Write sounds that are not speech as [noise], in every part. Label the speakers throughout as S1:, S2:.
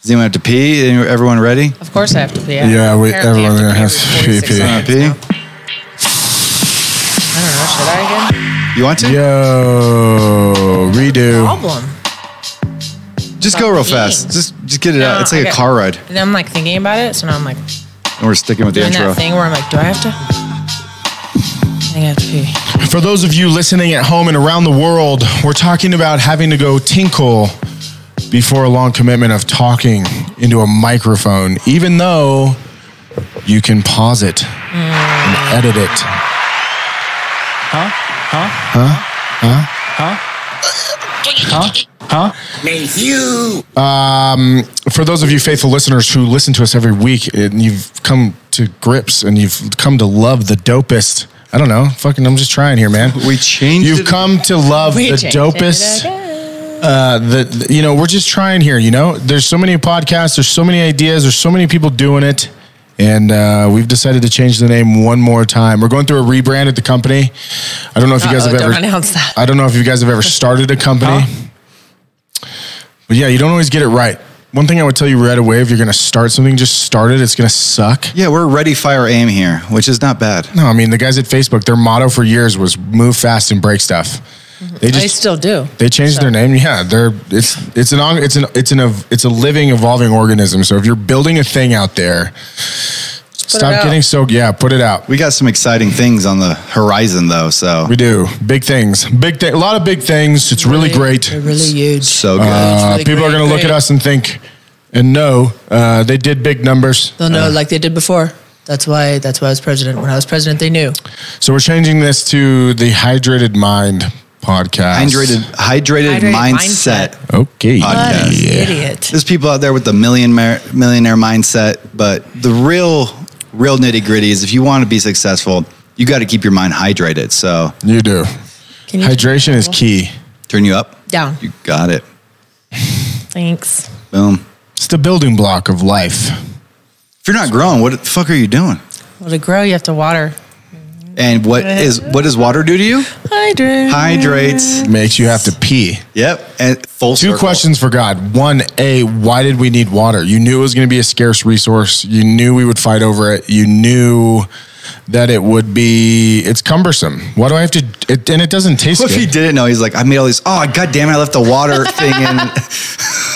S1: Does anyone have to pee? Anyone- Everyone ready?
S2: Of course I have to pee.
S3: Yeah, we-
S2: Apparently I
S3: everyone
S2: have
S3: has
S2: to
S3: to
S2: pee. every 46
S3: pee.
S1: Wanna
S2: seconds
S1: pee?
S2: now. I don't know. Should I again?
S1: You want to?
S3: Yo, redo.
S2: Problem.
S1: Just go real
S2: Stop
S1: fast.
S2: peeing.
S1: Just just get it
S2: No,
S1: out. It's like
S2: okay.
S1: a car ride.
S2: And then I'm like thinking about it, so now I'm like
S1: And we're sticking with the
S2: doing
S1: intro.
S2: that thing where I'm like, do I have to? I think I have to pee.
S3: For those of you listening at home and around the world, we're talking about having to go tinkle before a long commitment of talking into a microphone, even though you can pause it and edit it. Um, for those of you faithful listeners who listen to us every week and you've come to grips and you've come to love the dopest, I don't know, fucking, I'm just trying here, man.
S1: We changed
S3: You've
S1: it.
S3: come to love
S2: We
S3: the
S2: changed it
S3: dopest. Uh, the, the- you know, we're just trying here. You know, there's so many podcasts, there's so many ideas, there's so many people doing it, and uh, we've decided to change the name one more time. We're going through a rebrand at the company. I don't know if you guys
S2: Uh-oh,
S3: have
S2: don't
S3: ever
S2: announce that.
S3: I don't know if you guys
S2: [laughs]
S3: have ever started a company. But yeah, you don't always get it right. One thing I would tell you right away if you're going to start something, just start it. It's going to suck.
S1: Yeah, we're ready, fire, aim here, which is not bad.
S3: No, I mean, the guys at Facebook, their motto for years was move fast and break stuff. They
S2: I
S3: just
S2: still do.
S3: they changed their name. Yeah, they're it's it's an on- it's an it's an ev- it's a living evolving organism. So if you're building a thing out there, stop
S2: out.
S3: getting so yeah, put it out.
S1: We got some exciting things on the horizon, though. So
S3: We do big things, big thing, a lot of big things. It's really great.
S2: They're really huge.
S1: so good.
S3: Uh,
S2: really
S3: people are
S2: great,
S3: going to look
S2: great.
S3: at us and think, and no, uh, they did big numbers.
S2: They'll know like they did before. That's why. That's why I was president. When I was president, they knew.
S3: So we're changing this to the Hydrated Mind podcast.
S1: hydrated, hydrated,
S2: Hydrated
S1: mindset.
S3: Okay.
S2: What an
S1: Podcast.
S2: idiot.
S1: There's people out there with the million mar- millionaire mindset, but the real, real nitty gritty is if you want to be successful, you got to keep your mind hydrated. So
S3: You do.
S2: Can you
S3: Hydration is key.
S1: turn you up.
S2: Down.
S1: You got it.
S2: Thanks.
S1: Boom.
S3: It's the building block of life.
S1: If you're not growing, what the fuck are you doing?
S2: Well, to grow, you have to water.
S1: And what is what does water do to you?
S2: Hydrate.
S1: Hydrates.
S3: Makes you have to pee.
S1: Yep. And full
S3: Two
S1: circle.
S3: questions for God. One, A, why did we need water? You knew it was going to be a scarce resource. You knew we would fight over it. You knew that it would be, it's cumbersome. Why do I have to, it, and it doesn't taste
S1: What if
S3: good.
S1: he didn't know? He's like, I made all these. Oh, god damn it! I left the
S2: [laughs]
S1: water thing in. [laughs]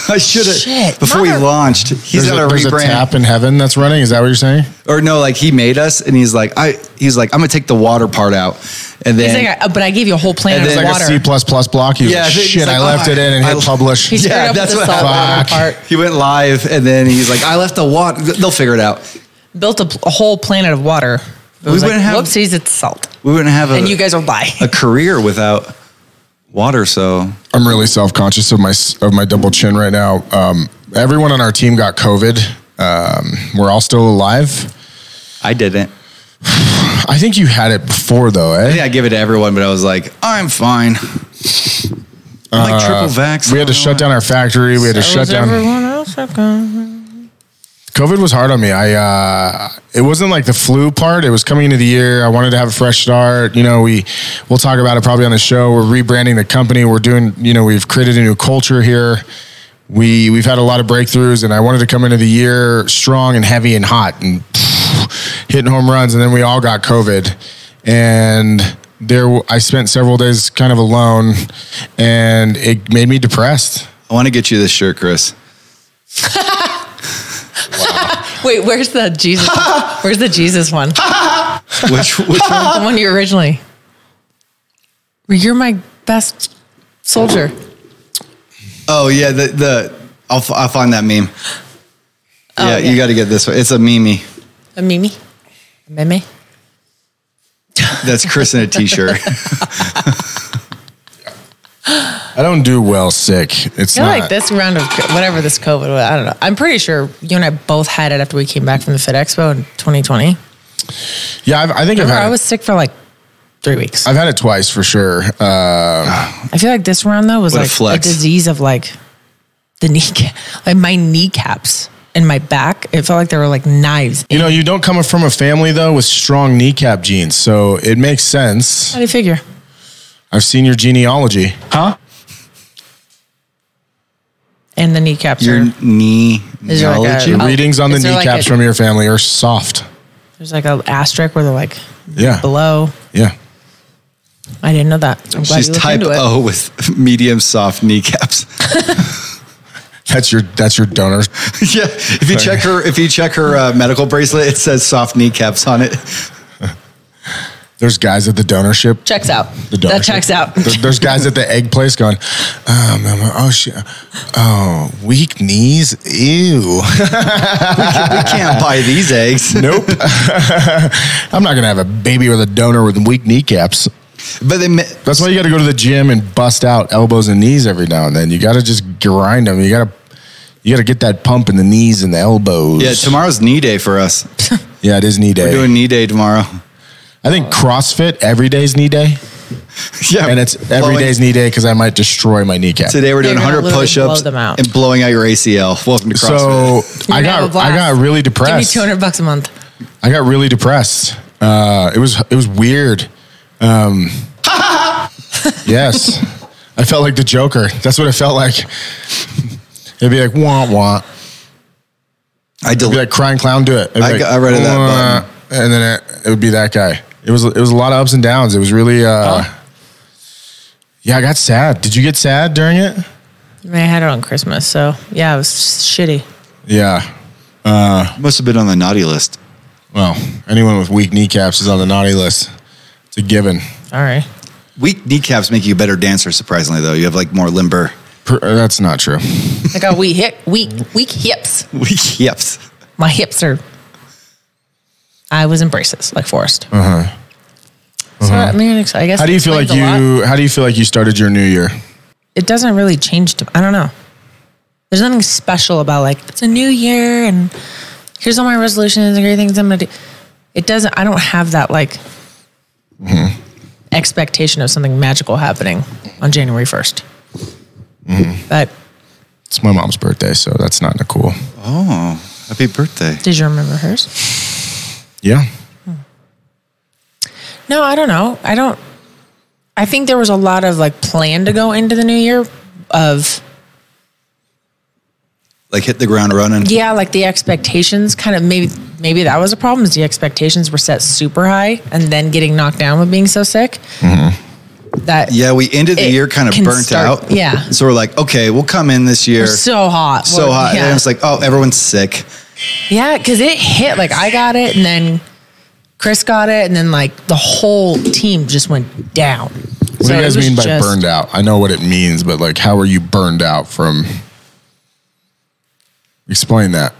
S1: I should have
S2: Shit,
S1: before we
S2: mother-
S1: launched. He's
S3: There's
S1: got a,
S3: there's
S1: rebrand.
S3: tap in heaven that's running. Is that what you're saying?
S1: or no, like he made us, and he's like, I, he's like, I'm gonna take the water part out, and
S2: He's
S1: then
S2: like, "Oh, but I gave you a whole
S1: And
S2: planet
S1: then
S2: of
S1: it's
S3: Like
S2: water.
S3: a C plus plus block. He was
S1: Yeah,
S3: like,
S1: I think it's
S3: shit,
S1: like,
S3: I left
S1: oh,
S3: it in and
S1: I-
S3: hit publish.
S2: He's
S1: Yeah,
S2: yeah, up
S1: that's
S2: with
S1: what
S2: the salt water
S3: happened.
S2: part.
S1: [laughs] he went live, and then he's like, I left the water. They'll figure it out.
S2: Built a, pl- a whole planet of water. It
S1: We
S2: was like,
S1: wouldn't have-
S2: whoopsies, it's salt.
S1: We wouldn't have a,
S2: and you guys will die.
S1: a career without water. So
S3: I'm really self conscious of my of my double chin right now. Um, everyone on our team got COVID. Um, we're all still alive.
S1: I didn't.
S3: I think you had it before though, eh?
S1: I think I give it to everyone, but I was like, I'm fine. I'm like triple vax.
S3: Uh, We had to shut down our factory. We had to shut down.
S2: else I've gone.
S3: COVID was hard on me. I uh, it wasn't like the flu part. It was coming into the year. I wanted to have a fresh start. You know, we we'll talk about it probably on the show. We're rebranding the company. We're doing. You know, we've created a new culture here. We we've had a lot of breakthroughs, and I wanted to come into the year strong and heavy and hot and hitting home runs. And then we all got COVID, and there w- I spent several days kind of alone, and it made me depressed.
S1: I want to get you this shirt, Chris.
S2: Wait, where's the Jesus?
S1: [laughs]
S2: where's the Jesus one? the
S1: Which, [laughs] which one?
S2: one you originally. You're my best soldier.
S1: Oh yeah, the the I'll f- I'll find that meme.
S2: Oh,
S1: yeah, you
S2: yeah.
S1: got to get this one. It's a meme.
S2: A Mimi. A Meme.
S1: That's Chris in a
S3: [laughs]
S1: t-shirt.
S3: I don't do well sick. It's
S2: I feel
S3: not
S2: like this round of whatever this COVID was, I don't know. I'm pretty sure you and I both had it after we came back from the Fit Expo in 2020.
S3: Yeah, I've, I think I've
S2: Remember,
S3: had
S2: I
S3: it.
S2: was sick for like three weeks.
S3: I've had it twice for sure. Uh,
S2: I feel like this round though was
S1: What a
S2: like a,
S1: flex.
S2: disease of like the kneecap, like my kneecaps and my back. It felt like there were like knives.
S3: you know, you don't come from a family though with strong kneecap genes, so it makes sense.
S2: How do you figure?
S3: I've seen your genealogy.
S2: and the kneecaps
S1: Your
S2: are,
S1: knee
S2: Is there like a-
S1: neurology?
S2: Oh,
S3: Readings on the
S2: is there like
S3: kneecaps
S2: a-
S3: from your family are soft.
S2: there's like an asterisk where they're like
S3: Yeah.
S2: below.
S3: Yeah.
S2: I didn't know that. I'm glad
S1: She's
S2: you looked
S1: type
S2: into it.
S1: O with [laughs] medium soft kneecaps. [laughs]
S3: That's your that's your donor.
S1: yeah, if you check her, if you check her uh, medical bracelet, it says soft kneecaps on it.
S3: There's guys at the donorship.
S2: Checks out.
S3: The
S2: that
S3: donorship.
S2: checks out.
S3: There- There's guys at the egg place going, oh, mama, oh, shit. oh, weak knees, ew.
S1: We
S3: [laughs]
S1: can't buy these eggs.
S3: Nope. [laughs] I'm not gonna have a baby with a donor with weak kneecaps.
S1: But they, ma-
S3: That's why you got to go to the gym and bust out elbows and knees every now and then. You got to just grind them. You got to you got to get that pump in the knees and the elbows.
S1: yeah, tomorrow's knee day for us.
S3: Yeah, it is knee day.
S1: We're doing knee day tomorrow.
S3: I think CrossFit every day's knee day,
S1: [laughs] Yeah,
S3: and it's every
S1: blowing-
S3: day's knee day because I might destroy my kneecap.
S1: Today we're
S2: They're
S1: doing 100
S2: gonna literally blow
S1: push-ups
S2: them out.
S1: and blowing out your ACL. Welcome to CrossFit.
S3: So I
S2: You're gonna have a
S3: got
S2: blast.
S3: I got really
S2: Give me
S3: depressed.
S2: 200 bucks a month.
S3: I got really depressed. Uh, it was it was weird.
S1: [laughs]
S3: Um, yes, I felt like the Joker. That's what it felt like. It'd be like wah wah.
S1: I
S3: It'd be
S1: deli-
S3: like crying clown. Do it. It'd be
S1: I
S3: like,
S1: got- I read it that
S3: "Wah,"
S1: button.
S3: and then it, it would be that guy. It was it was a lot of ups and downs. It was really. Uh, Yeah, I got sad. Did you get sad during it?
S2: I mean, I had it on Christmas, so yeah, it was shitty.
S3: Yeah.
S1: must have been on the naughty list.
S3: Well, anyone with weak kneecaps is on the naughty list. It's a given.
S2: All right.
S1: Weak kneecaps make you a better dancer, surprisingly, though. You have like more limber
S3: Per- that's not true.
S2: I got weak hip, weak, weak
S1: [laughs]
S2: hips.
S1: weak hips.
S2: My hips are. I was in braces, like Forrest. So I mean, it's- I guess.
S3: Uh-huh. How do you
S2: it
S3: feel like
S2: explains a lot.
S3: you? How do you feel like you started your new year?
S2: It doesn't really change. To, I don't know. There's nothing special about like it's a new year and here's all my resolutions and great things I'm gonna do. It doesn't. I don't have that like expectation of something magical happening on January 1st But
S3: It's my mom's birthday, so that's not cool.
S1: Oh, happy birthday.
S2: did you remember hers?
S3: Yeah,
S2: No, I don't know. I don't. I think there was a lot of like plan to go into the new year of
S1: Like hit the ground running.
S2: yeah, like the expectations kind of maybe maybe that was a problem is the expectations were set super high and then getting knocked down with being so sick that
S1: Mm-hmm. Yeah, we ended the
S2: It
S1: year kind of
S2: can
S1: burnt
S2: start-
S1: out. [laughs]
S2: yeah.
S1: So we're like, okay, we'll come in this year.
S2: we're so hot,
S1: so
S2: We're-
S1: hot.
S2: Yeah,
S1: And it's like, oh, everyone's sick.
S2: yeah, because it hit like I got it and then Chris got it and then like the whole team just went down.
S3: what do you guys mean by burned out? I know what it means, but like, how are you burned out from? Explain that.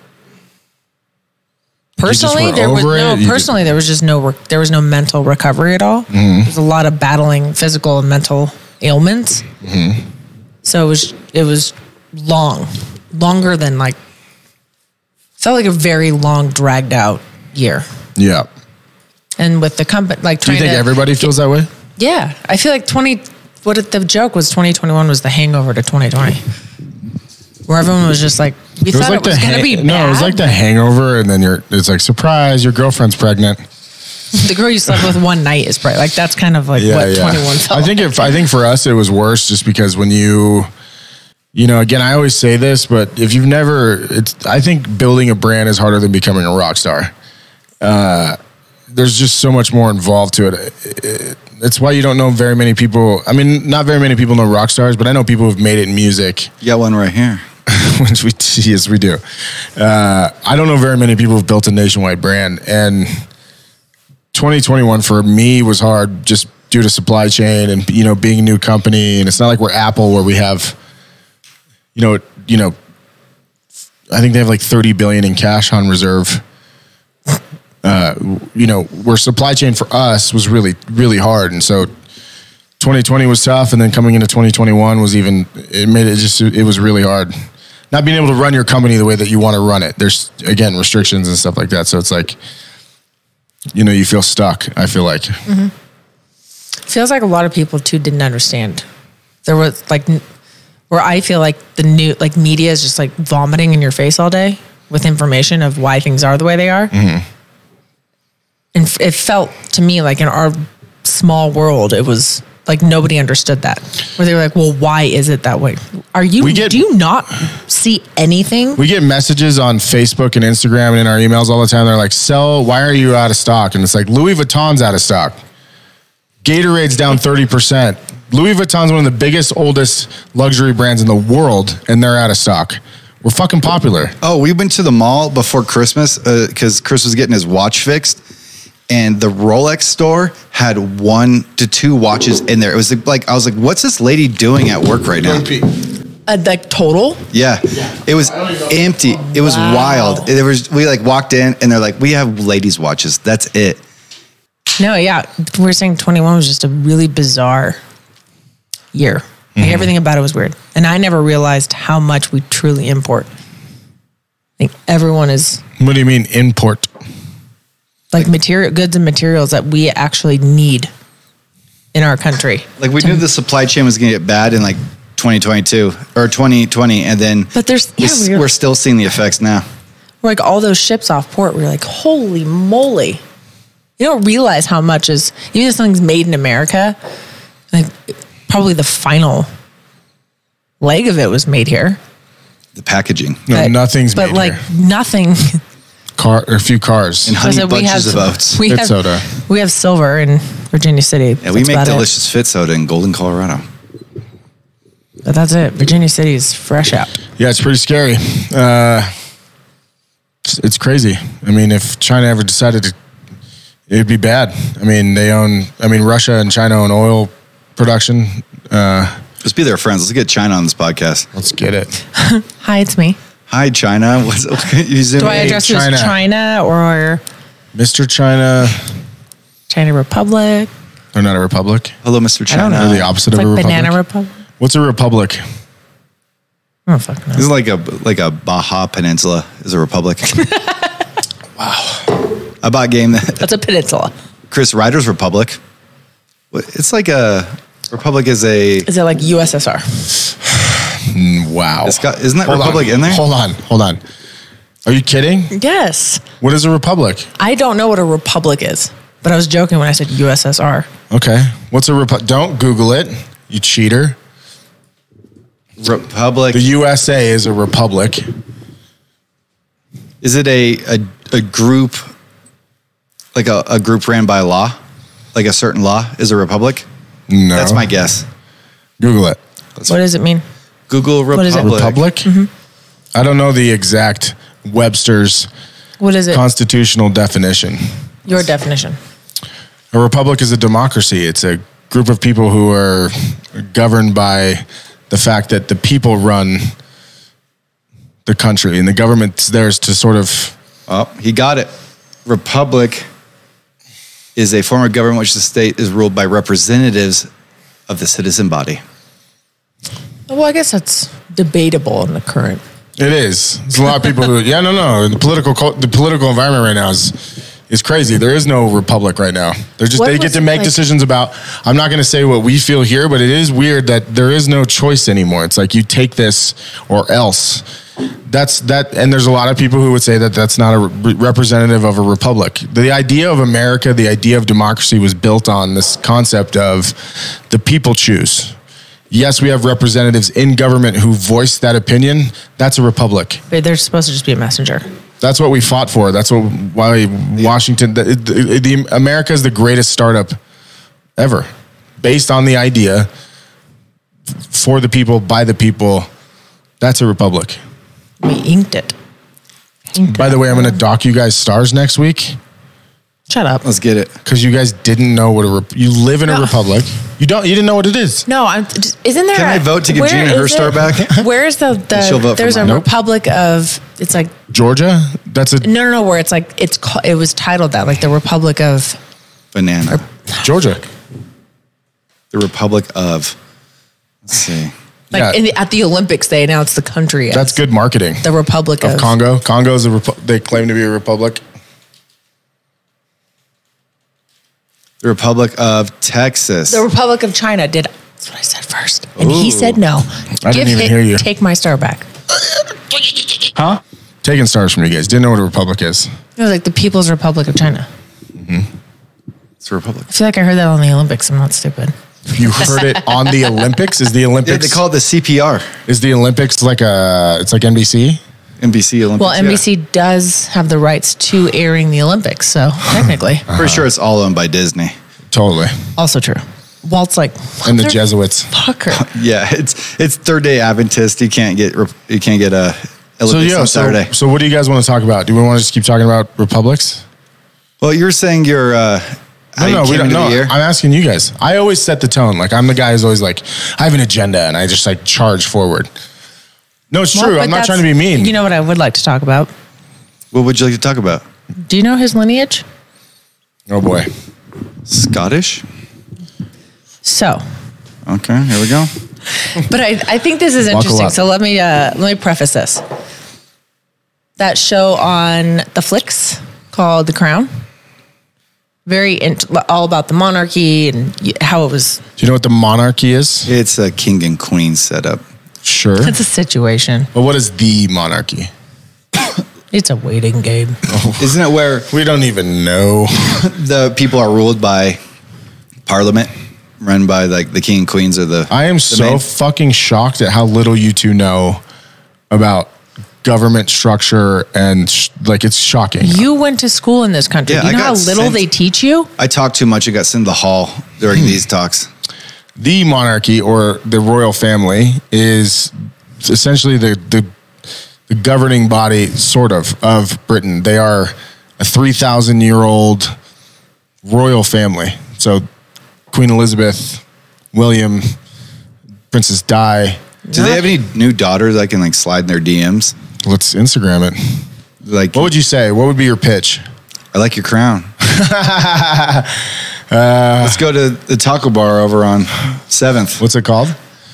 S3: just
S2: personally
S3: were
S2: there was
S3: over
S2: no
S3: it? You
S2: personally there was just no work there was no mental recovery at all
S3: Mm-hmm.
S2: there's a lot of battling physical and mental ailments
S3: Mm-hmm.
S2: so it was it was long longer than like felt like a very long dragged out year
S3: Yeah.
S2: and with the company like
S3: Do you
S2: trying
S3: think
S2: to-
S3: everybody feels that way?
S2: yeah i feel like 20 what it- the joke was 2021 was the hangover to 2020 where everyone was just like we thought it was going to
S3: hang-
S2: be
S3: no, it was
S2: bad.
S3: like the hangover, and then you're. It's like surprise, your girlfriend's pregnant.
S2: the girl you slept with one night is bright. Like that's kind of like what 21 felt.
S3: I think if I think for us it was worse just because when you you know, again, I always say this, but if you've never it's I think building a brand is harder than becoming a rock star. Uh there's just so much more involved to it. It- It's why you don't know very many people. I mean, not very many people know rock stars, but I know people who've made it in music
S1: You got one right here.
S3: [laughs] which we yes we do. Uh, I don't know very many people who've built a nationwide brand, and 2021 for me was hard just due to supply chain and you know being a new company, and it's not like we're Apple where we have, you know, you know, I think they have like 30 billion in cash on reserve. Uh, you know, where supply chain for us was really really hard, and so 2020 was tough, and then coming into 2021 was even it made it just it was really hard. Not being able to run your company the way that you want to run it. There's again restrictions and stuff like that, so it's like you know you feel stuck. I feel like
S2: feels like a lot of people too didn't understand. There was like n- where I feel like the new like media is just like vomiting in your face all day with information of why things are the way they are.
S3: Mm-hmm.
S2: And f- it felt to me like in our small world, it was like nobody understood that. Where they were like, "Well, why is it that way? Are you
S3: We get-
S2: do you not see anything?"
S3: We get messages on Facebook and Instagram and in our emails all the time. They're like, sell, why are you out of stock? And it's like, Louis Vuitton's out of stock. Gatorade's down 30%. Louis Vuitton's one of the biggest, oldest luxury brands in the world, and they're out of stock. We're fucking popular.
S1: Oh, we went to the mall before Christmas because Chris was getting his watch fixed, and the Rolex store had one to two watches in there. It was like I was like, "What's this lady doing at work right
S3: [laughs]
S1: now?"
S2: Uh, like total.
S1: Yeah, it was empty. It was
S2: Wow.
S1: wild. There was we like walked in and they're like, "We have ladies' watches. That's it."
S2: No, yeah, we were saying twenty one was just a really bizarre year. Like everything about it was weird, and I never realized how much we truly import. I think everyone is
S3: What do you mean, import?
S2: like material goods and materials that we actually need in our country.
S1: Like we knew the supply chain was going to get bad in like 2022 or 2020, and then
S2: But there's
S1: we
S2: yeah,
S1: s-
S2: we're,
S1: we're still seeing the effects now.
S2: we're like all those ships off port. We're like, holy moly! You don't realize how much is even if something's made in America. Like probably the final leg of it was made here.
S1: The packaging
S3: No, nothing's
S2: But
S3: made
S2: like
S3: here.
S2: nothing. [laughs]
S3: Car or a few cars.
S1: and honey
S2: So we have
S1: bunches of oats.
S2: We
S3: It's
S2: have,
S3: soda.
S2: We have silver in Virginia City.
S1: yeah, we
S2: That's
S1: make
S2: about it.
S1: delicious fit soda in Golden, Colorado.
S2: But that's it. Virginia City is fresh out.
S3: Yeah, it's pretty scary. Uh, it's, it's crazy. I mean, if China ever decided to, it'd be bad. I mean, they own. I mean, Russia and China own oil production. Uh,
S1: Let's be their friends. Let's get China on this podcast.
S3: Let's get it.
S2: Hi, it's me.
S1: Hi, China. [laughs] What's, you zoom
S2: Do I
S1: in?
S2: address you
S3: China.
S2: as China or
S3: Mr. China,
S2: China Republic?
S3: they're not a republic.
S1: Hello, Mr.
S2: don't
S1: China.
S2: know.
S3: They're the opposite
S2: Uh, It's like
S3: of a republic.
S2: Banana Republic. Oh,
S3: What's a republic?
S2: I don't fucking know.
S1: This is like a like a Baja Peninsula is a
S2: [laughs]
S1: republic. wow. I bought a game that [laughs]
S2: That's a peninsula.
S1: Chris Ryder's Republic. It's like a republic is a
S2: Is it like USSR?
S3: Mm, Wow.
S1: It's got- isn't that
S3: Hold on.
S1: republic in there?
S3: Hold on. Hold on. Are you kidding?
S2: Yes.
S3: What is a republic?
S2: I don't know what a republic is, but I was joking when I said USSR.
S3: Okay. What's a republic? Don't Google it, you cheater.
S1: republic.
S3: The USA is a republic.
S1: Is it a a, a group like a, a group ran by law? Like a certain law is a republic?
S3: No.
S1: That's my guess.
S3: Google it.
S2: What does it mean?
S1: Google Republic.
S2: is it?
S3: Republic? I don't know the exact Webster's
S2: What is it?
S3: constitutional definition.
S2: Your definition.
S3: A republic is a democracy. It's a group of people who are governed by the fact that the people run the country and the government's theirs to sort of
S1: Oh, he got it. Republic is a form of government which the state is ruled by representatives of the citizen body.
S2: Well, I guess that's debatable in the current.
S3: It is. There's a lot of people who. Yeah, no, no. The political cul- the political environment right now is is crazy. There is no republic right now. They're just
S2: What
S3: they get
S2: was
S3: to
S2: it
S3: make
S2: like-
S3: decisions about. I'm not going to say what we feel here, but it is weird that there is no choice anymore. It's like you take this or else. That's that, and there's a lot of people who would say that that's not a re- representative of a republic. The idea of America, the idea of democracy, was built on this concept of the people choose. Yes, we have representatives in government who voice that opinion. That's a republic.
S2: But they're supposed to just be a messenger.
S3: That's what we fought for. That's what why Washington. The, the, the- America is the greatest startup ever, based on the idea for the people by the people. That's a republic.
S2: We inked it. Inked
S3: By
S2: it.
S3: the way, I'm going to dock you guys stars next week
S2: shut up.
S1: Let's get it.
S3: because you guys didn't know what a rep- you live in a
S2: No.
S3: republic. You don't. You didn't know what it is.
S2: No, I'm. Just, isn't there?
S1: Can I
S2: a-
S1: vote to give
S2: where
S1: Gina her
S2: is
S1: star
S2: it-
S1: back?
S2: [laughs] Where is the,
S1: She'll vote
S2: the
S1: for
S2: there's a
S1: mine. Nope.
S2: Republic of? It's like
S3: Georgia. That's a
S2: no, no, no. Where it's like it's ca- it was titled that like the Republic of.
S1: Banana.
S3: Georgia.
S1: The Republic of. Let's see.
S2: Like
S3: Yeah.
S2: in the, at the Olympics, they announced the country. As
S3: That's good marketing.
S2: The Republic of,
S3: of Congo. Congo is a repu- they claim to be a republic.
S1: The Republic of Texas.
S2: the Republic of China. Did that's what I said first, and he
S1: Ooh.
S2: said no.
S3: I didn't even hear you.
S2: Take my star back.
S3: Taking stars from you guys. Didn't know what a republic is.
S2: It was like the People's Republic of China.
S1: it's a Republic.
S2: I feel like I heard that on the Olympics. I'm not stupid.
S3: [laughs] You heard it on the Olympics. Is the Olympics
S1: Yeah, they call it the CPR,
S3: is the Olympics like a it's like NBC?
S1: NBC Olympics.
S2: Well, NBC does have the rights to airing the Olympics, so technically,
S1: Yeah. Pretty sure it's all owned by Disney.
S3: Totally.
S2: also true. Walt's like,
S3: And the
S2: "Mother
S3: Jesuits.
S2: fucker.
S1: Yeah, [laughs] it's it's third day Adventist. You can't get rep- you can't get a
S3: So
S1: Olympics
S3: yeah,
S1: on
S3: so,
S1: Saturday.
S3: so what do you guys want to talk about? Do we want to just keep talking about republics?
S1: well, you're saying you're uh, how you
S3: no, no,
S1: came
S3: we don't
S1: into
S3: know.
S1: the year?
S3: I'm asking you guys. I always set the tone. Like I'm the guy who's always like, I have an agenda and I just like charge forward. No, it's
S2: Well,
S3: [laughs] true.
S2: but
S3: I'm not
S2: that's-
S3: trying to be mean.
S2: You know what I would like to talk about?
S1: what would you like to talk about?
S2: Do you know his lineage?
S3: oh boy.
S1: Scottish.
S3: [laughs]
S2: So,
S1: Okay, here we go.
S2: but I, I think this is
S3: Buckle
S2: interesting.
S3: up.
S2: So let me uh, let me preface this. That show on the flicks called The Crown. Very int- all about the monarchy and y- how it was.
S3: Do you know what the monarchy is?
S1: It's a king and queen setup.
S3: Sure.
S2: It's a situation.
S3: But what is the monarchy?
S2: It's a waiting game.
S1: Isn't it where
S3: We don't even know.
S1: the people are ruled by parliament, run by like the king and queens or the.
S3: I am
S1: the
S3: so
S1: main-
S3: fucking shocked at how little you two know about government structure and sh- like it's shocking.
S2: You went to school in this country.
S1: Yeah,
S2: Do you
S1: I
S2: know
S1: got
S2: how little
S1: sent-
S2: they teach you?
S1: I talk too much. I got sent to the hall during these talks.
S3: the monarchy or the royal family is essentially the the, the governing body, sort of, of Britain. They are a three thousand year old royal family. So Queen Elizabeth, William, Princess Di.
S1: Do they have any new daughters I can like slide in their DMs?
S3: Let's Instagram it.
S1: Like,
S3: What would you say? What would be your pitch?
S1: I like your [laughs] crown. Let's go to the taco bar over on Seventh.
S3: What's it called?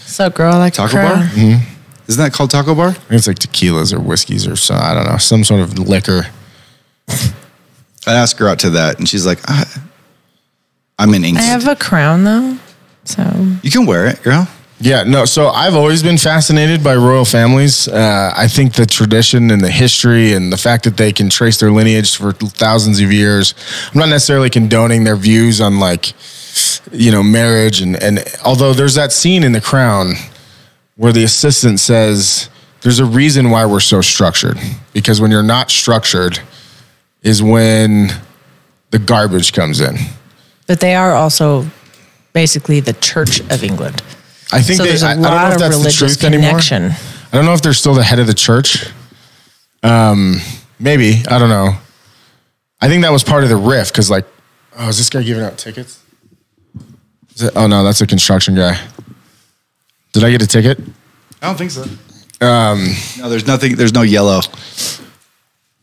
S2: So, girl, I like
S1: Taco
S2: crown.
S1: bar? Isn't that called taco bar?
S3: I think it's like tequilas or whiskeys or some, I don't know, some sort of liquor.
S1: I asked her out to that, and she's like, I, "I'm in
S2: I
S1: England.
S2: have a crown though, so
S1: you can wear it, girl."
S3: Yeah, no. So I've always been fascinated by royal families. Uh, I think the tradition and the history and the fact that they can trace their lineage for thousands of years. I'm not necessarily condoning their views on like, you know, marriage and and although there's that scene in The Crown where the assistant says there's a reason why we're so structured because when you're not structured is when the garbage comes in.
S2: but they are also basically the Church of England.
S3: I think
S2: so
S3: they,
S2: there's a
S3: I- I don't know
S2: lot
S3: if
S2: of
S3: that's the
S2: religious
S3: truth anymore.
S2: connection.
S3: I don't know if they're still the head of the church. Um, maybe I don't know. I think that was part of the riff because, like, oh, is this guy giving out tickets? Is it, oh no, that's a construction guy. Did I get a ticket?
S1: I don't think so. Um, no, there's nothing. There's no yellow.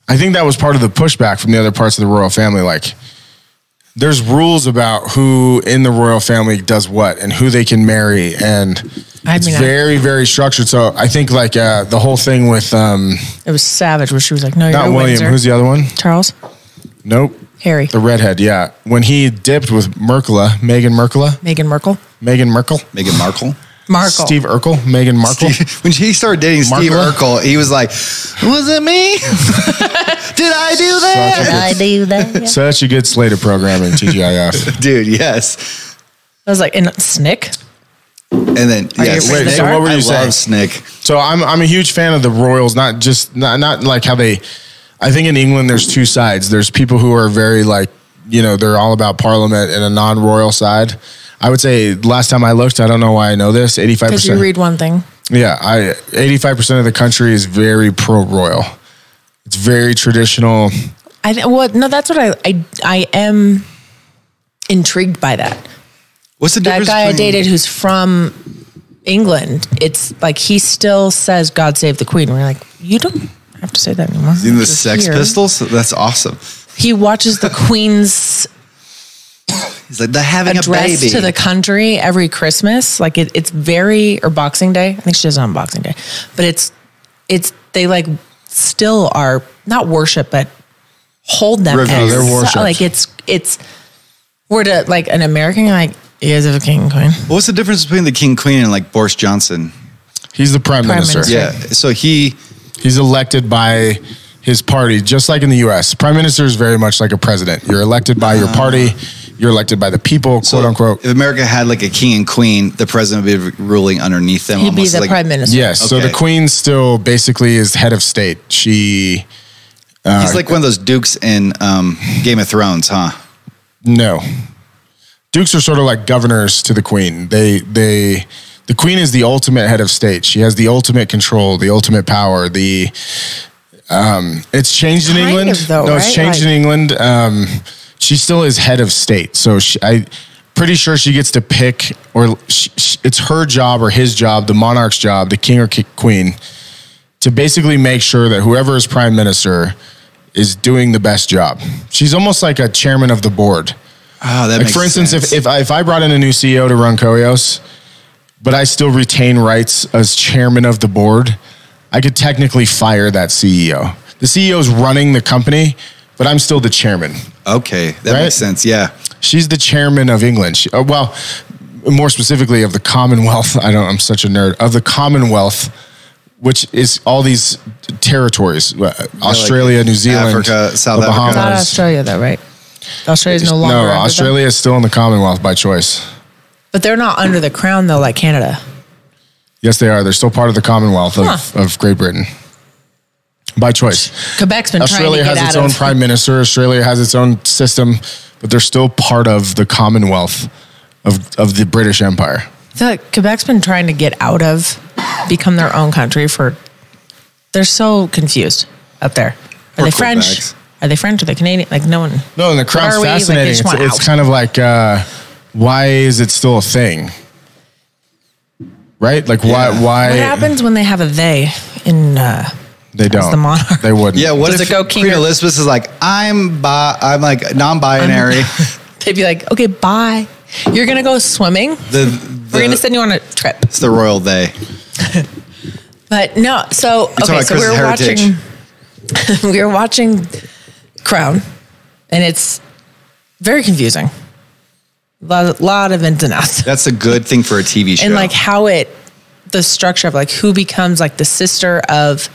S3: I think that was part of the pushback from the other parts of the royal family. Like, there's rules about who in the royal family does what and who they can marry, and
S2: I
S3: it's
S2: mean, I-
S3: very, very structured. So I think like uh, the whole thing with um,
S2: It was savage where she was like, "No, you're
S3: not
S2: a
S3: William,
S2: Windsor."
S3: who's the other one?
S2: Charles
S3: Nope.
S2: Harry
S3: The redhead, yeah. When he dipped with Merkla, Meghan Merkla,
S2: Meghan Merkel
S3: Meghan Merkel,
S1: Meghan
S3: [laughs]
S1: Markle.
S2: Markle
S3: Steve Urkel, Meghan Markle.
S1: [laughs] when he started dating Steve
S3: Markle?
S1: Urkel, he was like, "Was it
S3: [laughs]
S1: me? Did I do that,
S3: I do that. [laughs] Such a good slate
S2: [laughs]
S3: of programming, TGIF.
S1: dude?" Yes.
S2: I was like, "And Snick."
S1: And then
S2: Are you
S1: yes.
S2: afraid of the Wait, so dark?
S3: what were
S1: I
S3: you
S1: love
S3: saying?
S1: Snick.
S3: So I'm I'm a huge fan of the Royals, not just not not like how they I think in England there's two sides. There's people who are very like, you know, they're all about parliament and a non-royal side. I would say last time I looked, I don't know why I know this, 85%.
S2: Because you read one thing,
S3: Yeah, I eighty five percent of the country is very pro royal. It's very traditional.
S2: I th- well, no, that's what I I I am intrigued by that.
S1: What's the
S2: That
S1: difference?
S2: guy I
S1: between-
S2: dated who's from England, it's like he still says "God save the Queen." We're like, you don't have to say that anymore.
S1: In the
S2: It's just
S1: Sex
S2: here."
S1: Pistols? That's awesome.
S2: He
S1: [laughs]
S2: watches the Queen's
S1: He's like, they're having a, baby.
S2: address to the country every Christmas. Like it, it's very or Boxing Day. I think she does it on Boxing Day, but it's it's they like still are not worship, but hold them.
S1: Revere.
S2: as-
S1: They're
S3: worshipped.
S2: like it's it's we're to like an American like you guys have a king and queen.
S1: What's the difference between the King Queen and like Boris Johnson?
S3: He's the prime,
S2: Prime
S3: minister.
S2: minister.
S1: Yeah. So he
S3: He's elected by his party, just like in the US. Prime minister is very much like a president. You're elected by your party. You're elected by the people, quote unquote.
S1: If America had like a king and queen, the president would be ruling underneath them.
S2: He'd be
S1: almost
S2: the
S1: like,
S2: prime minister.
S3: Yes. So
S1: Okay.
S3: the queen still basically is head of state. She
S1: He's like one of those dukes in um, Game of Thrones, huh?
S3: no. Dukes are sort of like governors to the queen. They they the queen is the ultimate head of state. She has the ultimate control, the ultimate power. The um, it's changed in
S2: Kind
S3: England.
S2: of though,
S3: no, it's
S2: right?
S3: changed in
S2: Like-
S3: England. Um, she still is head of state. So she, I pretty sure she gets to pick or she, she, it's her job or his job, the monarch's job, the king or ki- queen to basically make sure that whoever is prime minister is doing the best job. She's almost like a chairman of the board.
S1: Oh, that
S3: Like
S1: makes
S3: for instance,
S1: sense.
S3: if, if I if I brought in a new CEO to run Koyos, but I still retain rights as chairman of the board, I could technically fire that CEO. The CEO is running the company, but I'm still the chairman.
S1: okay, that
S3: Right?
S1: makes sense. Yeah,
S3: She's the chairman of England. She, uh, well, more specifically of the Commonwealth. [laughs] I don't. I'm such a nerd of the Commonwealth, which is all these territories: uh, Australia, New Zealand,
S1: Africa, South
S3: the
S1: Africa.
S2: Not
S3: Bahamas.
S2: Australia though, right? Australia's no
S3: No,
S2: longer. under them.
S3: Australia is still in the Commonwealth by choice.
S2: But they're not under the crown though, like Canada.
S3: Yes, they are. They're still part of the Commonwealth of,
S2: Huh.
S3: of Great Britain by choice.
S2: Quebec's been
S3: Australia
S2: trying to get
S3: has its
S2: out
S3: own
S2: of.
S3: prime minister. Australia has its own system, but they're still part of the Commonwealth of, of the British Empire.
S2: I feel like Quebec's been trying to get out of, become their own country for. They're so confused up there. Are
S1: Or
S2: they French?
S1: Quebecs.
S2: Are they French? Are they Canadian? Like no one.
S3: No, and the
S2: What
S3: crown's
S2: are we? Like, they
S3: fascinating.
S2: just
S3: it's,
S2: want
S3: it's
S2: out.
S3: kind of like uh, why is it still a thing? Right? Like
S1: Yeah.
S3: why why
S2: what happens when they have a they in? Uh,
S3: they don't
S2: the monarch?
S3: they wouldn't.
S1: yeah. What
S2: Does
S1: if
S2: it go king
S1: Queen
S2: or-
S1: Elizabeth is like, I'm bi- I'm like [laughs] non-binary.
S2: they'd be like, okay, bye. You're gonna go swimming.
S1: the,
S2: We're gonna
S1: the-
S2: send you on a trip.
S1: it's the royal day.
S2: But no, so
S1: talking
S2: okay,
S1: about
S2: so we
S1: Chris's
S2: were
S1: heritage.
S2: watching [laughs] we were watching Crown, and it's very confusing. Lot, lot of ins and
S3: [laughs]
S2: outs,
S1: That's a good thing for a TV show.
S2: and like how it, the structure of like who becomes like the sister of,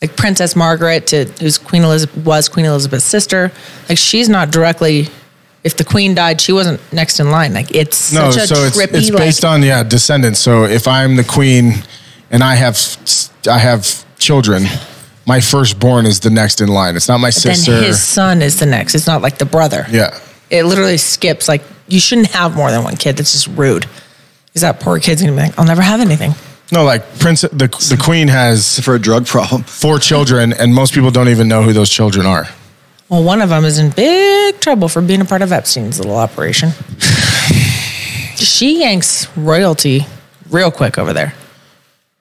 S2: like Princess Margaret to who's Queen Elizabeth was Queen Elizabeth's sister. Like she's not directly. If the queen died, she wasn't next in line. Like it's
S3: no,
S2: such a
S3: so it's,
S2: trippy.
S3: it's based
S2: like,
S3: on yeah descendants. So if I'm the queen and I have I have children, my firstborn is the next in line. It's not my
S2: then
S3: sister.
S2: his son is the next. It's not like the brother.
S3: yeah,
S2: it literally skips like you shouldn't have more than one kid that's just rude because that poor kid's gonna be like i'll never have anything
S3: no, like prince the the queen has
S1: for a drug problem.
S3: four children, and most people don't even know who those children are.
S2: well one of them is in big trouble for being a part of epstein's little operation she yanks royalty real quick over there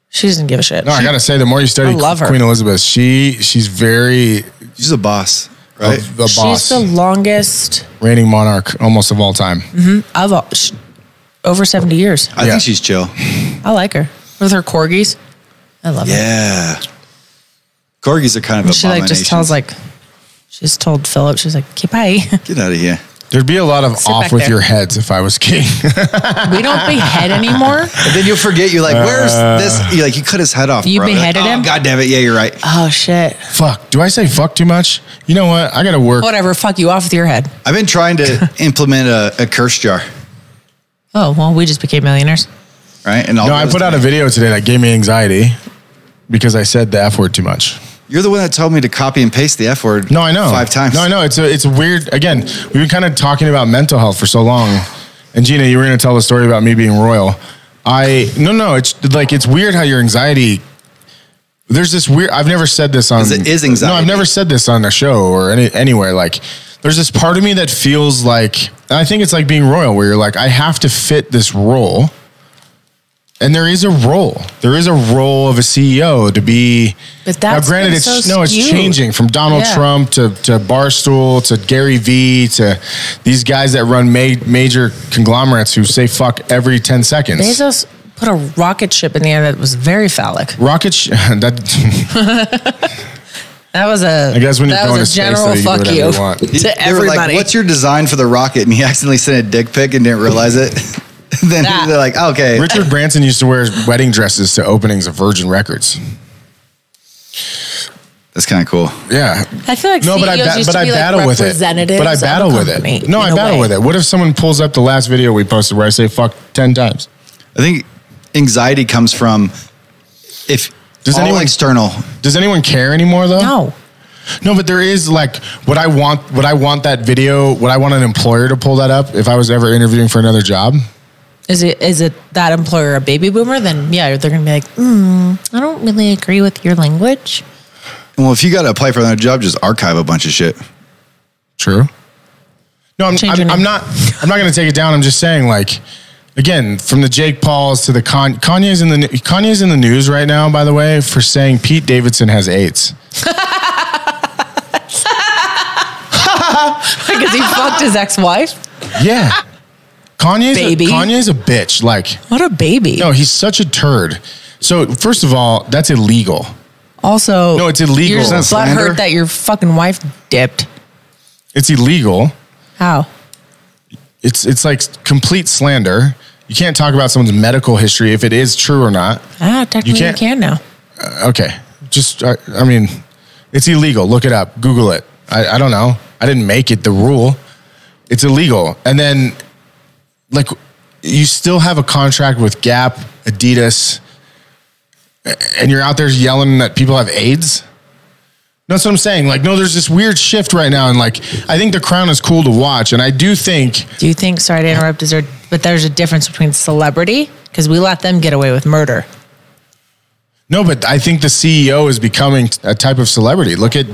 S2: she doesn't give a shit
S3: No, I gotta say, the more you study
S2: I love her.
S3: Queen Elizabeth, she she's very
S1: She's a boss, right?
S3: a, a
S2: she's
S3: boss,
S2: the Mm-hmm. longest
S3: reigning monarch almost of all time.
S2: of all, sh over 70 years
S1: I
S3: yeah.
S1: think she's chill.
S2: i like her with her corgis i love her
S1: Yeah. Corgis are kind of
S2: And
S1: a
S2: she like just tells like she's told philip she's like okay bye
S1: get out of here.
S3: There'd be a lot of
S2: Sit
S3: off
S2: back
S3: with
S2: there.
S3: your heads if I was
S2: [laughs]
S3: king. [laughs]
S2: We don't behead anymore.
S1: And then you'll forget. You're like, where's this? You're like, you cut his head off.
S2: You
S1: bro. You're like,
S2: beheaded
S1: "Oh,
S2: him?"
S1: God damn it. Yeah, you're right.
S2: Oh shit.
S3: fuck, do I say fuck too much? You know what? I gotta work.
S2: Whatever. Fuck you off with your head.
S1: I've been trying to
S3: [laughs]
S1: implement a, a curse jar,
S2: Oh well, we just became millionaires.
S1: right? And all
S3: No, I
S1: those-
S3: put out a video today that gave me anxiety because I said the F word too much.
S1: You're the one that told me to copy and paste the F word.
S3: No, I know.
S1: Five times.
S3: No, I know. It's a, it's weird. Again, we've been kind of talking about mental health for so long. And Gina, you were going to tell the story about me being royal. I, no, no, it's like, it's weird how your anxiety, there's this weird, I've never said this on,
S1: 'Cause it is
S3: No, I've
S1: anxiety.
S3: never said this on a show or any, anywhere. Like, there's this part of me that feels like, and I think it's like being royal where you're like, I have to fit this role. And there is a role. There is a role of a CEO to be.
S2: But that's
S3: now, granted,
S2: been
S3: it's
S2: so
S3: no, it's
S2: skewed.
S3: changing from Donald
S2: Yeah.
S3: Trump to to Barstool to Gary Vee to these guys that run ma- major conglomerates who say fuck every ten seconds.
S2: Bezos put a rocket ship in the air that was very phallic.
S3: Rocket, sh- [laughs] that [laughs]
S2: That was a.
S3: I guess when you're
S2: that
S3: going
S2: was a
S3: to space,
S2: general
S3: though, you do
S2: fuck
S3: whatever
S2: you
S3: you want.
S1: They
S2: [laughs] to
S1: were
S2: everybody.
S1: Like, What's your design for the rocket? And he accidentally sent a dick pic and didn't realize it. [laughs] then
S2: That.
S1: they're like, okay.
S3: Richard Branson used to wear wedding dresses to openings of Virgin Records.
S1: That's kind of cool.
S3: Yeah.
S4: I feel like
S3: No, but I
S2: E
S4: CEOs
S3: ba-
S4: used
S3: but
S4: to
S3: I
S4: be, like,
S3: battle with it.
S4: representatives
S3: But I
S4: of the
S3: battle with
S2: company,
S3: it. No, I
S2: in a
S3: battle
S2: way.
S3: with it. What if someone pulls up the last video we posted where I say fuck ten times?
S1: I think anxiety comes from if
S3: Does
S1: all
S3: anyone-
S1: external.
S3: Does anyone care anymore though?
S2: No.
S3: No, but there is like what I want. What I want that video. What I want an employer to pull that up if I was ever interviewing for another job.
S2: Is it is it that employer a baby boomer? Then yeah, they're gonna be like, hmm, I don't really agree with your language. [laughs]
S1: Well, if you got to apply for another job, just archive a bunch of shit.
S3: True. No, I'm,
S2: Change your
S3: I'm, I'm
S2: name.
S3: not. I'm not going to take it down. I'm just saying, like, again, from the Jake Pauls to the Con- Kanye's in the Kanye's in the news right now. By the way, for saying Pete Davidson has AIDS.
S2: Because he fucked his ex-wife.
S3: Yeah,
S2: [laughs]
S3: Kanye's
S2: Baby.
S3: A, Kanye's a bitch. Like,
S2: What a baby.
S3: no, he's such a turd. So first of all, that's illegal.
S2: Also,
S3: No, it's illegal.
S2: You're
S3: Is that
S2: just
S1: slander?
S2: butthurt that your fucking wife dipped.
S3: It's illegal.
S2: How?
S3: It's it's like complete slander. You can't talk about someone's medical history if it is true or not.
S2: Ah, technically you,
S3: can't-
S2: can now.
S3: okay. Just, I, I mean, it's illegal. Look it up. Google it. I, I don't know. I didn't make it the rule. It's illegal. And then, like, you still have a contract with Gap, Adidas, a- and you're out there yelling that people have AIDS. No, That's what I'm saying. Like, no, there's this weird shift right now. And, like, I think The Crown is cool to watch. And I do think
S2: Do you think? Sorry to interrupt. Is there? But there's a difference between celebrity because we let them get away with murder.
S3: No, but I think the CEO is becoming a type of celebrity. Look at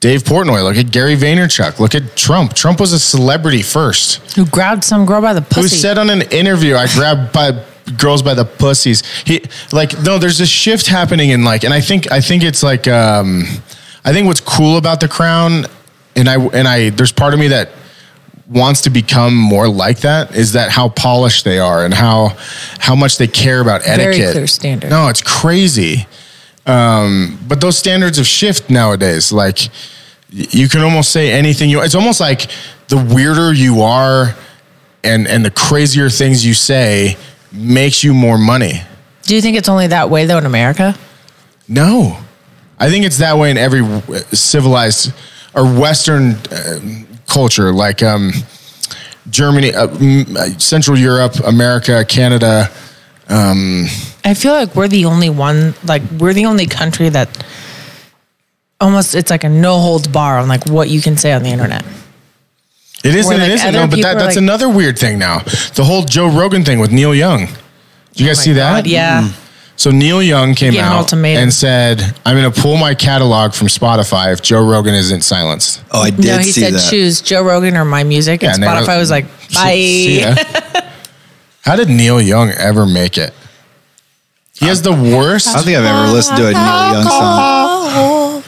S3: Dave Portnoy. Look at Gary Vaynerchuk. Look at Trump. Trump was a celebrity first.
S2: Who grabbed some girl by the
S3: Who
S2: pussy?
S3: said on an interview, "I grabbed by girls by the pussies." He like no. There's a shift happening in like, and I think I think it's like um, I think what's cool about the Crown, and I and I there's part of me that wants to become more like that is that how polished they are and how how much they care about
S2: Very
S3: etiquette.
S2: clear standard.
S3: No, it's crazy. Um, but those standards have shift nowadays. Like y- you can almost say anything you. It's almost like the weirder you are, and and the crazier things you say makes you more money.
S2: Do you think it's only that way though in America?
S3: No, I think it's that way in every w- civilized or Western um culture, like um, Germany, uh, m- uh, Central Europe, America, Canada.
S2: I feel like we're the only one. Like we're the only country that almost it's like a no holds bar on like what you can say on the internet.
S3: It is
S2: Where,
S3: and it
S2: like,
S3: isn't.
S2: other
S3: No, but
S2: people
S3: that,
S2: are
S3: that's
S2: like-
S3: another weird thing now. The whole Joe Rogan thing with Neil Young. Did you guys
S2: Oh My
S3: see that? Mm.
S2: God, yeah.
S3: So Neil Young came
S2: Give an
S3: out
S2: ultimatum.
S3: and said, "I'm going to pull my catalog from Spotify if Joe Rogan isn't silenced."
S1: Oh, I did
S2: No, he
S1: see
S2: said
S1: that.
S2: choose Joe Rogan or my music. and
S3: and they
S2: Spotify
S3: were-
S2: was like, [laughs]
S3: See-
S2: bye.
S3: see ya. How did Neil Young ever make it? He has the worst.
S1: I don't think I've ever listened to a Neil Young song.
S2: Oh,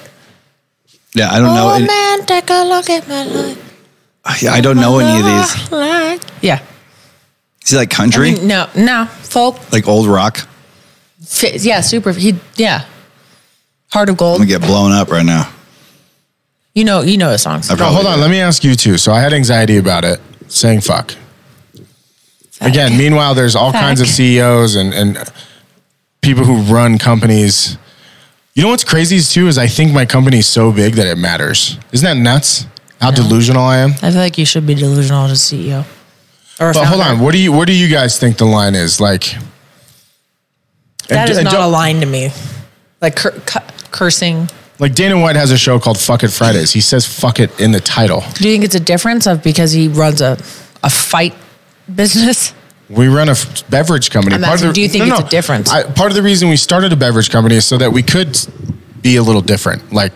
S1: Yeah, I don't know.
S2: oh,
S1: Any,
S2: man, take a look at my life.
S1: I I don't know any of these.
S2: Like- [laughs] Yeah.
S1: Is he like country,
S2: No, no, folk.
S1: like old rock?
S2: Fi- Yeah, super. He, yeah. Heart of
S1: I'm
S2: Gold.
S1: gonna get blown up right now.
S2: You know, you know his songs.
S1: I
S3: No,
S1: probably
S3: hold on.
S1: did.
S3: Let me ask you too. So I had anxiety about it, saying fuck. Again, meanwhile, there's all kinds of
S2: Fuck.
S3: CEOs and, and people who run companies. You know what's crazy is too is I think my company's so big that it matters. Isn't that nuts? How delusional I am.
S2: I feel like you should be delusional as a CEO. Or a
S3: But hold
S2: founder.
S3: on. What do you what do you guys think the line is? Like
S2: That
S3: and-
S2: is
S3: and
S2: not
S3: don't-
S2: a line to me. Like cur- cu- cursing.
S3: Like Dana White has a show called Fuck It Fridays. He says fuck it in the title.
S2: Do you think it's a difference of because he runs a, a fight business?
S3: We run a f- beverage company.
S2: I'm
S3: Part of
S2: asking, do you think it's a difference?
S3: I, part of the reason we started a beverage company is so that we could be a little different. Like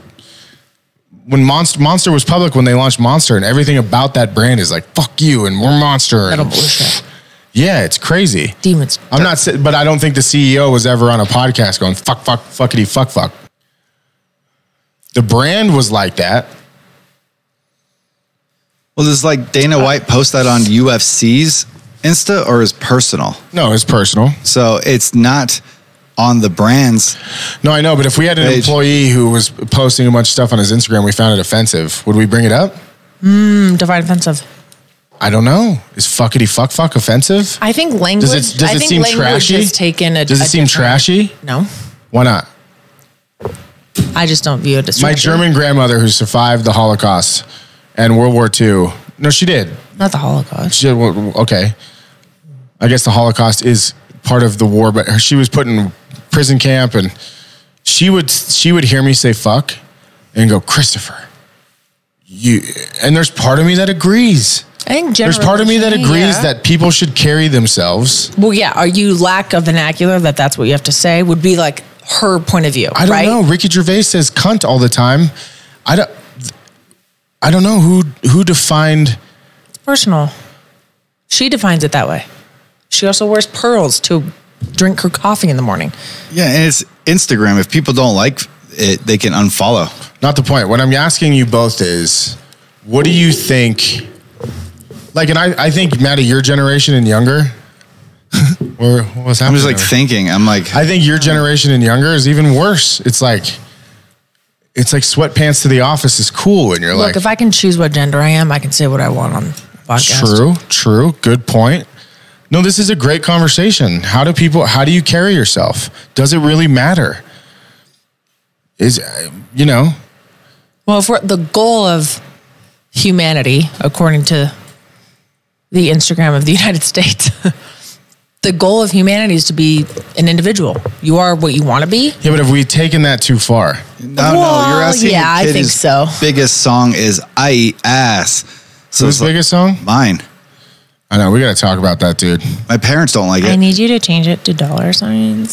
S3: when Monster Monster was public, when they launched Monster, and everything about that brand is like "fuck you" and we're Monster.
S2: I
S3: And
S2: don't believe that.
S3: yeah, it's crazy.
S2: Demons.
S3: I'm not, sa- but I don't think the CEO was ever on a podcast going fuck, fuck, fuckity, fuck, fuck. The brand was like that.
S1: Well, does like Dana White post that on UFC's Insta or his personal?
S3: No, it's personal.
S1: So it's not on the brands.
S3: No, I know, but if we had an
S1: Paige.
S3: employee who was posting a bunch of stuff on his Instagram, we found it offensive. Would we bring it up?
S2: Um, Divine offensive.
S3: I don't know. Is fuckity fuck fuck offensive?
S2: I think language.
S3: Does it does
S2: I
S3: it
S2: think
S3: seem
S2: language
S3: trashy?
S2: Has taken a,
S3: does it
S2: a
S3: seem
S2: different-
S3: trashy?
S2: No.
S3: Why not?
S2: I just don't view it as
S3: My
S2: strategy.
S3: German grandmother who survived the Holocaust and World War II. No, she did.
S2: not the Holocaust.
S3: She did. well, Okay. I guess the Holocaust is part of the war, but her- she was put in prison camp and she would she would hear me say fuck and go, Christopher. You and there's part of me that agrees.
S2: I think
S3: There's part of me that
S2: generally,
S3: agrees
S2: yeah.
S3: that people should carry themselves.
S2: Well, yeah. Are you lack of vernacular that that's what you have to say would be like her point of view?
S3: I don't
S2: right?
S3: know. Ricky Gervais says cunt all the time. I don't. I don't know who who defined.
S2: Personal. She defines it that way. She also wears pearls to drink her coffee in the morning.
S1: Yeah, and it's Instagram. If people don't like it, they can unfollow.
S3: Not the point. What I'm asking you both is, what do you think? Like, and I, I think Maddie, your generation and younger. [laughs] or what's happening?
S1: I'm just like
S3: over?
S1: thinking. I'm like,
S3: I think your generation and younger is even worse. It's like, it's like sweatpants to the office is cool, and you're like,
S2: Look, if I can choose what gender I am, I can say what I want on the podcast.
S3: True, true. Good point. No, this is a great conversation. How do people, how do you carry yourself? Does it really matter? Is, uh, you know,
S2: Well, if we're, the goal of humanity, according to the Instagram of the [laughs] United States, the goal of humanity is to be an individual. You are what you want to be.
S3: yeah, but have we taken that too far?
S1: no, no, you're
S2: Well,
S1: asking.
S2: yeah,
S1: your
S2: I
S1: kid
S2: think
S1: his
S2: so.
S1: Biggest song is "I Eat Ass." So
S3: Whose
S1: it's like,
S3: biggest song?
S1: mine.
S3: I know, we got to talk about that, dude.
S1: My parents don't like it.
S2: I need you to change it to dollar signs.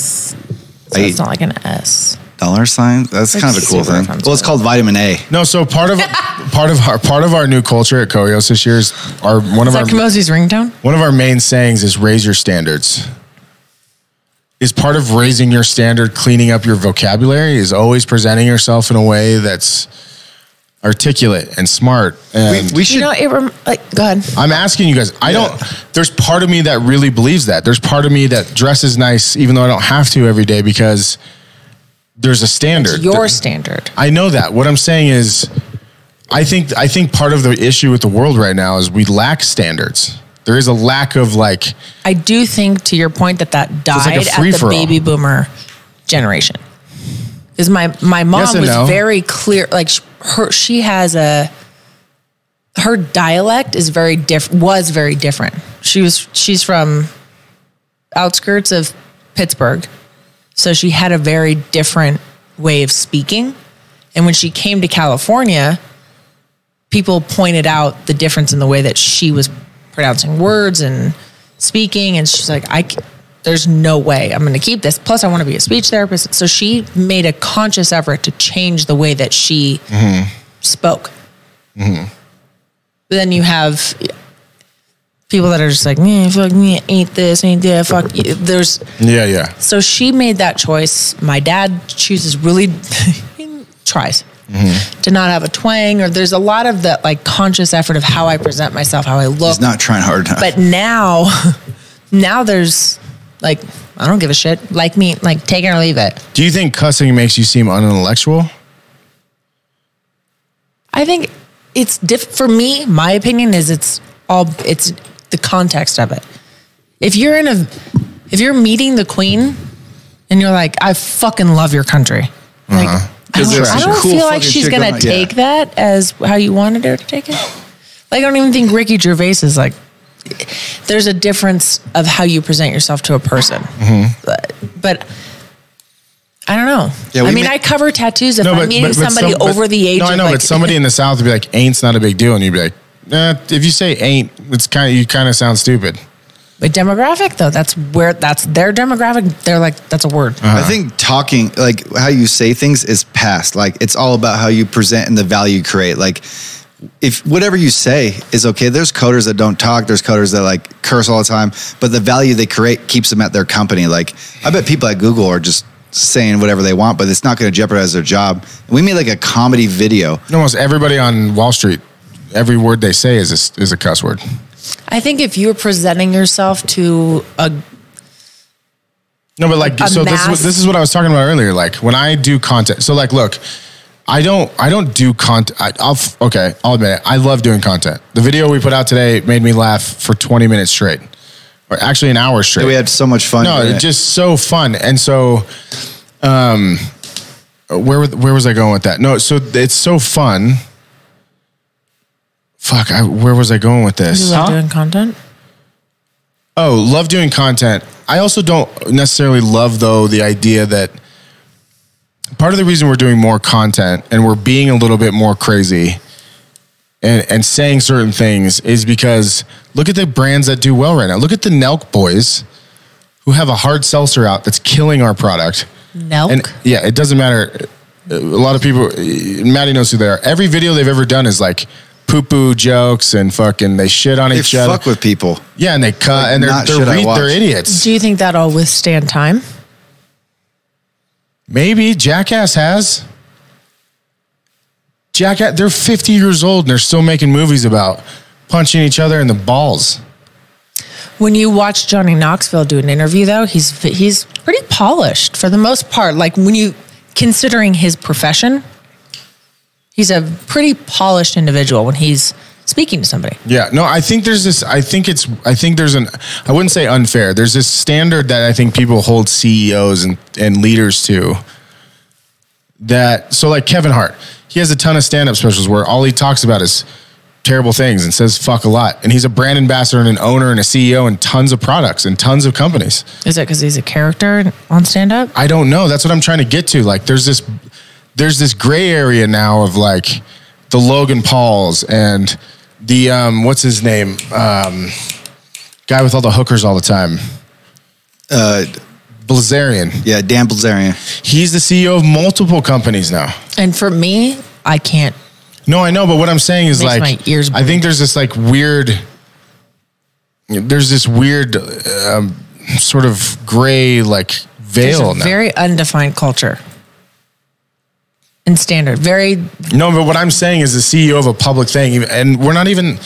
S2: So
S1: I-
S2: it's not like an S.
S1: Dollar sign. That's
S2: That's
S1: kind of a cool
S2: super
S1: thing.
S2: offensive.
S1: Well, it's called vitamin A.
S3: No, so
S2: [laughs]
S3: part of, part of our, part of our new culture at Koyos this year is our, one of
S2: Is
S3: our,
S2: that Kamosi's ringtone?
S3: one of our main sayings is raise your standards. Is part of raising your standard, cleaning up your vocabulary, is always presenting yourself in a way that's articulate and smart. And
S1: We, we should.
S2: You know, it rem- like, go ahead.
S3: I'm asking you guys, I don't, there's part of me that really believes that. There's part of me that dresses nice, even though I don't have to every day because there's a standard.
S2: It's your
S3: There-
S2: standard.
S3: I know that. What I'm saying is, I think I think part of the issue with the world right now is we lack standards. There is a lack of like,
S2: I do think, to your point, that that
S3: it's like a
S2: died at the
S3: free-for-all.
S2: baby boomer generation. Because my my mom
S3: Yes and
S2: was
S3: no.
S2: very clear. Like sh- her, she has a her dialect is very diff was very different. She was she's from outskirts of Pittsburgh, so she had a very different way of speaking. And when she came to California, people pointed out the difference in the way that she was pronouncing words and speaking. And she's like, I, c- there's no way I'm going to keep this. Plus, I want to be a speech therapist. So she made a conscious effort to change the way that she spoke. Then you have people that are just like, man, fuck me, ain't this, ain't that, fuck you. There's,
S3: yeah, yeah.
S2: so she made that choice. My dad chooses really [laughs] he tries
S1: Mm-hmm.
S2: to not have a twang, or there's a lot of that like conscious effort of how I present myself, how I look.
S1: He's not trying hard enough.
S2: but now, [laughs] now there's like I don't give a shit. Like me, like take it or leave it.
S3: Do you think cussing makes you seem unintellectual?
S2: I think it's diff for me. My opinion is it's all it's the context of it. If you're in a if you're meeting the queen and you're like, I fucking love your country.
S3: Uh-huh.
S2: Like, I
S1: 'Cause
S2: don't,
S1: there's
S2: I
S1: some
S2: don't
S1: cool
S2: feel like
S1: fucking
S2: she's
S1: shit
S2: gonna
S1: going on. Yeah.
S2: take that as how you wanted her to take it. Like I don't even think Ricky Gervais is like. There's a difference of how you present yourself to a person, but,
S3: Mm-hmm.
S2: but I don't know.
S1: Yeah, we
S2: I mean,
S1: ma-
S2: I cover tattoos. If I'm meeting somebody
S3: some- but-
S2: over the age,
S3: No, I
S2: of,
S3: know,
S2: like,
S3: but somebody in the South would be like, "Ain't's not a big deal," and you'd be like, nah, "If you say ain't, it's kind of you kind of sound stupid."
S2: But demographic though, that's where that's their demographic. They're like, that's a word.
S3: Uh-huh.
S1: I think talking, like how you say things, is past. Like it's all about how you present and the value you create. Like if whatever you say is okay, there's coders that don't talk. There's coders that like curse all the time, but the value they create keeps them at their company. Like I bet people at Google are just saying whatever they want, but it's not going to jeopardize their job. We made like a comedy video.
S3: Almost everybody on Wall Street, every word they say is a, is a cuss word.
S2: I think if you're presenting yourself to a
S3: No, but like,
S2: A
S3: so this is, what,
S2: mass-
S3: this is what I was talking about earlier. Like when I do content, so like, look, I don't, I don't do content. I, I'll, f- okay, I'll admit it. I love doing content. The video we put out today made me laugh for 20 minutes straight or actually an hour straight.
S1: We had so much fun.
S3: no,
S1: doing
S3: it's
S1: it.
S3: just so fun. And so, um, where was- where was I going with that? No, so it's so fun. Fuck, I, where was I going with
S2: You
S3: this?
S2: like
S4: Huh?
S2: doing content?
S3: Oh, love doing content. I also don't necessarily love though the idea that part of the reason we're doing more content and we're being a little bit more crazy and, and saying certain things is because look at the brands that do well right now. Look at the Nelk boys who have a hard seltzer out that's killing our product.
S2: Nelk.
S3: And yeah, it doesn't matter. A lot of people, Maddie knows who they are. Every video they've ever done is like poo poo jokes and fucking they shit on
S1: They
S3: each other.
S1: fuck with people.
S3: Yeah, and they cut and they're
S1: not
S3: they're,
S1: shit I
S3: re-
S1: watch.
S3: they're idiots.
S2: Do you think that'll withstand time?
S3: Maybe Jackass has. Jackass, they're 50 years old and they're still making movies about punching each other in the balls.
S2: When you watch Johnny Knoxville do an interview, though, he's he's pretty polished for the most part. Like when you considering his profession, he's a pretty polished individual when he's speaking to somebody.
S3: Yeah, no, I think there's this. I think it's. I think there's an. I wouldn't say unfair. There's this standard that I think people hold CEOs and and leaders to. That so like Kevin Hart, he has a ton of stand up specials where all he talks about is terrible things and says fuck a lot, and he's a brand ambassador and an owner and a CEO and tons of products and tons of companies.
S2: Is it because he's a character on stand up?
S3: I don't know. That's what I'm trying to get to. Like, there's this, there's this gray area now of like the Logan Pauls and the um, what's his name, um, guy with all the hookers all the time,
S1: Uh,
S3: Blazarian.
S1: yeah, Dan Bilzerian.
S3: He's the CEO of multiple companies now.
S2: And for me, I can't.
S3: No, I know, but what I'm saying is
S2: Makes
S3: like
S2: my ears
S3: I think there's this like weird there's this weird um, sort of gray like
S2: There's
S3: veil
S2: a
S3: now.
S2: very undefined culture and standard. Very
S3: No, but what I'm saying is the CEO of a public thing, even- and we're not even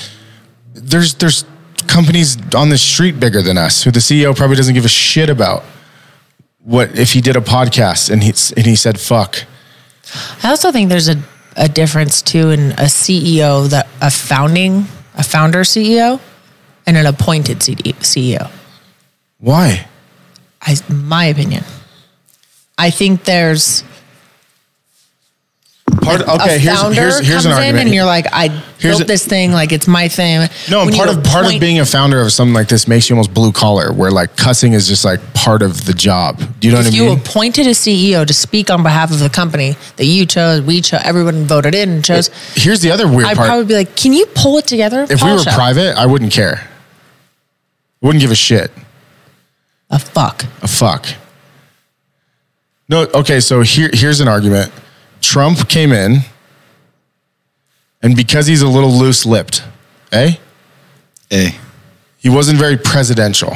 S3: there's there's companies on the street bigger than us who the CEO probably doesn't give a shit about what if he did a podcast and he and he said fuck.
S2: I also think there's a, a difference too in a CEO that a founding a founder CEO and an appointed CD, CEO.
S3: Why?
S2: E I, my opinion. I think there's
S3: Part okay.
S2: a
S3: here's
S2: founder
S3: here's here's an
S2: comes in
S3: argument.
S2: and you're like, I
S3: Here's
S2: built
S3: a-
S2: this thing, like it's my thing.
S3: no, and
S2: When
S3: part
S2: you
S3: of part of
S2: appoint-
S3: being a founder of something like this makes you almost blue collar, where like cussing is just like part of the job. Do you know
S2: if
S3: what I
S2: you
S3: mean?
S2: appointed a CEO to speak on behalf of the company that you chose, we chose, everyone voted in and chose,
S3: Here's the other weird
S2: I'd
S3: part.
S2: probably be like, can you pull it together?
S3: if we were
S2: Polish up?
S3: private, I wouldn't care. Wouldn't give a shit.
S2: a fuck.
S3: a fuck. No, okay, so here, here's an argument. Trump came in, and because he's a little loose lipped, eh?
S1: Hey,
S3: He wasn't very presidential.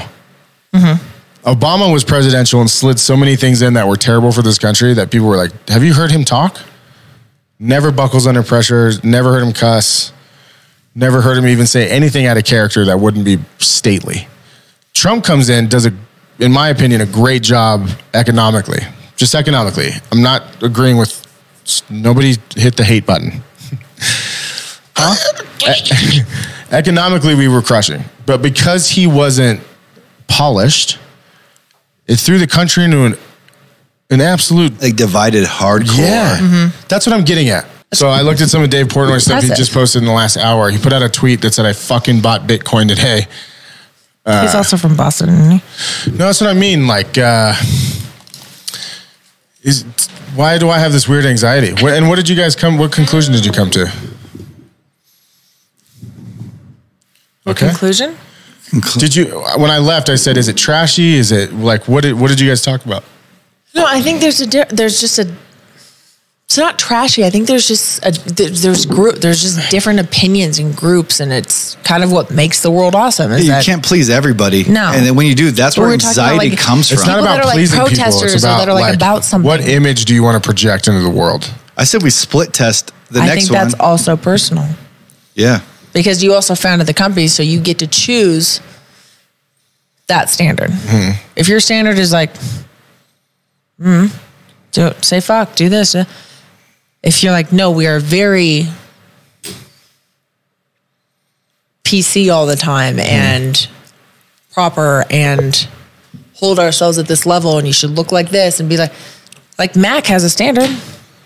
S3: Mm-hmm. Obama was presidential and slid so many things in that were terrible for this country that people were like, Have you heard him talk? Never buckles under pressure, never heard him cuss, never heard him even say anything out of character that wouldn't be stately. Trump comes in, does a, in my opinion, a great job economically, just economically. I'm not agreeing with nobody hit the hate button. economically, we were crushing, but because he wasn't polished, it threw the country into an, an absolute
S1: like divided hardcore.
S3: yeah, that's what I'm getting at. So I looked at some of Dave Portnoy's stuff he
S2: Impressive.
S3: just posted in the last hour. He put out a tweet that said, "I fucking bought Bitcoin today."
S2: He's also from Boston. Isn't he?
S3: No, that's what I mean. Like, uh, is why do I have this weird anxiety? What, and what did you guys come? What conclusion did you come to? Okay.
S2: Conclusion?
S3: Did you? When I left, I said, "Is it trashy? Is it like what did what did you guys talk about?"
S2: No, I think there's a di- there's just a it's not trashy. I think there's just a there- there's group there's just different opinions and groups, and it's kind of what makes the world awesome. Is
S1: You
S2: that
S1: can't please everybody.
S2: No.
S1: And then when you do, that's
S2: But
S1: where
S2: we're talking about,
S1: anxiety
S2: like,
S1: comes
S3: It's
S1: from.
S3: not
S2: People that
S3: about
S2: are, like,
S3: pleasing people.
S2: protesters
S3: It's
S2: or that
S3: about,
S2: are, like, about something.
S3: What image do you want to project into the world?
S1: I said we split test the
S2: I
S1: next
S2: think
S1: one.
S2: that's also personal
S1: yeah.
S2: because you also founded the company, so you get to choose that standard. If your standard is like, hmm, do say fuck, do this. uh," If you're like, no, we are very PC all the time and proper and hold ourselves at this level and you should look like this and be like like Mac has a standard.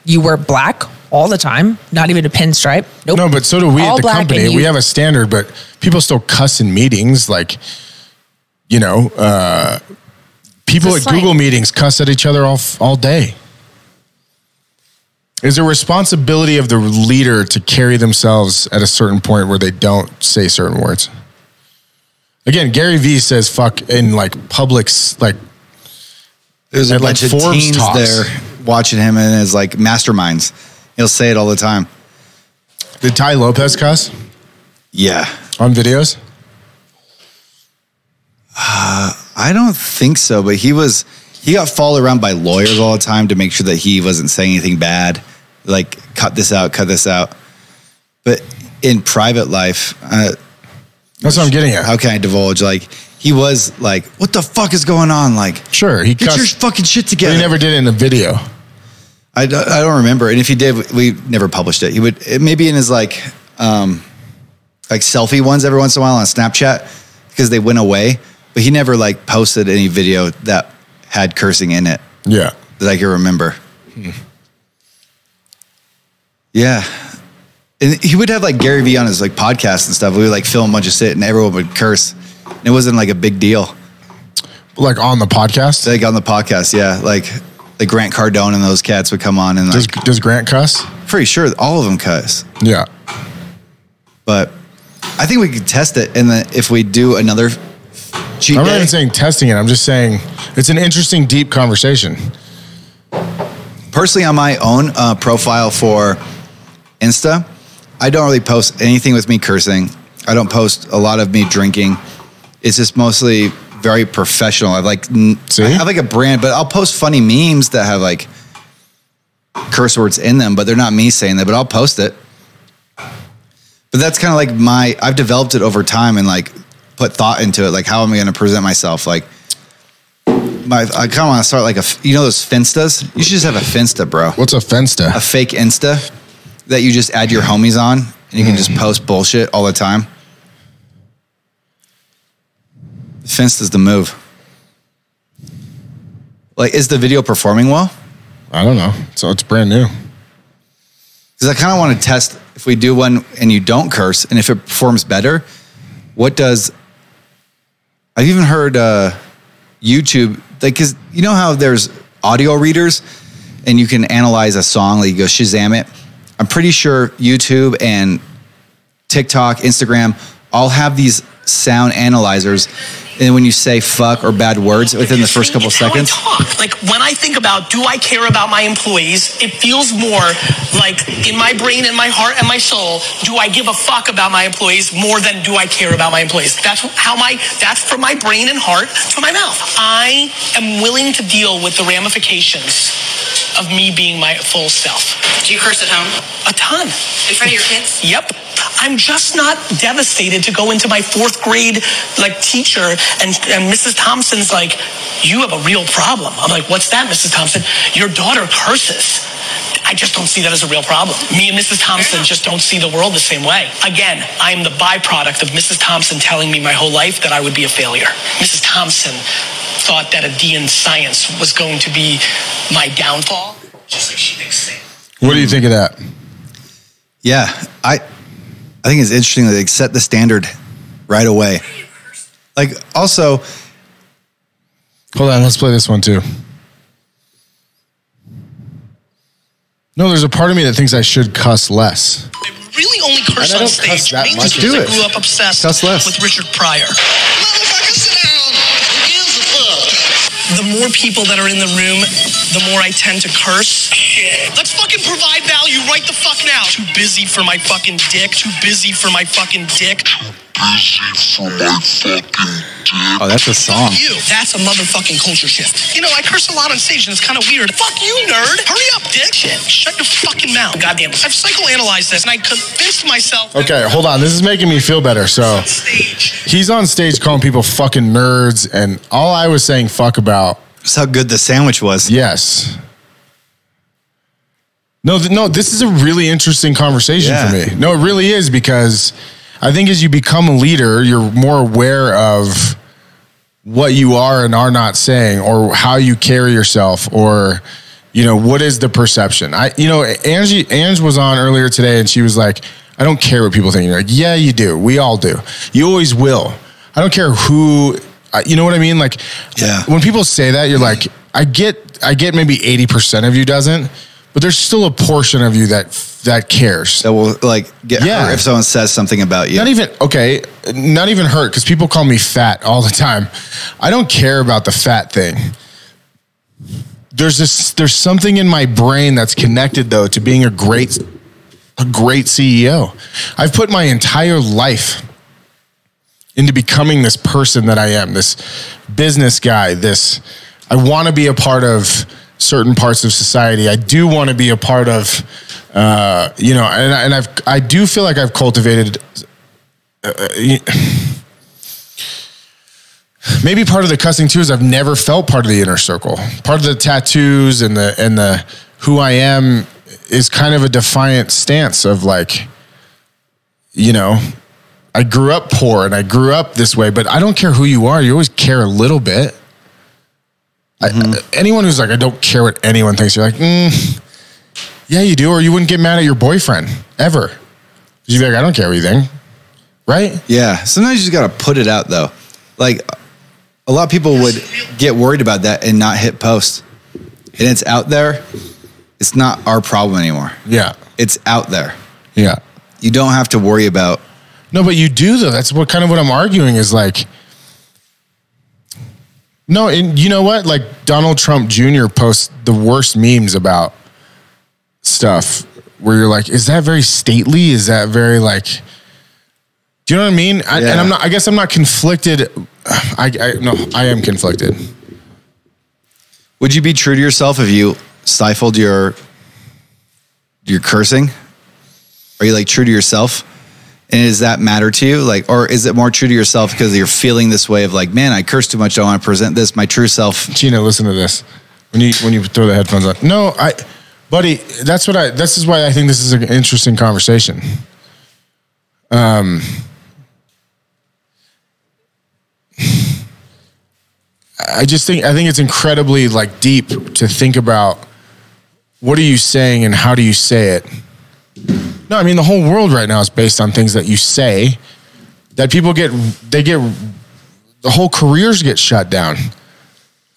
S2: you wear black all the time, not even a pinstripe. Nope.
S3: No, but so do we
S2: All
S3: at the
S2: black and
S3: company. we
S2: you-
S3: have a standard, but people still cuss in meetings. Like, you know, uh, people
S2: It's a
S3: at
S2: slang.
S3: Google meetings cuss at each other all f- all day. Is a responsibility of the leader to carry themselves at a certain point where they don't say certain words. Again, Gary Vee says "fuck" in like public, s- like
S1: There's a
S3: And, like,
S1: bunch of
S3: Forbes
S1: teens
S3: talks.
S1: there watching him and his like masterminds. He'll say it all the time.
S3: did Ty Lopez cuss
S1: Yeah.
S3: on videos?
S1: I don't think so, but he was he got followed around by lawyers all the time to make sure that he wasn't saying anything bad. Like cut this out, cut this out. But in private life, uh,
S3: That's what I'm getting at.
S1: how can I divulge? Like he was like, "What the fuck is going on?" Like,
S3: Sure, he
S1: get your
S3: cussed,
S1: fucking shit
S3: but
S1: together.
S3: he never did it in a video.
S1: I, don't- I don't remember. And if he did, we never published it. He would it, maybe in his like um, like selfie ones every once in a while on Snapchat because they went away. But he never like posted any video that had cursing in it
S3: Yeah.
S1: that I can remember. Yeah. And he would have like Gary Vee on his like podcast and stuff. We would like film a bunch of shit and everyone would curse. And it wasn't like a big deal.
S3: Like on the podcast?
S1: Like on the podcast, yeah. Like like Grant Cardone and those cats would come on and
S3: Does,
S1: like
S3: does Grant cuss?
S1: pretty sure all of them cuss.
S3: Yeah.
S1: But I think we could test it and then if we do another cheat
S3: I'm not
S1: day-
S3: even saying testing it. I'm just saying it's an interesting, deep conversation.
S1: personally on my own uh, profile for Insta, I don't really post anything with me cursing. I don't post a lot of me drinking. It's just mostly very professional. I have like n-
S3: See?
S1: I have like a brand, but I'll post funny memes that have like curse words in them, but they're not me saying that. But I'll post it. But that's kind of like my I've developed it over time and like put thought into it. Like how am I going to present myself? Like my I kind of want to start like a f- you know those finstas. You should just have a finsta, bro
S3: What's a
S1: a
S3: fensta?
S1: fake Insta that you just add your homies on and you can just post bullshit all the time. Finsta's the move. Like, is the video performing well?
S3: I don't know. So it's brand new.
S1: Because I kind of want to test if we do one and you don't curse, and if it performs better, what does? I've even heard uh, YouTube like because you know how there's audio readers, and you can analyze a song. Like you go Shazam it. I'm pretty sure YouTube and TikTok, Instagram, all have these sound analyzers, and when you say fuck or bad words within the first couple
S4: It's how I
S1: seconds,
S4: talk. Like when I think about do I care about my employees, it feels more like in my brain and my heart and my soul, do I give a fuck about my employees more than do I care about my employees? That's how my that's from my brain and heart to my mouth. I am willing to deal with the ramifications of me being my full self.
S5: Do you curse at home?
S4: A ton.
S5: In front of your kids?
S4: Yep. I'm just not devastated to go into my fourth grade like teacher and, and Mrs. Thompson's like, you have a real problem. I'm like, what's that, Mrs. Thompson? Your daughter curses. I just don't see that as a real problem. Me and Mrs. Thompson just don't see the world the same way. Again, I'm the byproduct of Mrs. Thompson telling me my whole life that I would be a failure. Mrs. Thompson thought that a D in science was going to be my downfall, just like she thinks Sam.
S3: What do you think of that?
S1: yeah, I, I think it's interesting that they set the standard right away. Like also,
S3: Hold on. Let's play this one too. No, there's a part of me that thinks I should cuss less.
S4: I really only curse
S3: And I
S4: on
S3: don't cuss
S4: stage
S3: that
S4: mainly
S3: much.
S4: because
S1: Do
S4: I
S1: it.
S4: grew up obsessed
S1: Cuss less.
S4: with Richard Pryor.
S6: Motherfucker, sit down. Who gives a fuck?
S4: The more people that are in the room, the more I tend to curse. Let's fucking provide value right the fuck now. Too busy for my fucking dick. Too busy for my fucking dick.
S6: Busy for my fucking dick.
S1: oh, that's a song.
S4: You. That's a motherfucking culture shift. You know, I curse a lot on stage and it's kind of weird. Fuck you, nerd. Hurry up, dick. Shit. Shut your fucking mouth. Goddamn. I've psychoanalyzed this and I convinced myself. that
S3: Okay, uh, hold on. This is making me feel better. So
S4: on Stage.
S3: he's on stage calling people fucking nerds, and all I was saying fuck about
S1: That's how good the sandwich was.
S3: Yes. No, th- no, this is a really interesting conversation
S1: Yeah.
S3: for me. No, it really is because I think as you become a leader, you're more aware of what you are and are not saying or how you carry yourself or you know, what is the perception? I, you know, Angie, Ange was on earlier today and she was like, I don't care what people think. You're like, yeah, you do. We all do. You always will. I don't care who, I- you know what I mean? Like,
S1: Yeah.
S3: when people say that, you're like, I get, I get maybe 80% of you doesn't, but there's still a portion of you that, that cares.
S1: that will like get
S3: Yeah.
S1: hurt if someone says something about you.
S3: Not even okay. Not even hurt because people call me fat all the time. I don't care about the fat thing. There's this. There's something in my brain that's connected though to being a great, a great CEO. I've put my entire life into becoming this person that I am. This business guy. This. I want to be a part of certain parts of society. I do want to be a part of. Uh, you know, and, I- and I've I do feel like I've cultivated maybe part of the cussing too is I've never felt part of the inner circle. Part of the tattoos and the and the who I am is kind of a defiant stance of like, you know, I grew up poor and I grew up this way, but I don't care who you are. You always care a little bit. I- anyone who's like, I don't care what anyone thinks, you're like, mm, yeah, you do, or you wouldn't get mad at your boyfriend ever. You'd be like, I don't care what you think, right?
S1: Yeah. Sometimes you just got to put it out though. Like a lot of people would get worried about that and not hit post. And it's out there. It's not our problem anymore.
S3: Yeah,
S1: It's out there.
S3: yeah.
S1: You don't have to worry about
S3: No, but you do though. That's what kind of what I'm arguing is like. No, and you know what? Like Donald Trump Jr. posts the worst memes about stuff where you're like, is that very stately? Is that very like? Do you know what I mean? I, And
S1: Yeah.
S3: I'm not. I guess I'm not conflicted. I, I no, I am conflicted.
S1: Would you be true to yourself if you stifled your your cursing? Are you like true to yourself? And does that matter to you? Like, or is it more true to yourself because you're feeling this way of like, man, I curse too much. I want to present this my true self.
S3: Gina, listen to this. When you when you throw the headphones on, no, I, buddy, that's what I. This is why I think this is an interesting conversation. Um, I just think I think it's incredibly like deep to think about. What are you saying, and how do you say it? No, I mean the whole world right now is based on things that you say. That people get they get the whole careers get shut down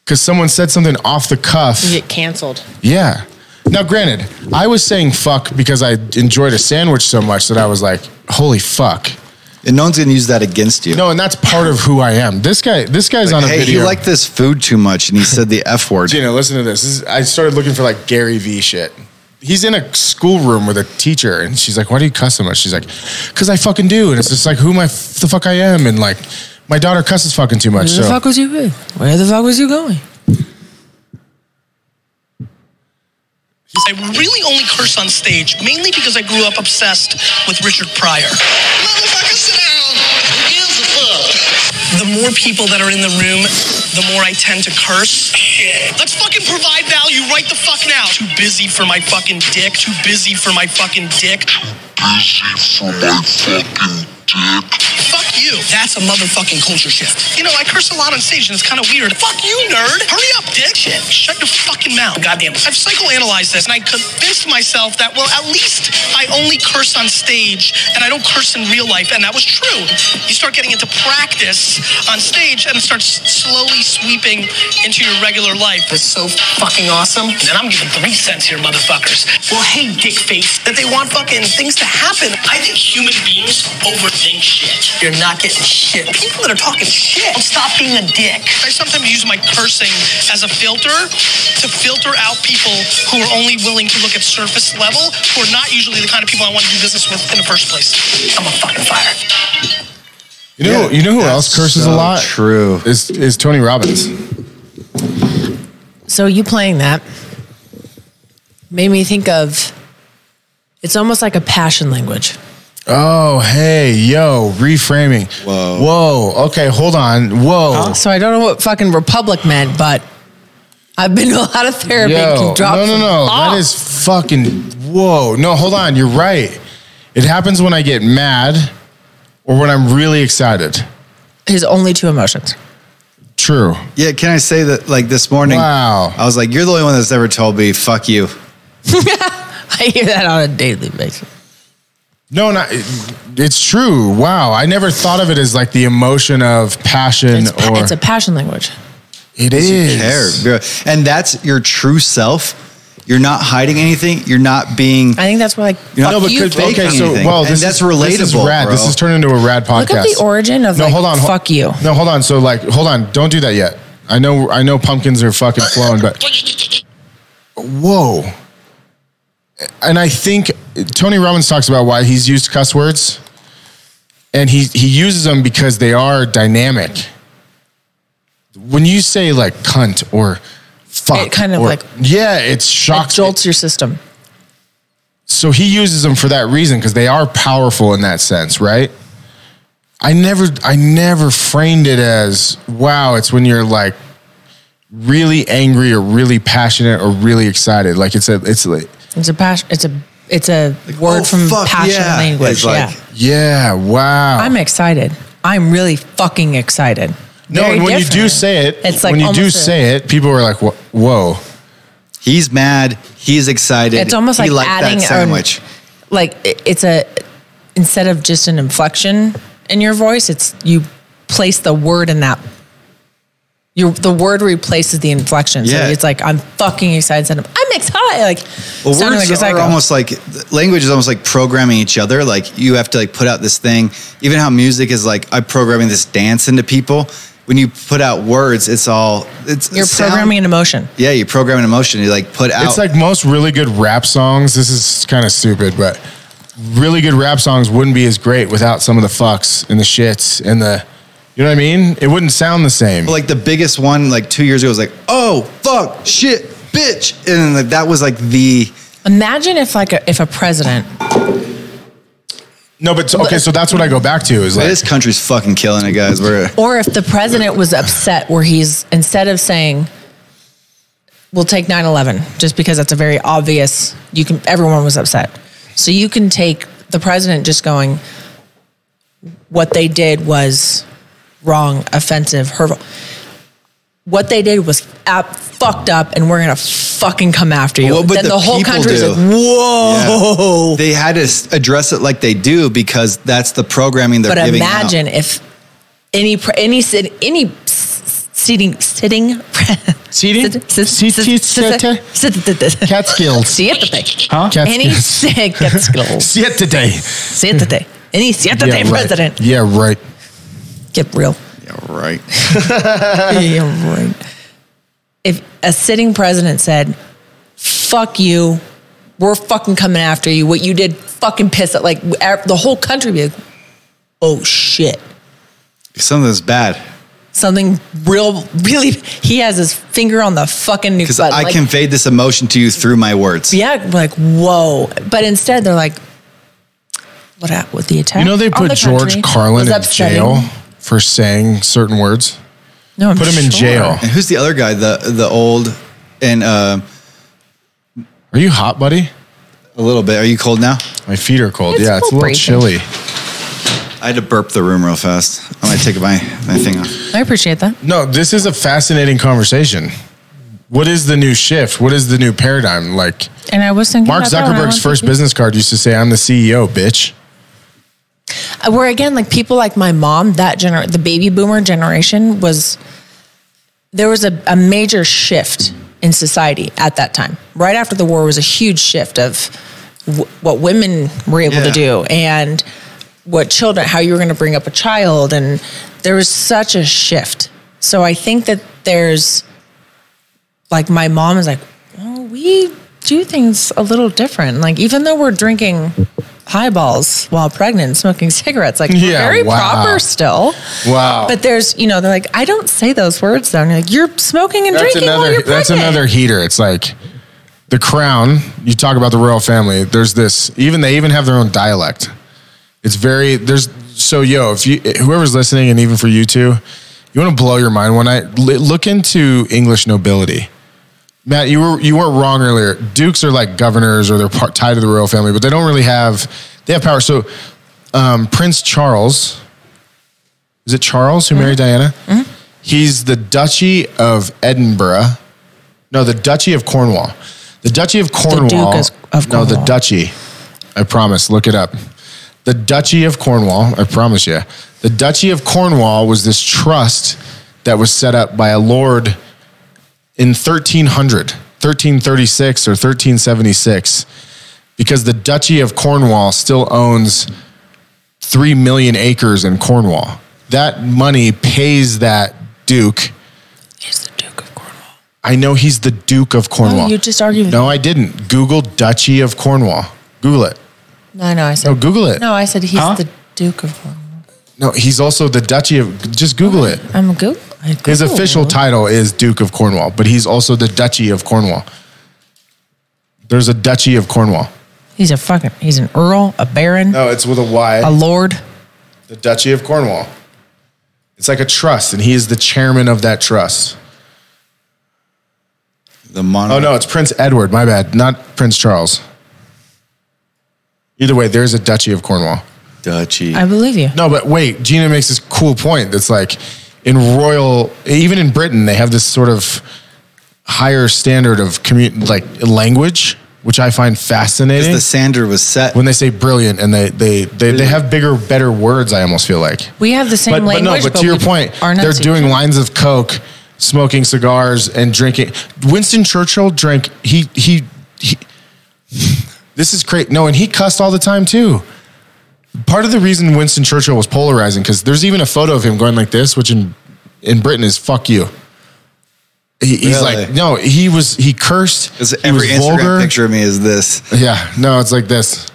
S3: because someone said something off the cuff.
S2: You get canceled.
S3: Yeah. Now, granted, I was saying fuck because I enjoyed a sandwich so much that I was like, holy fuck.
S1: And no one's going to use that against you.
S3: No, and that's part of who I am. This guy, this guy's
S1: Like,
S3: on a
S1: hey,
S3: video.
S1: you like this food too much, and he said the f word.
S3: Gina, listen to this. this is, I started looking for like Gary Vee shit. He's in a schoolroom with a teacher, and she's like, "Why do you cuss so much?" She's like, "Cause I fucking do." And it's just like, "Who am I? F- the fuck I am?" And like, my daughter cusses fucking too much.
S2: Where
S3: So
S2: the fuck was you with? Where the fuck was you going?
S4: I really only curse on stage, mainly because I grew up obsessed with Richard Pryor.
S6: Motherfucker, sit down. Who gives a fuck?
S4: The more people that are in the room, the more I tend to curse. Let's fucking provide value right the fuck now. Too busy for my fucking dick. Too busy for my fucking dick.
S6: Busy for my fucking dick.
S4: Fuck you. That's a motherfucking culture shift. You know, I curse a lot on stage and it's kind of weird. Fuck you, nerd. Hurry up, dick. Shit. Shut your fucking mouth. Goddamn. I've psychoanalyzed this and I convinced myself that, well, at least I only curse on stage and I don't curse in real life. And that was true. You start getting into practice on stage and it starts slowly sweeping into your regular life. It's so fucking awesome. And I'm giving three cents here, motherfuckers. Well, hey, dick face, that they want fucking things to happen. I think human beings overthink shit. You're not getting shit. People that are talking shit, stop being a dick. I sometimes use my cursing as a filter to filter out people who are only willing to look at surface level, who are not usually the kind of people I want to do business with in the first place. I'm a fucking fire.
S3: you know,
S1: Yeah,
S3: you know who
S1: that's
S3: else curses a
S1: so
S3: lot?
S1: true.
S3: is is Tony Robbins.
S2: So you playing that made me think of it's almost like a passion language.
S3: Oh, hey, yo, reframing.
S1: Whoa.
S3: Whoa. Okay, hold on. Whoa.
S2: So I don't know what fucking republic meant, but I've been to a lot of therapy.
S3: Yo,
S2: You drop
S3: no, no,
S2: some
S3: no. That
S2: bombs.
S3: is fucking whoa. No, hold on. You're right. It happens when I get mad or when I'm really excited.
S2: his only two emotions. [laughs]
S3: True.
S1: Yeah, can I say that like this morning?
S3: Wow.
S1: I was like, you're the only one that's ever told me, fuck you.
S2: I hear that on a daily basis.
S3: No, not. It's true. Wow, I never thought of it as like the emotion of passion
S2: It's, pa-
S3: or
S2: it's a passion language.
S3: it
S1: You care.
S3: is.
S1: You're- And that's your true self. You're not hiding anything. You're not being.
S2: I think that's why like
S1: You're not
S2: fuck
S1: no,
S2: you.
S1: because-
S2: fuck
S1: okay,
S2: you.
S1: so- anything.
S3: well,
S1: And
S3: this
S1: that's
S3: is, This is
S1: relatable,
S3: rad.
S1: bro.
S3: This is turning into a rad podcast.
S2: Look up the origin of
S3: no,
S2: like,
S3: hold on. Ho-
S2: fuck you.
S3: No, hold on. So like, hold on. Don't do that yet. I know. I know pumpkins are fucking flowing, but whoa. And I think Tony Robbins talks about why he's used cuss words, and he he uses them because they are dynamic. When you say like cunt or fuck,
S2: It kind of
S3: or-
S2: like-
S3: yeah, it's
S2: It
S3: shocks.
S2: jolts your system.
S3: So he uses them for that reason because they are powerful in that sense, right? I never, I never framed it as wow. It's when you're like really angry or really passionate or really excited. Like it's a, it's like,
S2: It's a passion. It's a it's a word
S1: oh,
S2: from
S1: fuck,
S2: passion
S1: yeah.
S2: language.
S1: It's like-
S2: yeah,
S3: yeah, wow.
S2: I'm excited. I'm really fucking excited.
S3: no,
S2: Very
S3: and when you do
S2: different.
S3: say it,
S2: It's like
S3: when you do
S2: almost a-
S3: say it, people are like, wha- whoa.
S1: He's mad. He's excited.
S2: It's almost
S1: he
S2: like
S1: liked
S2: adding
S1: that
S2: a-
S1: sandwich.
S2: like it- it's a instead of just an inflection in your voice, it's you place the word in that. Your the word replaces the inflection.
S1: Yeah.
S2: So it's like I'm fucking excited. Instead of I'm excited. Like
S1: Well,
S2: sounding
S1: words
S2: like a
S1: are
S2: psycho.
S1: almost like language is almost like programming each other. Like you have to like put out this thing. Even how music is like I'm programming this dance into people. When you put out words, it's all it's
S2: you're
S1: sound-
S2: programming an emotion.
S1: Yeah, you're programming emotion. You like put out.
S3: It's like most really good rap songs. This is kind of stupid, but really good rap songs wouldn't be as great without some of the fucks and the shits and the, you know what I mean? It wouldn't sound the same.
S1: But, like the biggest one like two years ago was like oh fuck shit bitch and then, like that was like the
S2: Imagine if like a, if a president
S3: no, but okay, so that's what I go back to is
S1: [laughs]
S3: like,
S1: this country's fucking killing it guys we're
S2: Or if the president was upset, where he's instead of saying, "We'll take 9/11," just because that's a very obvious. You can everyone was upset, so you can take the president just going, "What they did was wrong, offensive, hurtful. What they did was ab- fucked up, and we're gonna fucking come after you."
S1: But what would
S2: then
S1: the
S2: the, whole
S1: people
S2: country's
S1: do?
S2: like, "Whoa!"
S1: they had to s- address it like they do because that's the programming they're
S2: but
S1: giving
S2: imagine
S1: out.
S2: if any pre- any sit- any s- sitting sitting
S3: Seating?
S2: sit- sit-
S3: Seat-
S2: sit-
S3: seat-
S2: sit-
S3: sitter?
S2: sit- sit- sit- [laughs]
S3: Catskills.
S2: Siéntate.
S3: Huh?
S1: [laughs]
S2: Any sit- Catskills.
S3: See it today.
S2: Siéntate. Any siéntate
S3: right.
S2: president.
S3: Yeah, right.
S2: Get real.
S1: yeah, right
S2: [laughs]
S1: [laughs]
S2: Yeah, right. If a sitting president said, "Fuck you, we're fucking coming after you. What you did fucking piss at like ev- the whole country." Be like, "Oh shit."
S1: something's bad
S2: something real, really. He has his finger on the fucking nuke
S1: because
S2: button.
S1: I
S2: like,
S1: conveyed this emotion to you through my words
S2: Yeah, like whoa. But instead, they're like, "What happened with the attack?"
S3: You know, they
S2: on
S3: put
S2: the
S3: George
S2: country
S3: Carlin
S2: was
S3: in
S2: upsetting."
S3: jail for saying certain words.
S2: No, I'm
S3: Put him in
S2: sure.
S3: jail.
S1: and who's the other guy the the old and uh,
S3: Are you hot, buddy?
S1: a little bit are you cold now
S3: My feet are cold.
S2: It's
S3: yeah, it's a
S2: cold
S3: little
S2: breathing.
S3: chilly.
S1: I had to burp the room real fast I'm gonna take my my thing off
S2: I appreciate that.
S3: No, this is a fascinating conversation. What is the new shift? What is the new paradigm? Like
S2: And I was thinking
S3: Mark
S2: about that when I
S3: Zuckerberg's
S2: went
S3: first
S2: to-
S3: business card used to say, "I'm the CEO, bitch."
S2: Uh, Where again, like people like my mom, that gener, the baby boomer generation was. There was a, a major shift in society at that time. Right after the war was a huge shift of w- what women were able
S1: Yeah.
S2: to do and what children, how you were going to bring up a child, and there was such a shift. So I think that there's, like, my mom is like, oh, we do things a little different. Like, even though we're drinking highballs while pregnant, and smoking [laughs] cigarettes, like, we're
S3: Yeah,
S2: very
S3: wow.
S2: proper still.
S3: Wow.
S2: But there's, you know, they're like, I don't say those words though. And you're like, you're smoking and
S3: that's
S2: drinking while
S3: another
S2: you're
S3: that's
S2: pregnant.
S3: another heater. It's like the crown, you talk about the royal family. There's this even they even have their own dialect. It's very there's so yo, if you whoever's listening and even for you two, you want to blow your mind one night, li- look into English nobility. Matt, you were you weren't wrong earlier. Dukes are like governors or they're part, tied to the royal family, but they don't really have they have power. So um, Prince Charles, is it Charles who married Diana? He's the Duchy of Edinburgh. No, the Duchy of Cornwall. The Duchy of Cornwall.
S2: is- of
S3: No, the
S2: Cornwall.
S3: Duchy. I promise. Look it up. The Duchy of Cornwall. I promise you. The Duchy of Cornwall was this trust that was set up by a lord in 1300, 1336 or 1376, because the Duchy of Cornwall still owns 3 million acres in Cornwall. That money pays that Duke.
S2: He's the Duke of Cornwall.
S3: I know he's the Duke of Cornwall.
S2: No, Oh, you just argued with
S3: No, I didn't. Google Duchy of Cornwall. Google it.
S2: No, no, I said.
S3: No, Oh, Google it.
S2: No, I said he's
S3: Huh?
S2: the Duke of Cornwall.
S3: No, he's also the Duchy of. Just Google it.
S2: I'm a Google. I
S3: His
S2: Googled.
S3: official title is Duke of Cornwall, but he's also the Duchy of Cornwall. There's a Duchy of Cornwall.
S2: He's a fucking. He's an earl, a baron,
S3: No, it's with a
S2: a
S3: Y.
S2: lord.
S3: The Duchy of Cornwall. It's like a trust, and he is the chairman of that trust.
S1: The mono.
S3: Oh no, it's Prince Edward. My bad, not Prince Charles. Either way, there's a Duchy of Cornwall.
S1: Duchy.
S2: I believe you.
S3: No, but wait, Gina makes this cool point. That's like in royal, even in Britain, they have this sort of higher standard of commu- like language, which I find fascinating.
S1: the sander was set.
S3: when they say brilliant, and they they they, they have bigger, better words. I almost feel like
S2: We have the same
S3: but,
S2: language.
S3: but no, but, to your
S2: we
S3: point,
S2: are not
S3: they're
S2: seeing-
S3: doing lines of coke, smoking cigars, and drinking. Winston Churchill drank. He he. he this is crazy. No, and he cussed all the time too. Part of the reason Winston Churchill was polarizing because there's even a photo of him going like this, which in in Britain is "fuck you." He, he's
S1: Really?
S3: like, no, he was he cursed.
S1: Because
S3: he
S1: every
S3: was
S1: Instagram picture of me is this.
S3: Yeah, no, it's like this.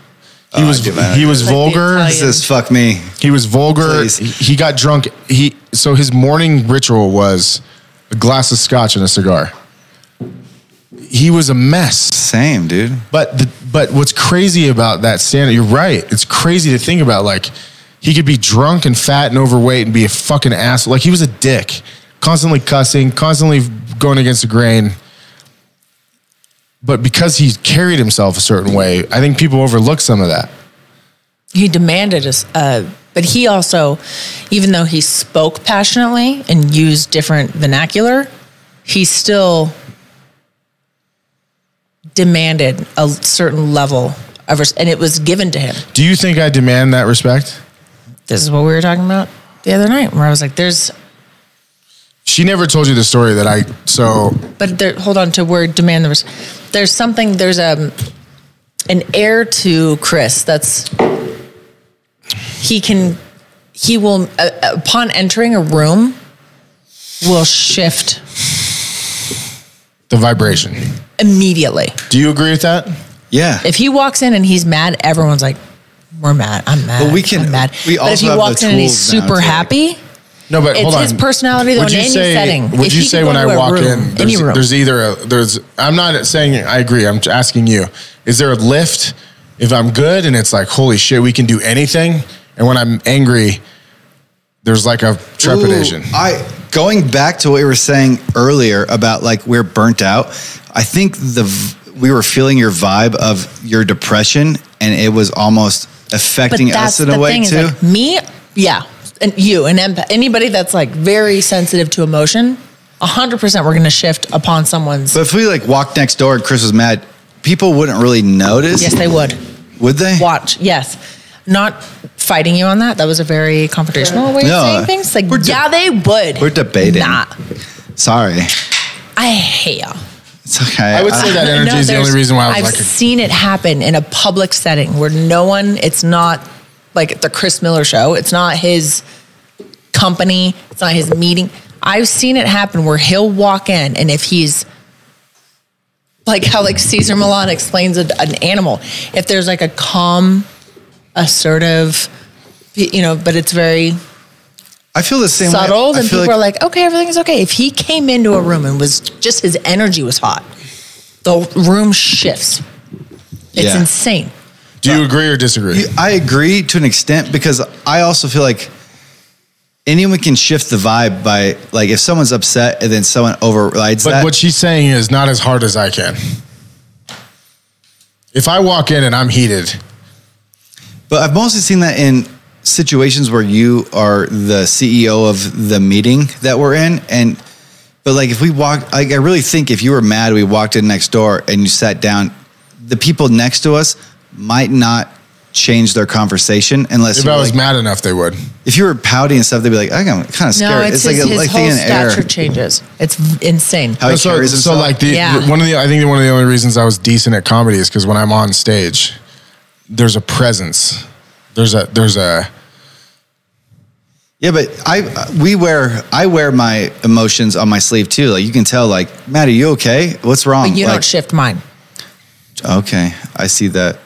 S3: He
S1: Oh,
S3: was
S1: I do that.
S3: he was
S2: Like the
S3: vulgar.
S2: Italian
S1: This is fuck me.
S3: He was vulgar.
S1: Please.
S3: He, he got drunk. He so his morning ritual was a glass of scotch and a cigar. He was a mess.
S1: Same, dude.
S3: But the, but what's crazy about that standard? You're right. It's crazy to think about. Like he could be drunk and fat and overweight and be a fucking asshole. Like he was a dick, constantly cussing, constantly going against the grain. But because he carried himself a certain way, I think people overlook some of that.
S2: He demanded us, uh, but he also, even though he spoke passionately and used different vernacular, he still demanded a certain level of, res- and it was given to him.
S3: Do you think I demand that respect?
S2: This is what we were talking about the other night, where I was like, "There's,"
S3: She never told you the story that I. So
S2: but there, hold on to word demand. There's, there's something. There's a, an heir to Chris. That's he can, he will uh, upon entering a room, will shift
S3: the vibration.
S2: immediately.
S3: Do you agree with that?
S1: Yeah.
S2: If he walks in and he's mad, everyone's like, "We're mad. I'm mad.
S1: But we can-
S2: I'm mad."
S1: we
S2: but if
S1: also
S2: he
S1: have the
S2: walks in and he's
S1: tools now
S2: super
S1: to, like-
S2: happy,
S3: No, but
S2: It's
S3: hold on.
S2: his personality, though,
S3: Would
S2: in
S3: you
S2: any
S3: say-
S2: setting.
S3: Would
S2: If
S3: you
S2: he
S3: say
S2: could
S3: when
S2: go
S3: I
S2: to a
S3: walk
S2: room,
S3: in,
S2: any
S3: there's,
S2: room.
S3: there's either a there's. I'm not saying I agree. I'm asking you. Is there a lift if I'm good and it's like holy shit we can do anything, and when I'm angry, there's like a trepidation.
S1: Ooh, I going back to what we were saying earlier about like we're burnt out. I think the v- we were feeling your vibe of your depression, and it was almost
S2: but
S1: affecting us
S2: that's
S1: in
S2: the
S1: a way
S2: thing is
S1: too.
S2: like me, yeah, and you and empath, anybody that's like very sensitive to emotion, hundred percent, we're gonna shift upon someone's.
S1: but if we like walked next door and Chris was mad, people wouldn't really notice.
S2: yes, they would
S1: would they?
S2: watch. Yes, not fighting you on that. That was a very confrontational way of
S1: No,
S2: saying things. Like,
S1: we're de-
S2: yeah, they would.
S1: we're debating.
S2: Nah,
S1: Sorry,
S2: I hate. ya.
S1: it's okay.
S3: I would
S2: [laughs]
S3: say that energy is the
S2: there's-
S3: only reason why I was
S2: I've
S3: like,
S2: seen it happen in a public setting where no one. It's not like the Chris Miller show. It's not his company. It's not his meeting. I've seen it happen where he'll walk in and if he's like how like Caesar Milan explains a, an animal, if there's like a calm, assertive, you know, but it's very
S1: I feel the same.
S2: subtle,
S1: way. I
S2: then people
S1: feel
S2: are like, okay, everything's okay. If he came into a room and was just his energy was hot, the room shifts. It's
S1: Yeah.
S2: insane.
S3: do you agree or disagree?
S1: I agree to an extent because I also feel like anyone can shift the vibe by like if someone's upset and then someone overrides
S3: But
S1: that.
S3: what she's saying is not as hard as I can. If I walk in and I'm heated,
S1: but I've mostly seen that in situations where you are the CEO of the meeting that we're in, and but like if we walked, like I really think if you were mad, we walked in next door and you sat down, the people next to us might not change their conversation unless
S3: If
S1: you
S3: I
S1: were,
S3: was
S1: like,
S3: mad enough, they would.
S1: if you were pouty and stuff, they'd be like, I'm kind of scared.
S2: No, it's, his,
S1: like
S2: his
S1: like
S2: whole
S1: thing in air.
S2: stature changes. It's v- insane.
S1: How he
S3: so,
S1: carries
S3: so
S1: himself.
S3: like the,
S2: Yeah.
S3: the- one of the I think one of the only reasons I was decent at comedy is because when I'm on stage, there's a presence. There's a there's a
S1: Yeah, but I we wear I wear my emotions on my sleeve too. Like you can tell, like Matt, are you okay? What's wrong?
S2: But you
S1: like,
S2: don't shift mine.
S1: Okay, I see that.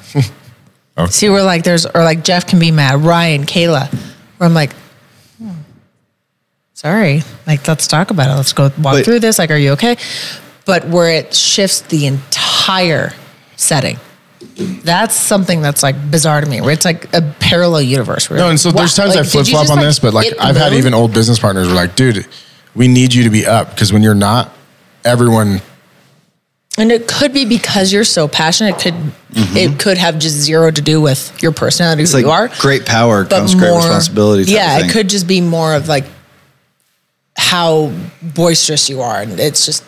S2: See, we're like there's or like Jeff can be mad, Ryan, Kayla, where I'm like, hmm, sorry, like let's talk about it. Let's go walk
S1: But-
S2: through this. Like, are you okay? But where it shifts the entire setting, that's something that's like bizarre to me. Where it's like a parallel universe. Where
S3: no. And so there's
S2: wow,
S3: times
S2: like,
S3: I
S2: did you
S3: flip flop
S2: just,
S3: on this, but like
S2: hit the
S3: I've had
S2: moon?
S3: even old business partners were like, dude, we need you to be up because when you're not, everyone
S2: And it could be because you're so passionate. It could
S3: Mm-hmm.
S2: it could have just zero to do with your personality,
S1: It's
S2: who
S1: like
S2: you are.
S1: great power comes great responsibility. Type
S2: yeah,
S1: of thing.
S2: it could just be more of like how boisterous you are, and it's just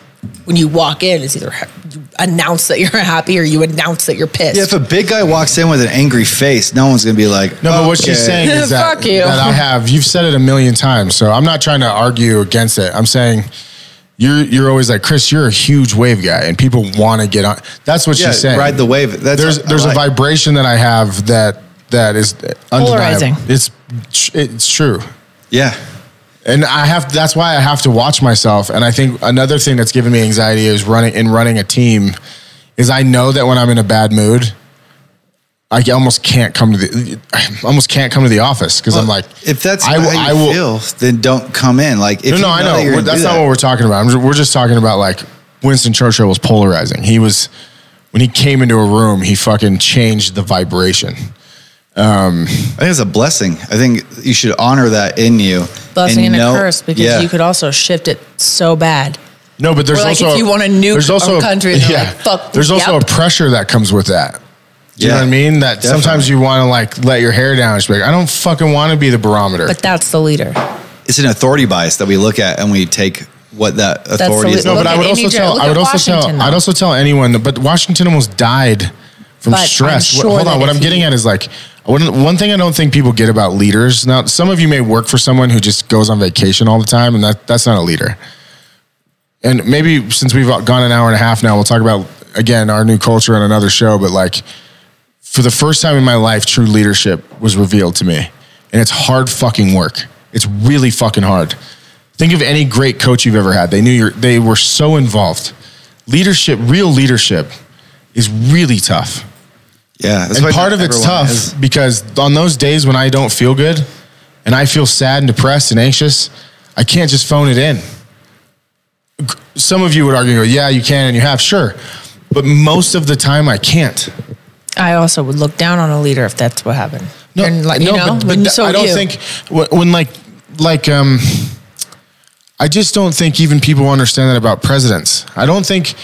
S2: when you walk in, it's either ha- you announce that you're [laughs] happy or you announce that you're pissed.
S1: Yeah, if a big guy walks in with an angry face, no one's gonna be like,
S3: No, but what
S1: "Okay."
S3: she's
S1: [laughs]
S3: saying is that,
S2: Fuck you.
S3: that I have. You've said it a million times, so I'm not trying to argue against it. I'm saying you're you're always like Chris. You're a huge wave guy, and people want to get on. That's what
S1: Yeah,
S3: she's saying.
S1: ride the wave. That's
S3: there's
S1: what I
S3: there's a
S1: like.
S3: vibration that I have that that is undeniable.
S2: Polarizing.
S3: It's it's true.
S1: Yeah,
S3: And I have that's why I have to watch myself. And I think another thing that's given me anxiety is running in running a team is I know that when I'm in a bad mood, I almost can't come to the I almost can't come to the office because I'm like
S1: if that's
S3: I, will-
S1: how
S3: I
S1: you
S3: will
S1: feel, then don't come in. Like, if
S3: no
S1: you
S3: no I
S1: that
S3: know
S1: you're
S3: We're-
S1: gonna
S3: that's
S1: do
S3: not
S1: that-
S3: what we're talking about. I'm just, we're just talking about like Winston Churchill was polarizing. He was when he came into a room, he fucking changed the vibration.
S1: I think it's a blessing. I think you should honor that in you.
S2: blessing and,
S1: know-
S2: a curse because
S1: yeah.
S2: you could also shift it so bad.
S3: No, but there's
S2: Or, like,
S3: also
S2: if you wanna nuke
S3: there's also
S2: a country, they're like, fuck,
S3: There's also
S2: yep.
S3: a pressure that comes with that. Do you know what I
S1: Yeah.
S3: mean? That sometimes
S1: Definitely.
S3: you want to like let your hair down. Just be like, I don't fucking want to be the barometer.
S2: But that's the leader.
S1: it's an authority bias that we look at and we take what that authority
S2: the-
S1: is.
S3: no,
S2: look
S3: but I
S2: at
S3: would
S2: any
S3: also
S2: gen-
S3: tell.
S2: look
S3: I would
S2: at
S3: also
S2: Washington,
S3: tell. I'd
S2: though.
S3: also tell anyone. that- But Washington almost died from
S2: But I'm
S3: stress. What-
S2: sure
S3: hold on.
S2: that
S3: What I'm
S2: if
S3: getting
S2: you-
S3: at is like one, one thing I don't think people get about leaders. Now, some of you may work for someone who just goes on vacation all the time, and that that's not a leader. And maybe since we've gone an hour and a half now, we'll talk about again our new culture on another show. But like, for the first time in my life, true leadership was revealed to me. And it's hard fucking work. It's really fucking hard. Think of any great coach you've ever had. They knew you they were so involved. Leadership, real leadership is really tough.
S1: Yeah, that's
S3: and
S1: why
S3: part
S1: not
S3: of it's
S1: everyone
S3: tough
S1: has-
S3: because on those days when I don't feel good and I feel sad and depressed and anxious, I can't just phone it in. Some of you would argue, yeah, you can and you have, sure. But most of the time I can't.
S2: I also would look down on a leader if that's what happened. And, like, you know,
S3: but, but
S2: when-
S3: th-
S2: so
S3: I don't
S2: you.
S3: think when, when like like um, I just don't think even people understand that about presidents. I don't think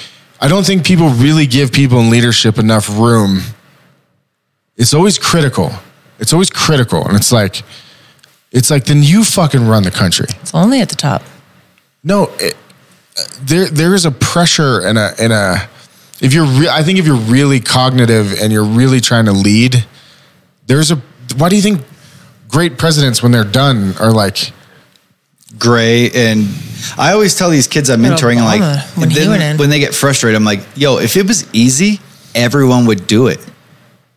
S3: I don't think people really give people in leadership enough room. It's always critical. It's always critical, and it's like it's like then you fucking run the country.
S2: it's only at the top.
S3: No, it, there there is a pressure and a and a if you're re- I think if you're really cognitive and you're really trying to lead, there's a why do you think great presidents when they're done are like
S1: gray and I always tell these kids I'm
S2: But
S1: mentoring like
S2: Obama, uh, when he
S1: then
S2: went in-
S1: when they get frustrated I'm like yo if it was easy everyone would do it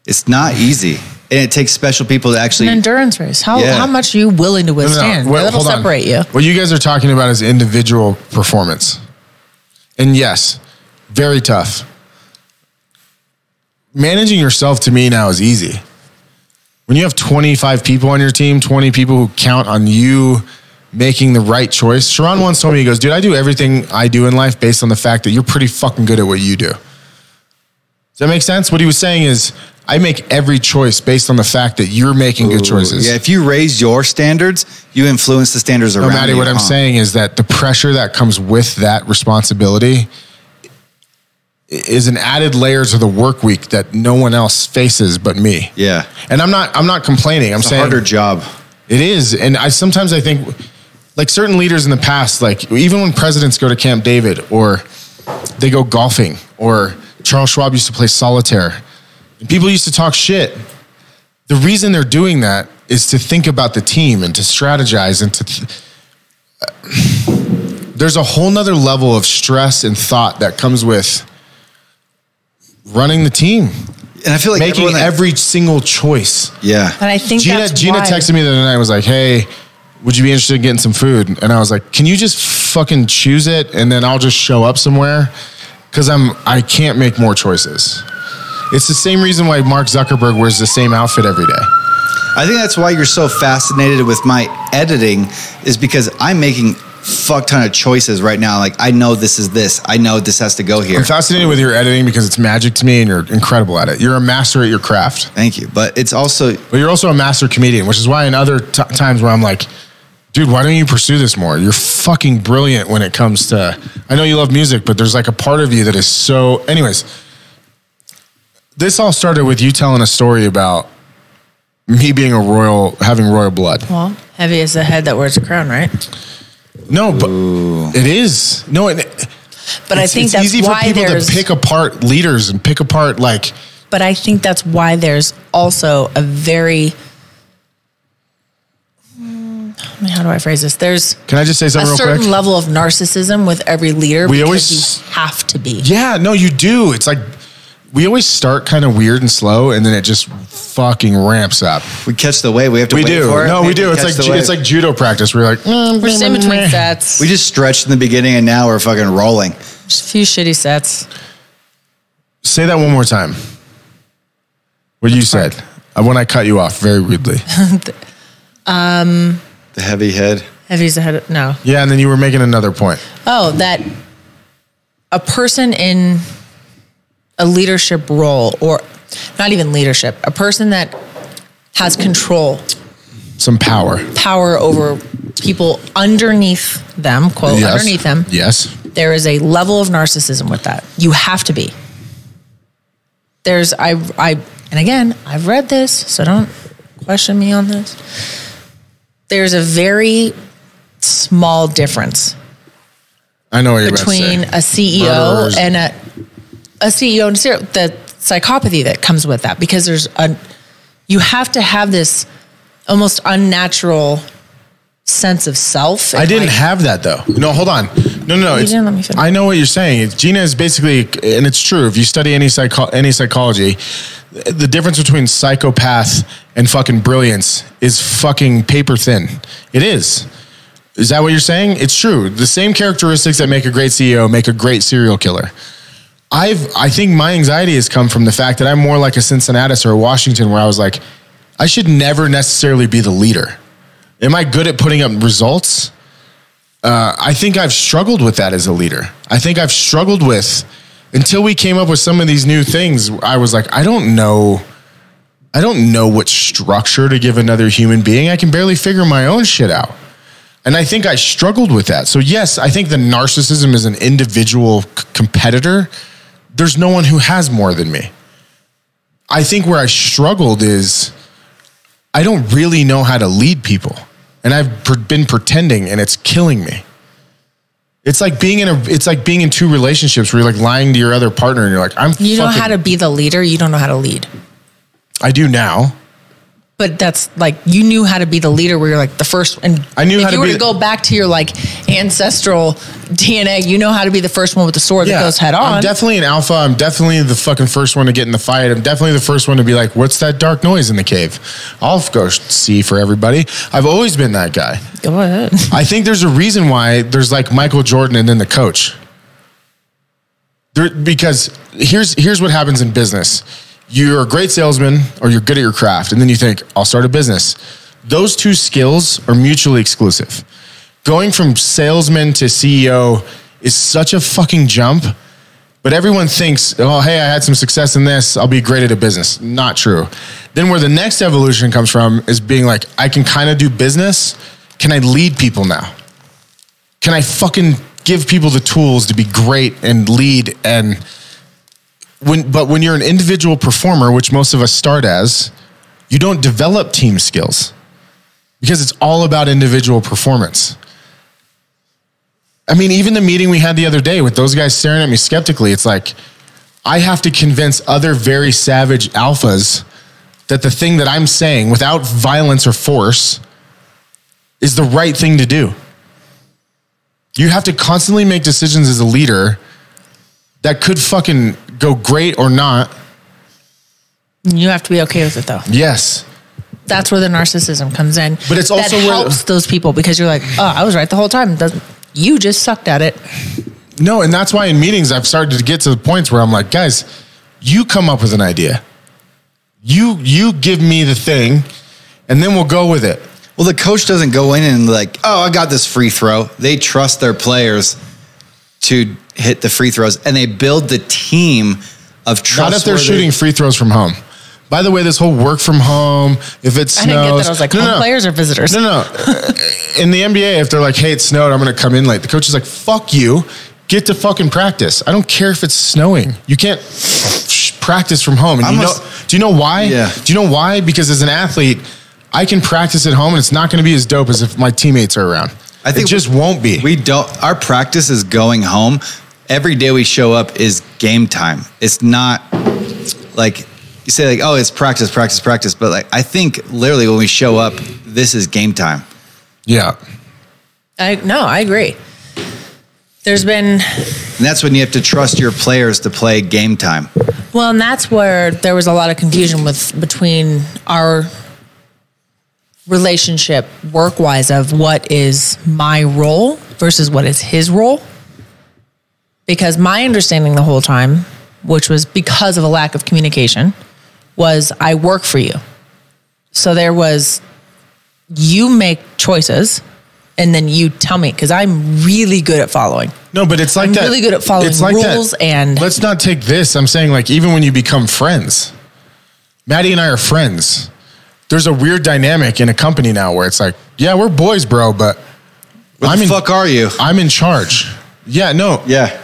S1: it's not easy and it takes special people to
S2: An
S1: actually
S2: endurance race. How
S1: Yeah.
S2: how much are you willing to
S3: no, no, no,
S2: withstand?
S3: wait,
S2: That'll
S3: hold on.
S2: separate you.
S3: What you guys are talking about is individual performance, and yes, very tough. Managing yourself to me now is easy. When you have 25 people on your team, 20 people who count on you making the right choice. Sharon once told me, he goes, dude, I do everything I do in life based on the fact that you're pretty fucking good at what you do. Does that make sense? What he was saying is, I make every choice based on the fact that you're making good choices.
S1: yeah if you raise your standards you influence the standards around
S3: No, Maddie,
S1: you,
S3: what I'm
S1: huh?
S3: saying is that the pressure that comes with that responsibility is an added layer to the work week that no one else faces but me.
S1: Yeah.
S3: And I'm not I'm not complaining. I'm
S1: It's a
S3: saying
S1: harder job.
S3: it is, and I sometimes I think, like certain leaders in the past, like even when presidents go to Camp David or they go golfing or Charles Schwab used to play solitaire, and people used to talk shit. The reason they're doing that is to think about the team and to strategize and to. Th- [sighs] There's a whole nother level of stress and thought that comes with running the team,
S1: And I feel like
S3: making
S1: everyone that-
S3: every single choice.
S2: And
S1: yeah.
S2: I think
S3: Gina
S2: that's
S3: Gina
S2: why.
S3: texted me the other night and was like, "Hey, would you be interested in getting some food?" And I was like, "Can you just fucking choose it and then I'll just show up somewhere cuz I'm I can't make more choices." It's the same reason why Mark Zuckerberg wears the same outfit every day.
S1: I think that's why you're so fascinated with my editing is because I'm making fuck ton of choices right now. Like I know this is this. I know this has to go here.
S3: I'm fascinated with your editing because it's magic to me and you're incredible at it. You're a master at your craft.
S1: Thank you. But it's also
S3: But you're also a master comedian, which is why in other t- times where I'm like, dude, why don't you pursue this more? You're fucking brilliant when it comes to. I know you love music, but there's like a part of you that is so. Anyways, this all started with you telling a story about me being a royal, having royal blood.
S2: Well, heavy is the head that wears the crown, right?
S3: No, but it is no. It,
S2: But I
S3: it's-
S2: think
S3: it's
S2: that's
S3: easy for
S2: why
S3: people
S2: there's.
S3: to pick apart leaders and pick apart like.
S2: but I think that's why there's also a very. Hmm, How do I phrase this? There's
S3: Can I just say
S2: a
S3: something real
S2: certain
S3: quick?
S2: level of narcissism with every leader.
S3: We
S2: because
S3: always-
S2: you have to be.
S3: Yeah, no, you do. It's like we always start kind of weird and slow, and then it just fucking ramps up.
S1: we catch the wave. We have to
S3: We
S1: wait
S3: do.
S1: for it.
S3: No, we
S1: Maybe
S3: do. It's
S1: catch
S3: like
S1: the
S3: ju-
S1: wave.
S3: it's like judo practice. We're like, mm,
S2: We're just in between sets.
S1: we just stretched in the beginning and now we're fucking rolling.
S2: just a few shitty sets.
S3: say that one more time. What you said uh, when I cut you off
S2: [laughs]
S3: very rudely.
S1: The heavy head.
S2: Heavy's the head. Of, no.
S3: yeah, and then you were making another point.
S2: Oh, that a person in a leadership role, or not even leadership, a person that has control,
S3: Some power.
S2: power over people underneath them, quote,
S3: Yes.
S2: Oh, underneath them,
S3: Yes.
S2: there is a level of narcissism with that. You have to be. There's, I, I, and again, I've read this, so don't question me on this. There's a very small difference
S3: I know what you're
S2: between
S3: about to
S2: a
S3: say.
S2: CEO
S3: Murderers.
S2: and a a CEO and a serial, the psychopathy that comes with that because there's a you have to have this almost unnatural sense of self.
S3: I
S2: and,
S3: didn't
S2: like,
S3: have that though. No, hold on. No, no, no. it's-
S2: didn't let me finish.
S3: I know what you're saying. It's, Gina is basically, and it's true. If you study any psycho- any psychology, the difference between psychopath and fucking brilliance is fucking paper thin. It is. Is that what you're saying? It's true. The same characteristics that make a great CEO make a great serial killer. I've I think my anxiety has come from the fact that I'm more like a Cincinnatus or a Washington, where I was like, I should never necessarily be the leader. Am I good at putting up results? Uh, I think I've struggled with that as a leader. I think I've struggled with until we came up with some of these new things. I was like, I don't know. I don't know what structure to give another human being. I can barely figure my own shit out. And I think I struggled with that. So, yes, I think the narcissism is an individual c- competitor. There's no one who has more than me. I think where I struggled is I don't really know how to lead people. And I've pre- been pretending and it's killing me. It's like being in a it's like being in two relationships where you're like lying to your other partner and you're like, I'm
S2: you know
S3: fucking,
S2: how to be the leader, you don't know how to lead.
S3: I do now.
S2: But that's like you knew how to be the leader where you're like the first and
S3: I knew
S2: if
S3: how to
S2: you were
S3: be
S2: to
S3: the-
S2: go back to your like ancestral DNA, you know how to be the first one with the sword that goes head on.
S3: I'm definitely an alpha. I'm definitely the fucking first one to get in the fight. I'm definitely the first one to be like, what's that dark noise in the cave? I'll go see for everybody. I've always been that guy.
S2: go
S3: [laughs]
S2: ahead.
S3: I think there's a reason why there's like Michael Jordan and then the coach. There, because here's here's what happens in business. You're a great salesman or you're good at your craft, and then you think, I'll start a business. Those two skills are mutually exclusive. Going from salesman to CEO is such a fucking jump, but everyone thinks, oh, hey, I had some success in this. I'll be great at a business. Not true. Then where the next evolution comes from is being like, I can kind of do business. Can I lead people now? can I fucking give people the tools to be great and lead and when but when you're an individual performer, which most of us start as, you don't develop team skills because it's all about individual performance. I mean, even the meeting we had the other day with those guys staring at me skeptically, it's like I have to convince other very savage alphas that the thing that I'm saying without violence or force is the right thing to do. You have to constantly make decisions as a leader that could fucking go great or not.
S2: You have to be okay with it though.
S3: Yes.
S2: That's where the narcissism comes in.
S3: But it's also
S2: that
S3: where-
S2: helps those people because you're like, oh, I was right the whole time. It Doesn't you just sucked at it?
S3: No, and that's why in meetings I've started to get to the points where I'm like, guys, you come up with an idea. You you give me the thing, and then we'll go with it.
S1: Well, the coach doesn't go in and like, oh, I got this free throw. They trust their players to hit the free throws, and they build the team of trust.
S3: Not if they're shooting free throws from home. By the way, this whole work from home, if it snows,
S2: I didn't get that. I was like,
S3: No,
S2: home
S3: no.
S2: players or visitors?
S3: No, no.
S1: [laughs]
S3: in the NBA, if they're like, hey, it snowed, I'm going to come in late, the coach is like, fuck you. Get to fucking practice. I don't care if it's snowing. You can't practice from home. And
S1: I'm
S3: you
S1: a-
S3: know, do you know why?
S1: Yeah.
S3: Do you know why? Because as an athlete, I can practice at home and it's not going to be as dope as if my teammates are around.
S1: I think
S3: it just won't be.
S1: We don't. Our practice is going home. Every day we show up is game time. It's not like you say like, oh, it's practice, practice, practice. But like, I think literally when we show up, this is game time.
S3: yeah.
S2: I no, I agree. There's been
S1: And that's when you have to trust your players to play game time.
S2: well, and that's where there was a lot of confusion with between our relationship work wise of what is my role versus what is his role. Because my understanding the whole time, which was because of a lack of communication, was I work for you. So there was you make choices and then you tell me because I'm really good at following.
S3: No, but it's like
S2: I'm
S3: that.
S2: really good at following rules and-
S3: let's not take this. I'm saying like even when you become friends, Maddie and I are friends. There's a weird dynamic in a company now where it's like, yeah, we're boys, bro, but
S1: What
S3: I'm
S1: the
S3: in-
S1: fuck are you?
S3: I'm in charge. Yeah, no.
S1: Yeah.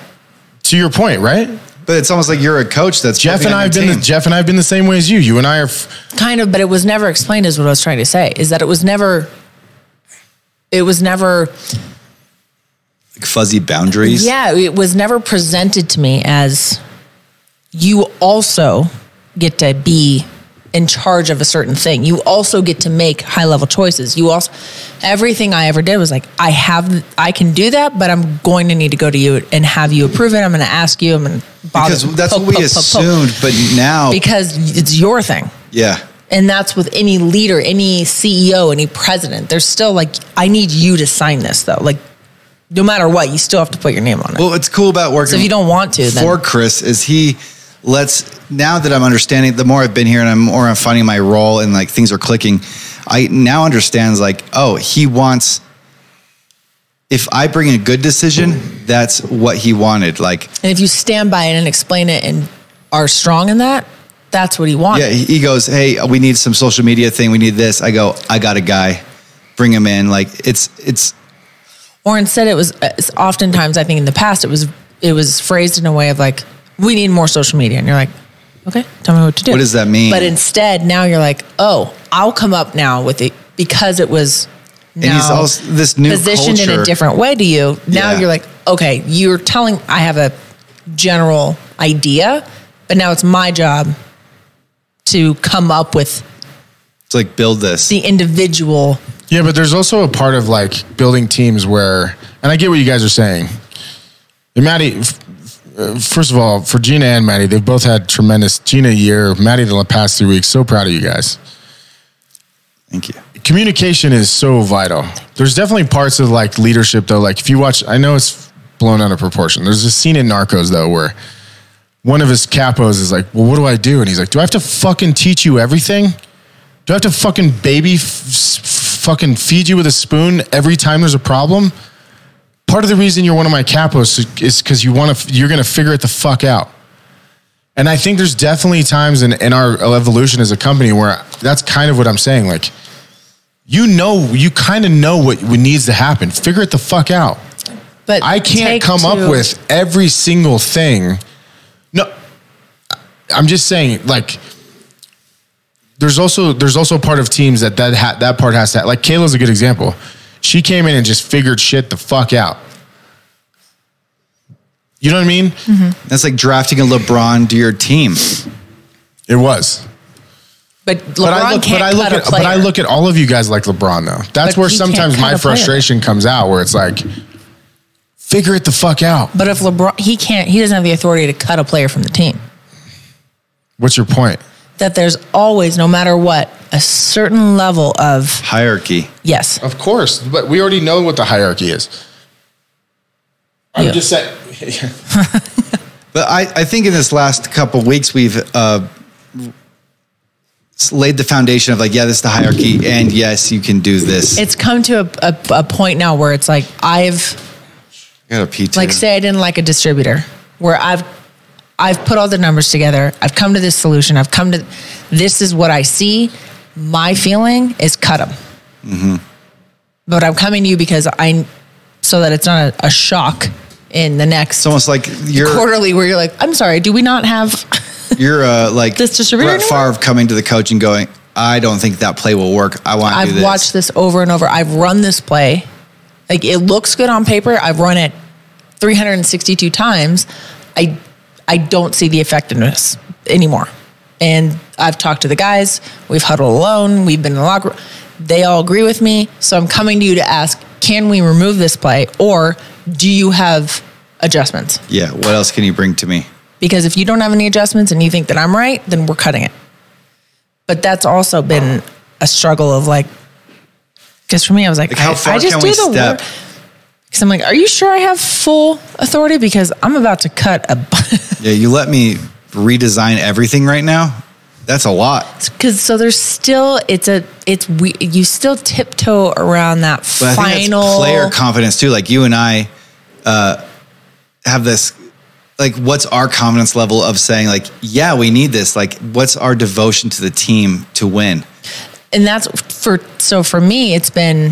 S3: To your point, right?
S1: But it's almost like you're a coach that's
S3: Jeff
S1: putting
S3: and
S1: on
S3: I have
S1: your
S3: been the,
S1: team.
S3: Jeff and I have been the same way as you. You and I are. F-
S2: kind of but it was never explained is what i was trying to say is that it was never it was never
S1: Like fuzzy boundaries.
S2: yeah it was never presented to me as you also get to be in charge of a certain thing you also get to make high level choices you also everything i ever did was like i have i can do that but i'm going to need to go to you and have you approve it i'm going to ask you i'm going to bother
S1: Because that's
S2: poke,
S1: what we
S2: [laughs] poke, poke, poke.
S1: assumed, but now
S2: because it's your thing
S1: yeah.
S2: and that's with any leader, any CEO, any president. They're still like, I need you to sign this though. Like, no matter what, you still have to put your name on it.
S1: Well, what's cool about working
S2: So if you don't want to, then-
S1: for Chris is he lets now that I'm understanding the more I've been here and I'm more I'm finding my role and like things are clicking, I now understands like, oh, he wants if I bring a good decision, that's what he wanted. Like
S2: and if you stand by it and explain it and are strong in that, that's what he wanted.
S1: Yeah, he he goes, "Hey, we need some social media thing. We need this." I go, "I got a guy. Bring him in." Like it's it's
S2: or instead, it was uh, it's oftentimes, I think, in the past, it was it was phrased in a way of like, we need more social media, and you're like, okay, tell me what to do.
S1: What does that mean?
S2: But instead, now you're like, oh, I'll come up now with it because it was. Now
S1: and he's also this new
S2: positioned
S1: culture.
S2: in a different way to you. Now
S1: Yeah.
S2: you're like, okay, you're telling I have a general idea, but now it's my job to come up with
S1: It's like build this.
S2: the individual.
S3: yeah, but there's also a part of like building teams where, and I get what you guys are saying. And Maddie, f- uh, first of all, for Gina and Maddie, they've both had tremendous Gina a year, Maddie the past three weeks. So proud of you guys.
S1: Thank you.
S3: communication is so vital. There's definitely parts of like leadership though. Like if you watch, I know it's blown out of proportion. There's a scene in Narcos though where one of his capos is like, "Well, what do I do?" And he's like, "Do I have to fucking teach you everything? Do I have to fucking baby f- s- fucking feed you with a spoon every time there's a problem?" Part of the reason you're one of my capos is because you want to. You're gonna figure it the fuck out. And I think there's definitely times in, in our evolution as a company where that's kind of what I'm saying. Like, you know, you kind of know what what needs to happen. Figure it the fuck out.
S2: But
S3: I can't
S2: take
S3: come
S2: to-
S3: up with every single thing. No, I'm just saying, like, there's also there's also part of teams that that ha- that part has to like Kayla's a good example. She came in and just figured shit the fuck out. You know what I mean?
S1: That's like drafting a LeBron to your team.
S3: It was.
S2: But LeBron
S3: but I look,
S2: can't
S3: but I look
S2: cut
S3: at,
S2: a player.
S3: but I look at all of you guys like LeBron though. That's
S2: But
S3: where
S2: he can't
S3: sometimes
S2: cut
S3: my
S2: a player.
S3: frustration comes out, where it's like, figure it the fuck out.
S2: But if LeBron, he can't. He doesn't have the authority to cut a player from the team.
S3: What's your point?
S2: That there's always, no matter what, a certain level of
S1: Hierarchy.
S2: yes.
S3: Of course, but we already know what the hierarchy is. I'm
S2: Yeah.
S3: just saying.
S1: But I, I think in this last couple weeks, we've uh, s- laid the foundation of like, yeah, this is the hierarchy. And yes, you can do this.
S2: It's come to a, a, a point now where it's like I've
S1: I got a P2.
S2: like say I didn't like a distributor where I've I've put all the numbers together. I've come to this solution. I've come to this is what I see. My feeling is cut them. But I'm coming to you because I so that it's not a, a shock in the next
S1: it's almost like you're,
S2: quarterly where you're like, I'm sorry, do we not have?
S1: you're uh, like
S2: This distributor
S1: Brett Favre coming to the coach and going, I don't think that play will work. I want to do
S2: I've
S1: this.
S2: watched this over and over. I've run this play. Like it looks good on paper. I've run it 362 times. I I don't see the effectiveness anymore. And I've talked to the guys. We've huddled alone. We've been in the locker room. They all agree with me. So I'm coming to you to ask, can we remove this play or do you have adjustments?
S1: Yeah. What else can you bring to me?
S2: Because if you don't have any adjustments and you think that I'm right, then we're cutting it. But that's also been a struggle of like, because for me, I was like,
S1: Like, how
S2: I,
S1: far
S2: I just
S1: can
S2: do
S1: we
S2: the
S1: step?
S2: work. Because I'm like, are you sure I have full authority? Because I'm about to cut a. [laughs]
S1: Yeah. You let me redesign everything right now. That's a lot.
S2: Because so there's still it's a it's we you still tiptoe around that
S1: But I think
S2: final
S1: that's player confidence too. Like you and I uh, have this. Like, what's our confidence level of saying, like, yeah, we need this? Like, what's our devotion to the team to win?
S2: and that's for so for me it's been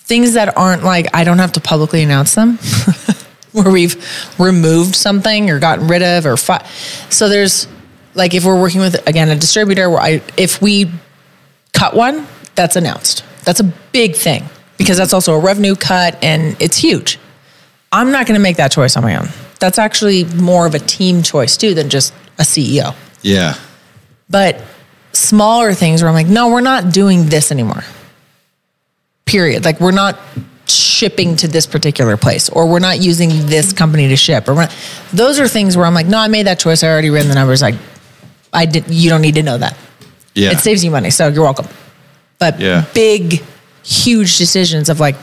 S2: things that aren't like i don't have to publicly announce them [laughs] where we've removed something or gotten rid of or fi- so there's like if we're working with again a distributor where i if we cut one that's announced that's a big thing because that's also a revenue cut and it's huge i'm not going to make that choice on my own that's actually more of a team choice too than just a E ceo
S1: Yeah.
S2: but smaller things where I'm like, no, we're not doing this anymore. Period. Like we're not shipping to this particular place, or we're not using this company to ship, or we're not, those are things where I'm like, no, I made that choice. I already ran the numbers. Like, I did. You don't need to know that.
S1: Yeah.
S2: It saves you money, so you're welcome. But
S1: Yeah.
S2: big, huge decisions of like,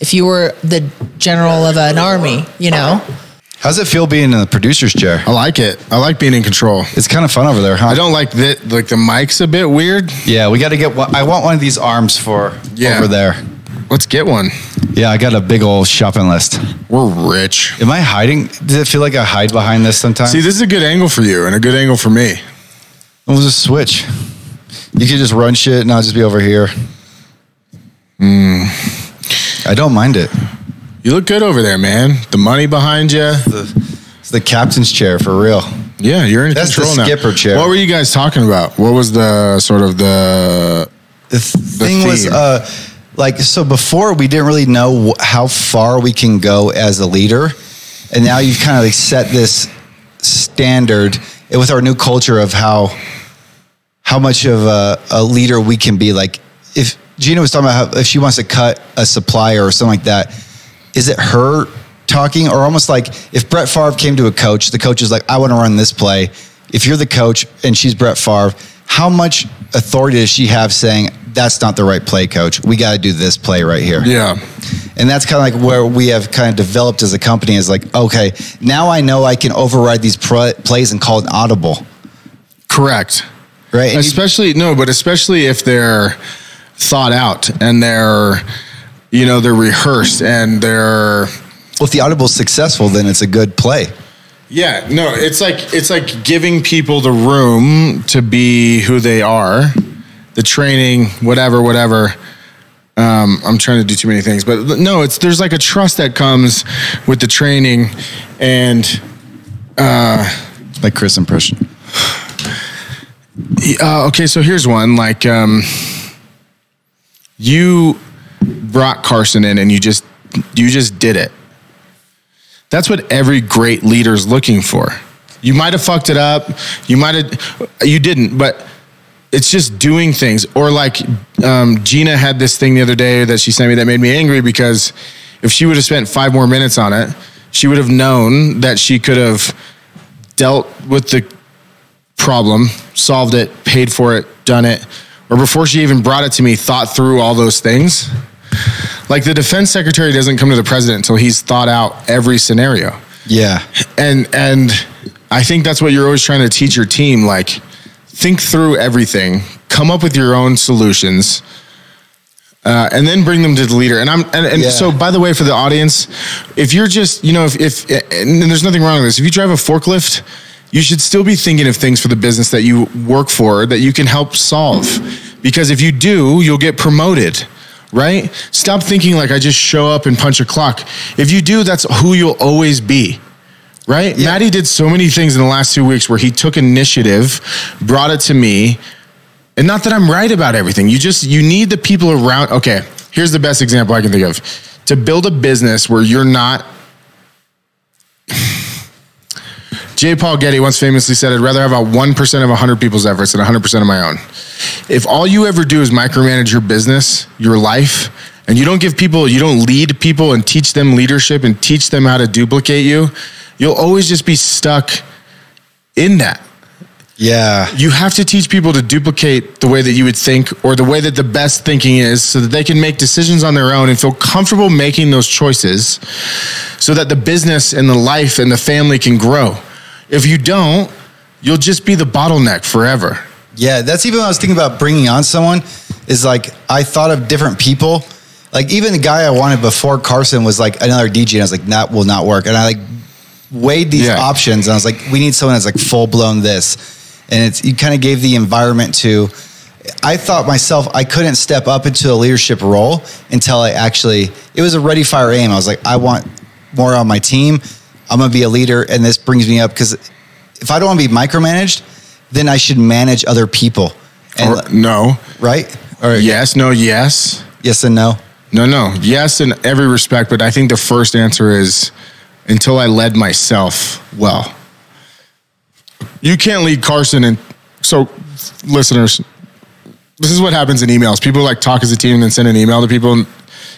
S2: if you were the general of an army, you know,
S1: How's it feel being in the producer's chair?
S3: I like it. I like being in control.
S1: It's kind of fun over there, huh?
S3: I don't like that. Like the mic's a bit weird.
S1: Yeah, we got to get one. I want one of these arms for
S3: Yeah.
S1: over there.
S3: Let's get one.
S1: Yeah, I got a big old shopping list.
S3: We're rich.
S1: Am I hiding? Does it feel like I hide behind this sometimes?
S3: See, this is a good angle for you and a good angle for me.
S1: It was a switch. You could just run shit and I'll just be over here. Hmm. I don't mind it.
S3: You look good over there, man. The money behind you.
S1: It's the captain's chair for real.
S3: Yeah, you're in
S1: That's the
S3: control now.
S1: skipper chair.
S3: What were you guys talking about? What was the sort of the?
S1: The, th- thing was,
S3: theme.
S1: uh, like, so before we didn't really know wh- how far we can go as a leader. And now you've kind of like set this standard with our new culture of how how much of a, a leader we can be. Like if Gina was talking about how, if she wants to cut a supplier or something like that, is it her talking or almost like if Brett Favre came to a coach, the coach is like, I want to run this play. If you're the coach and she's Brett Favre, how much authority does she have saying that's not the right play, coach? We got to do this play right here.
S3: Yeah,
S1: And that's kind of like where we have kind of developed as a company is like, okay, now I know I can override these pr- plays and call an audible,
S3: correct.
S1: right? And you-
S3: Especially no, but especially if they're thought out and they're, you know, they're rehearsed and they're.
S1: Well, if the audible's successful, then it's a good play.
S3: Yeah, no, it's like it's like giving people the room to be who they are, the training, whatever, whatever. Um, I'm trying to do too many things, but no, it's there's like a trust that comes with the training, and
S1: Like Chris impression.
S3: Uh, okay, so here's one. Like, um, you brought Carson in, and you just you just did it. That's what every great leader's looking for. You might have fucked it up. You might have. You didn't, but it's just doing things. Or like um, Gina had this thing the other day that she sent me that made me angry because if she would have spent five more minutes on it, she would have known that she could have dealt with the problem, solved it, paid for it, done it, or before she even brought it to me, thought through all those things. Like the defense secretary doesn't come to the president until he's thought out every scenario.
S1: Yeah.
S3: And and I think that's what you're always trying to teach your team like think through everything, come up with your own solutions. Uh, and then bring them to the leader. And I'm and, and
S1: Yeah.
S3: so by the way, for the audience, if you're just you know if if and there's nothing wrong with this. If you drive a forklift, you should still be thinking of things for the business that you work for that you can help solve. Because if you do, you'll get promoted. Right? Stop thinking like I just show up and punch a clock. If you do, that's who you'll always be. Right? Maddie did so many things in the last two weeks where he took initiative, brought it to me, and not that I'm right about everything. You just you need the people around. Okay, here's the best example I can think of. To build a business where you're not J. Paul Getty once famously said, I'd rather have about 1% of 100 people's efforts than 100% of my own. If all you ever do is micromanage your business, your life, and you don't give people, you don't lead people and teach them leadership and teach them how to duplicate you, you'll always just be stuck in that
S1: Yeah.
S3: you have to teach people to duplicate the way that you would think or the way that the best thinking is so that they can make decisions on their own and feel comfortable making those choices so that the business and the life and the family can grow. If you don't, you'll just be the bottleneck forever.
S1: Yeah, that's even what I was thinking about bringing on someone. Is like I thought of different people. Like even the guy I wanted before Carson was like another DJ, and I was like, that will not work. And I like weighed these
S3: Yeah.
S1: options, and I was like, we need someone that's like full blown this. And it's you kind of gave the environment to. I thought myself I couldn't step up into a leadership role until I actually it was a ready fire aim. I was like, I want more on my team. I'm gonna be a leader, and this brings me up because if I don't want to be micromanaged, then I should manage other people. And,
S3: Or- no.
S1: right? Or
S3: Yes, no, yes.
S1: yes and no.
S3: No, no. Yes, in every respect, but I think the first answer is until I led myself well. You can't lead Carson and so listeners, this is what happens in emails. People like talk as a team and then send an email to people. And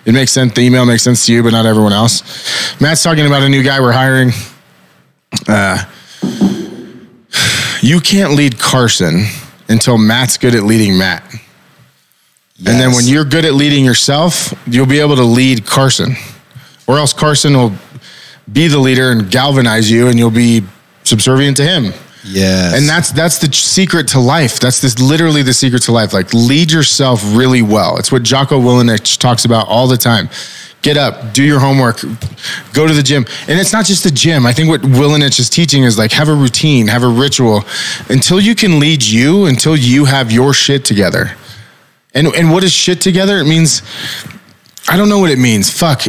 S3: it makes sense. The email makes sense to you, but not everyone else. Matt's talking about a new guy we're hiring. Uh, [sighs] you can't lead Carson until Matt's good at leading Matt. And then
S1: Yes.
S3: when you're good at leading yourself, you'll be able to lead Carson, or else Carson will be the leader and galvanize you, and you'll be subservient to him.
S1: yes,
S3: And that's that's the secret to life. That's this literally the secret to life. Like lead yourself really well. It's what Jocko Willink talks about all the time. Get up, do your homework, go to the gym. And it's not just the gym. I think what Willinich is teaching is like have a routine, have a ritual. Until you can lead you, until you have your shit together. And and what is shit together? It means I don't know what it means. Fuck.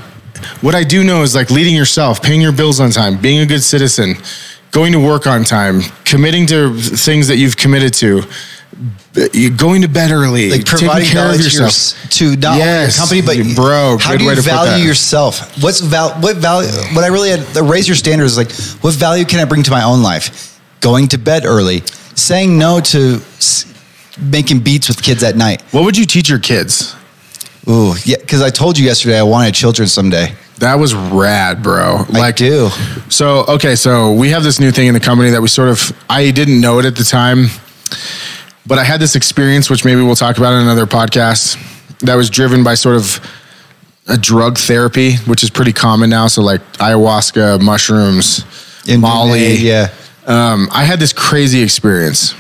S3: What I do know is like leading yourself, paying your bills on time, being a good citizen, going to work on time, committing to things that you've committed to, b- you going to bed early,
S1: like providing value to, your, to not
S3: Yes,
S1: only your company, but
S3: bro,
S1: How
S3: good
S1: do you
S3: way to put
S1: value
S3: that.
S1: yourself? What's val- What value? What I really had the raise your standards. is Like, what value can I bring to my own life? Going to bed early, saying no to s- making beats with kids at night.
S3: what would you teach your kids?
S1: Ooh, yeah. Because I told you yesterday I wanted children someday.
S3: That was rad, bro.
S1: I do.
S3: So okay, so we have this new thing in the company that we sort of I didn't know it at the time, but I had this experience which maybe we'll talk about in another podcast that was driven by sort of a drug therapy, which is pretty common now. So like ayahuasca, mushrooms,
S1: In
S3: Molly.
S1: yeah,
S3: Um, I had this crazy experience.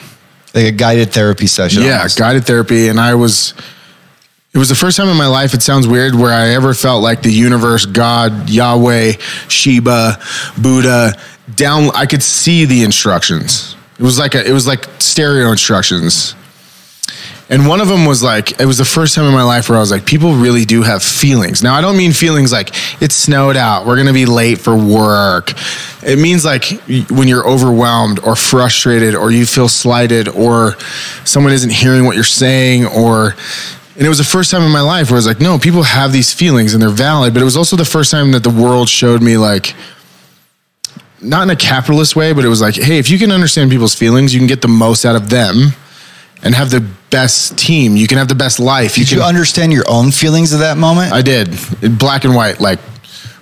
S1: like a guided therapy session.
S3: Yeah,
S1: almost.
S3: guided therapy, and I was. It was the first time in my life. It sounds weird, where I ever felt like the universe, God, Yahweh, Shiva, Buddha. Down, I could see the instructions. It was like a, it was like stereo instructions, And one of them was like, it was the first time in my life where I was like, people really do have feelings. Now, I don't mean feelings like it's snowed out, we're going to be late for work. It means like y- when you're overwhelmed or frustrated or you feel slighted or someone isn't hearing what you're saying or. And it was the first time in my life where I was like, no, people have these feelings and they're valid. But it was also the first time that the world showed me like, not in a capitalist way, but it was like, hey, if you can understand people's feelings, you can get the most out of them and have the best team. You can have the best life.
S1: Did
S3: can,
S1: you understand your own feelings at that moment?
S3: I did. In black and white, like,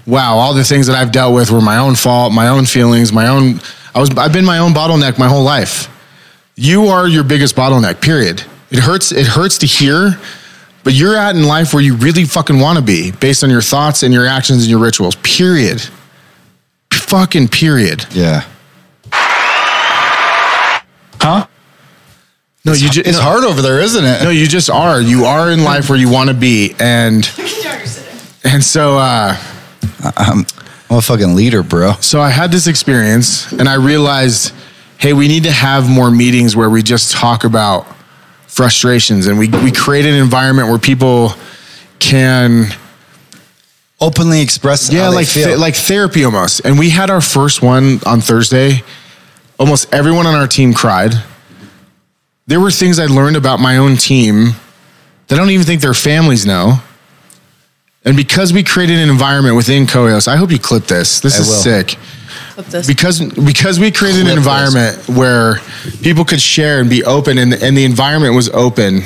S3: wow, all the things that I've dealt with were my own fault, my own feelings, my own I was I've been my own bottleneck my whole life. You are your biggest bottleneck, period. It hurts it hurts to hear, but you're at in life where you really fucking want to be based on your thoughts and your actions and your rituals. Period. Fucking period.
S1: yeah.
S3: No, you just
S1: It's hard over there, isn't it?
S3: No, you just are. You are in life where you want to be, and and so uh,
S1: I'm a fucking leader, bro.
S3: so I had this experience, and I realized, hey, we need to have more meetings where we just talk about frustrations, and we we create an environment where people can
S1: Openly express
S3: yeah
S1: how they
S3: like
S1: feel.
S3: th- like therapy almost and we had our first one on thursday almost everyone on our team cried there were things i learned about my own team that i don't even think their families know and because we created an environment within koios i hope you clip this this
S1: I
S3: is
S1: will.
S3: sick
S2: Flip this.
S3: because because we created
S1: Clip this.
S3: an environment where people could share and be open and, and the environment was open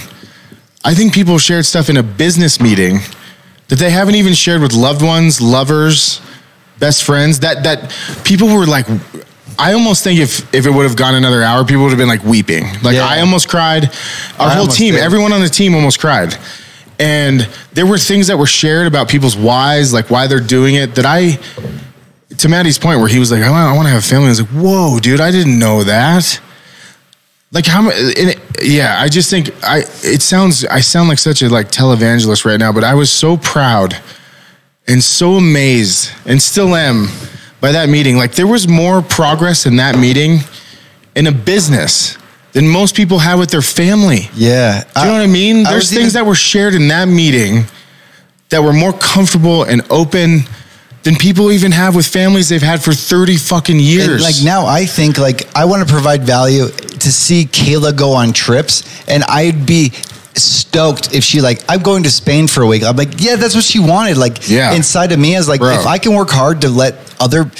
S3: i think people shared stuff in a business meeting that they haven't even shared with loved ones lovers best friends that that people were like i almost think if if it would have gone another hour people would have been like weeping like
S1: Yeah.
S3: i almost cried our
S1: I
S3: whole
S1: almost
S3: team
S1: did.
S3: everyone on the team almost cried and there were things that were shared about people's whys like why they're doing it that i to Maddie's point where he was like, I want, I want to have a family. I was like, whoa, dude, I didn't know that. Like how much? Yeah, I just think I. It sounds I sound like such a like televangelist right now, but I was so proud and so amazed, and still am by that meeting. Like there was more progress in that meeting in a business than most people have with their family.
S1: yeah.
S3: Do you know what I mean? There's
S1: was
S3: things
S1: even-
S3: that were shared in that meeting that were more comfortable and open than people even have with families they've had for 30 fucking
S1: And,
S3: years.
S1: like now I think like I want to provide value to see Kayla go on trips and I'd be stoked if she like I'm going to Spain for a week. I'm like, yeah, that's what she wanted. Like
S3: Yeah.
S1: inside of me is like
S3: Bro.
S1: if I can work hard to let other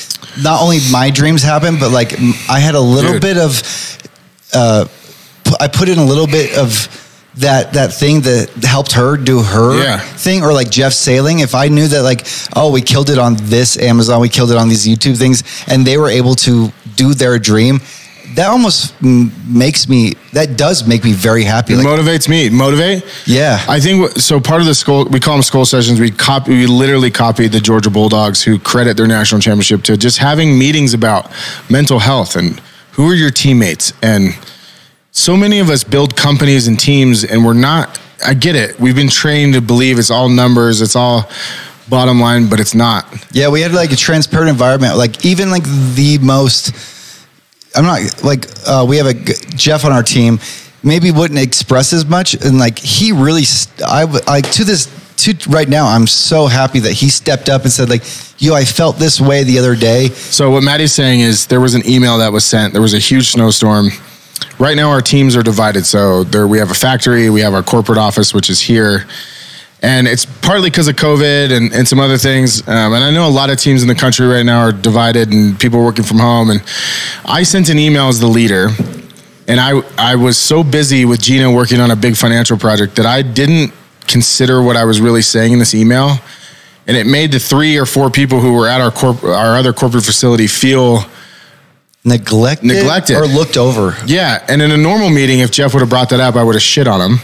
S1: not only my dreams happen, but like m- I had a little
S3: Dude.
S1: bit of uh pu- I put in a little bit of that that thing that helped her do her
S3: Yeah.
S1: thing or like Jeff Sailing, if I knew that like, oh, we killed it on this Amazon, we killed it on these YouTube things, and they were able to do their dream, that almost mm, makes me, that does make me very happy. Like,
S3: motivates me. Motivate.
S1: Yeah.
S3: I think what- so. Part of the skull, we call them skull sessions. We copy, we literally copied the Georgia Bulldogs, who credit their national championship to just having meetings about mental health and who are your teammates. And so many of us build companies and teams, and we're not. I get it. We've been trained to believe it's all numbers, it's all bottom line, but it's not.
S1: yeah, we had like a transparent environment. Like, even like the most, I'm not like, uh, we have a g- Jeff on our team, maybe wouldn't express as much. And like, he really, st- I w- like to this, to right now, I'm so happy that he stepped up and said, like, yo, I felt this way the other day.
S3: So what Maddie's saying is there was an email that was sent. There was a huge snowstorm. Right now our teams are divided. So there we have a factory, we have our corporate office, which is here. And it's partly because of COVID and, and some other things. Um, and I know a lot of teams in the country right now are divided and people are working from home. And I sent an email as the leader. And I, I was so busy with Gina working on a big financial project that I didn't consider what I was really saying in this email and it made the three or four people who were at our corp- our other corporate facility feel
S1: neglected,
S3: Neglected.
S1: or looked over.
S3: yeah and in a normal meeting if jeff would have brought that up i would have shit on him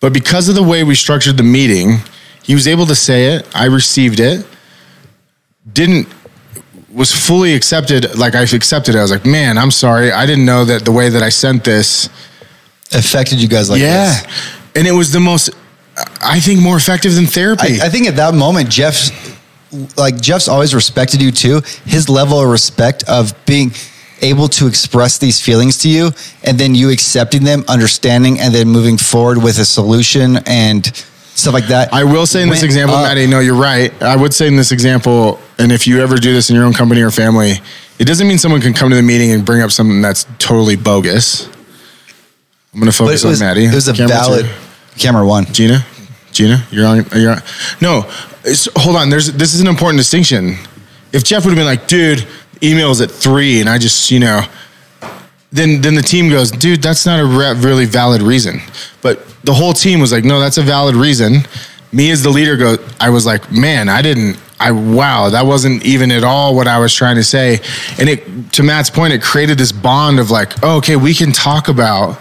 S3: but because of the way we structured the meeting he was able to say it i received it didn't was fully accepted like i accepted it i was like man i'm sorry i didn't know that the way that i sent this
S1: Affected you guys like
S3: yeah
S1: this.
S3: and it was the most i think more effective than therapy
S1: I, I think at that moment, Jeff's like Jeff's always respected you too. His level of respect of being able to express these feelings to you and then you accepting them, understanding, and then moving forward with a solution and stuff like that.
S3: I will say in this
S1: went
S3: example,
S1: up.
S3: Maddie, no, you're right. I would say in this example, and if you ever do this in your own company or family, it doesn't mean someone can come to the meeting and bring up something that's totally bogus. I'm going to
S1: But
S3: focus
S1: it was,
S3: on Maddie.
S1: it was a
S3: Camera two.
S1: valid camera one.
S3: Gina, Gina, you're on. You're on. No, it's, hold on. There's this is an important distinction. If Jeff would have been like, dude, emails at three, and I just you know, then then the team goes, dude, that's not a re- really valid reason. But the whole team was like, no, that's a valid reason. Me as the leader go, I was like, man, I didn't. I wow, that wasn't even at all what I was trying to say. And it to Matt's point, it created this bond of like, oh, okay, we can talk about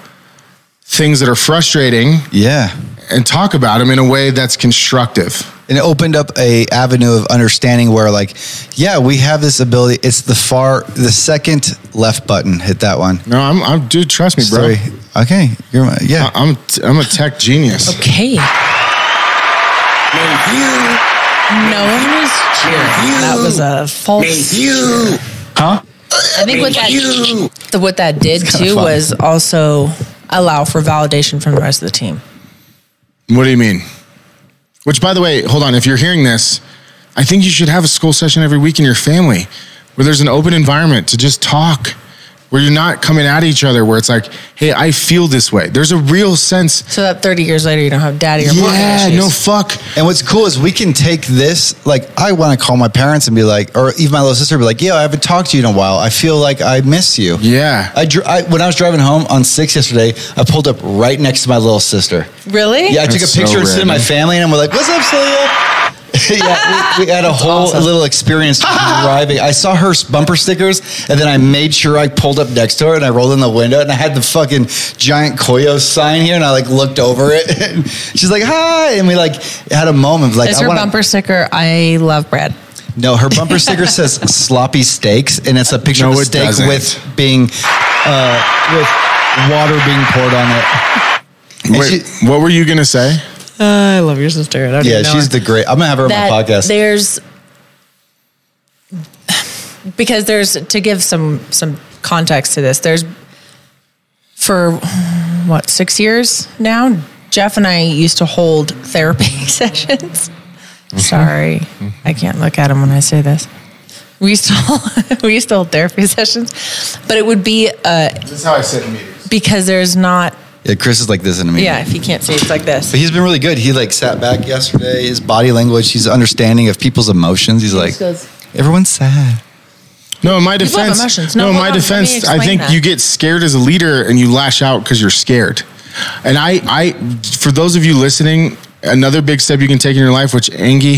S3: things that are frustrating
S1: Yeah.
S3: and talk about them in a way that's constructive.
S1: and it opened up a avenue of understanding where like yeah we have this ability it's the far the second left button hit that one
S3: No, I'm, I'm dude. Trust me, bro. Uh-uh.
S1: Sorry. okay you're my, yeah
S3: I- I'm, t- I'm a tech genius.
S2: Okay. No one was cheering. That was a false. Huh? I think what that the, what that did
S1: fun.
S2: too was also allow for validation from the rest of the team.
S3: What do you mean? Which, by the way, hold on. If you're hearing this, I think you should have a school session every week in your family where there's an open environment to just talk, where you're not coming at each other, where it's like, hey, I feel this way. There's a real sense.
S2: So that 30 years later, you don't have daddy or mommy
S3: Yeah,
S2: issues.
S3: no fuck.
S1: and what's cool is we can take this like i want to call my parents and be like or even my little sister be like yeah i haven't talked to you in a while i feel like i miss you
S3: Yeah.
S1: I, dr- I when i was driving home on six yesterday i pulled up right next to my little sister
S2: really?
S1: Yeah, I took a
S3: That's so
S1: picture and sent it to my
S3: random.
S1: family, and we're like, "What's up, Celia?" [laughs] yeah, we, we had a whole
S2: awesome.
S1: little
S3: [laughs]
S1: experience driving. I saw her bumper stickers, and then I made sure I pulled up next to her, and I rolled in the window, and I had the fucking giant Koyo sign here, and I like looked over it. [laughs] And she's like, "Hi," and we like had a moment of like,
S2: Is
S1: "I
S2: her
S1: want
S2: bumper sticker, I love bread.
S1: No, her
S2: [laughs]
S1: bumper sticker says "sloppy steaks," and it's a picture
S3: No,
S1: of a
S3: it
S1: steak
S3: doesn't.
S1: with being uh, with water being poured on it. And
S3: Wait,
S1: she-
S3: what were you gonna say?
S2: I love your sister. I don't
S1: yeah,
S2: even know
S1: she's
S2: her.
S1: the great. I'm gonna have her on my
S2: that
S1: podcast.
S2: There's because there's to give some some context to this. There's for what six years now. Jeff and I used to hold therapy [laughs] sessions. Sorry, I can't look at him when I say this. We used to hold, [laughs] we used to hold therapy sessions, but it would be uh,
S3: This is how I sit in meetings.
S2: because there's not.
S1: Yeah, Chris is like this in a meeting.
S2: Yeah, if you can't see, it's like this.
S1: But he's been really good. He like sat back yesterday. His body language, his understanding of people's emotions. He's like,
S2: goes-
S1: everyone's sad.
S3: No, in my
S2: People have
S3: defense.
S2: emotions.
S3: No,
S2: No,
S3: in
S2: hold
S3: my
S2: on, let me
S3: defense. I
S2: explain
S3: think
S2: that.
S3: you get scared as a leader and you lash out because you're scared. And I, I, for those of you listening, another big step you can take in your life, which Angie,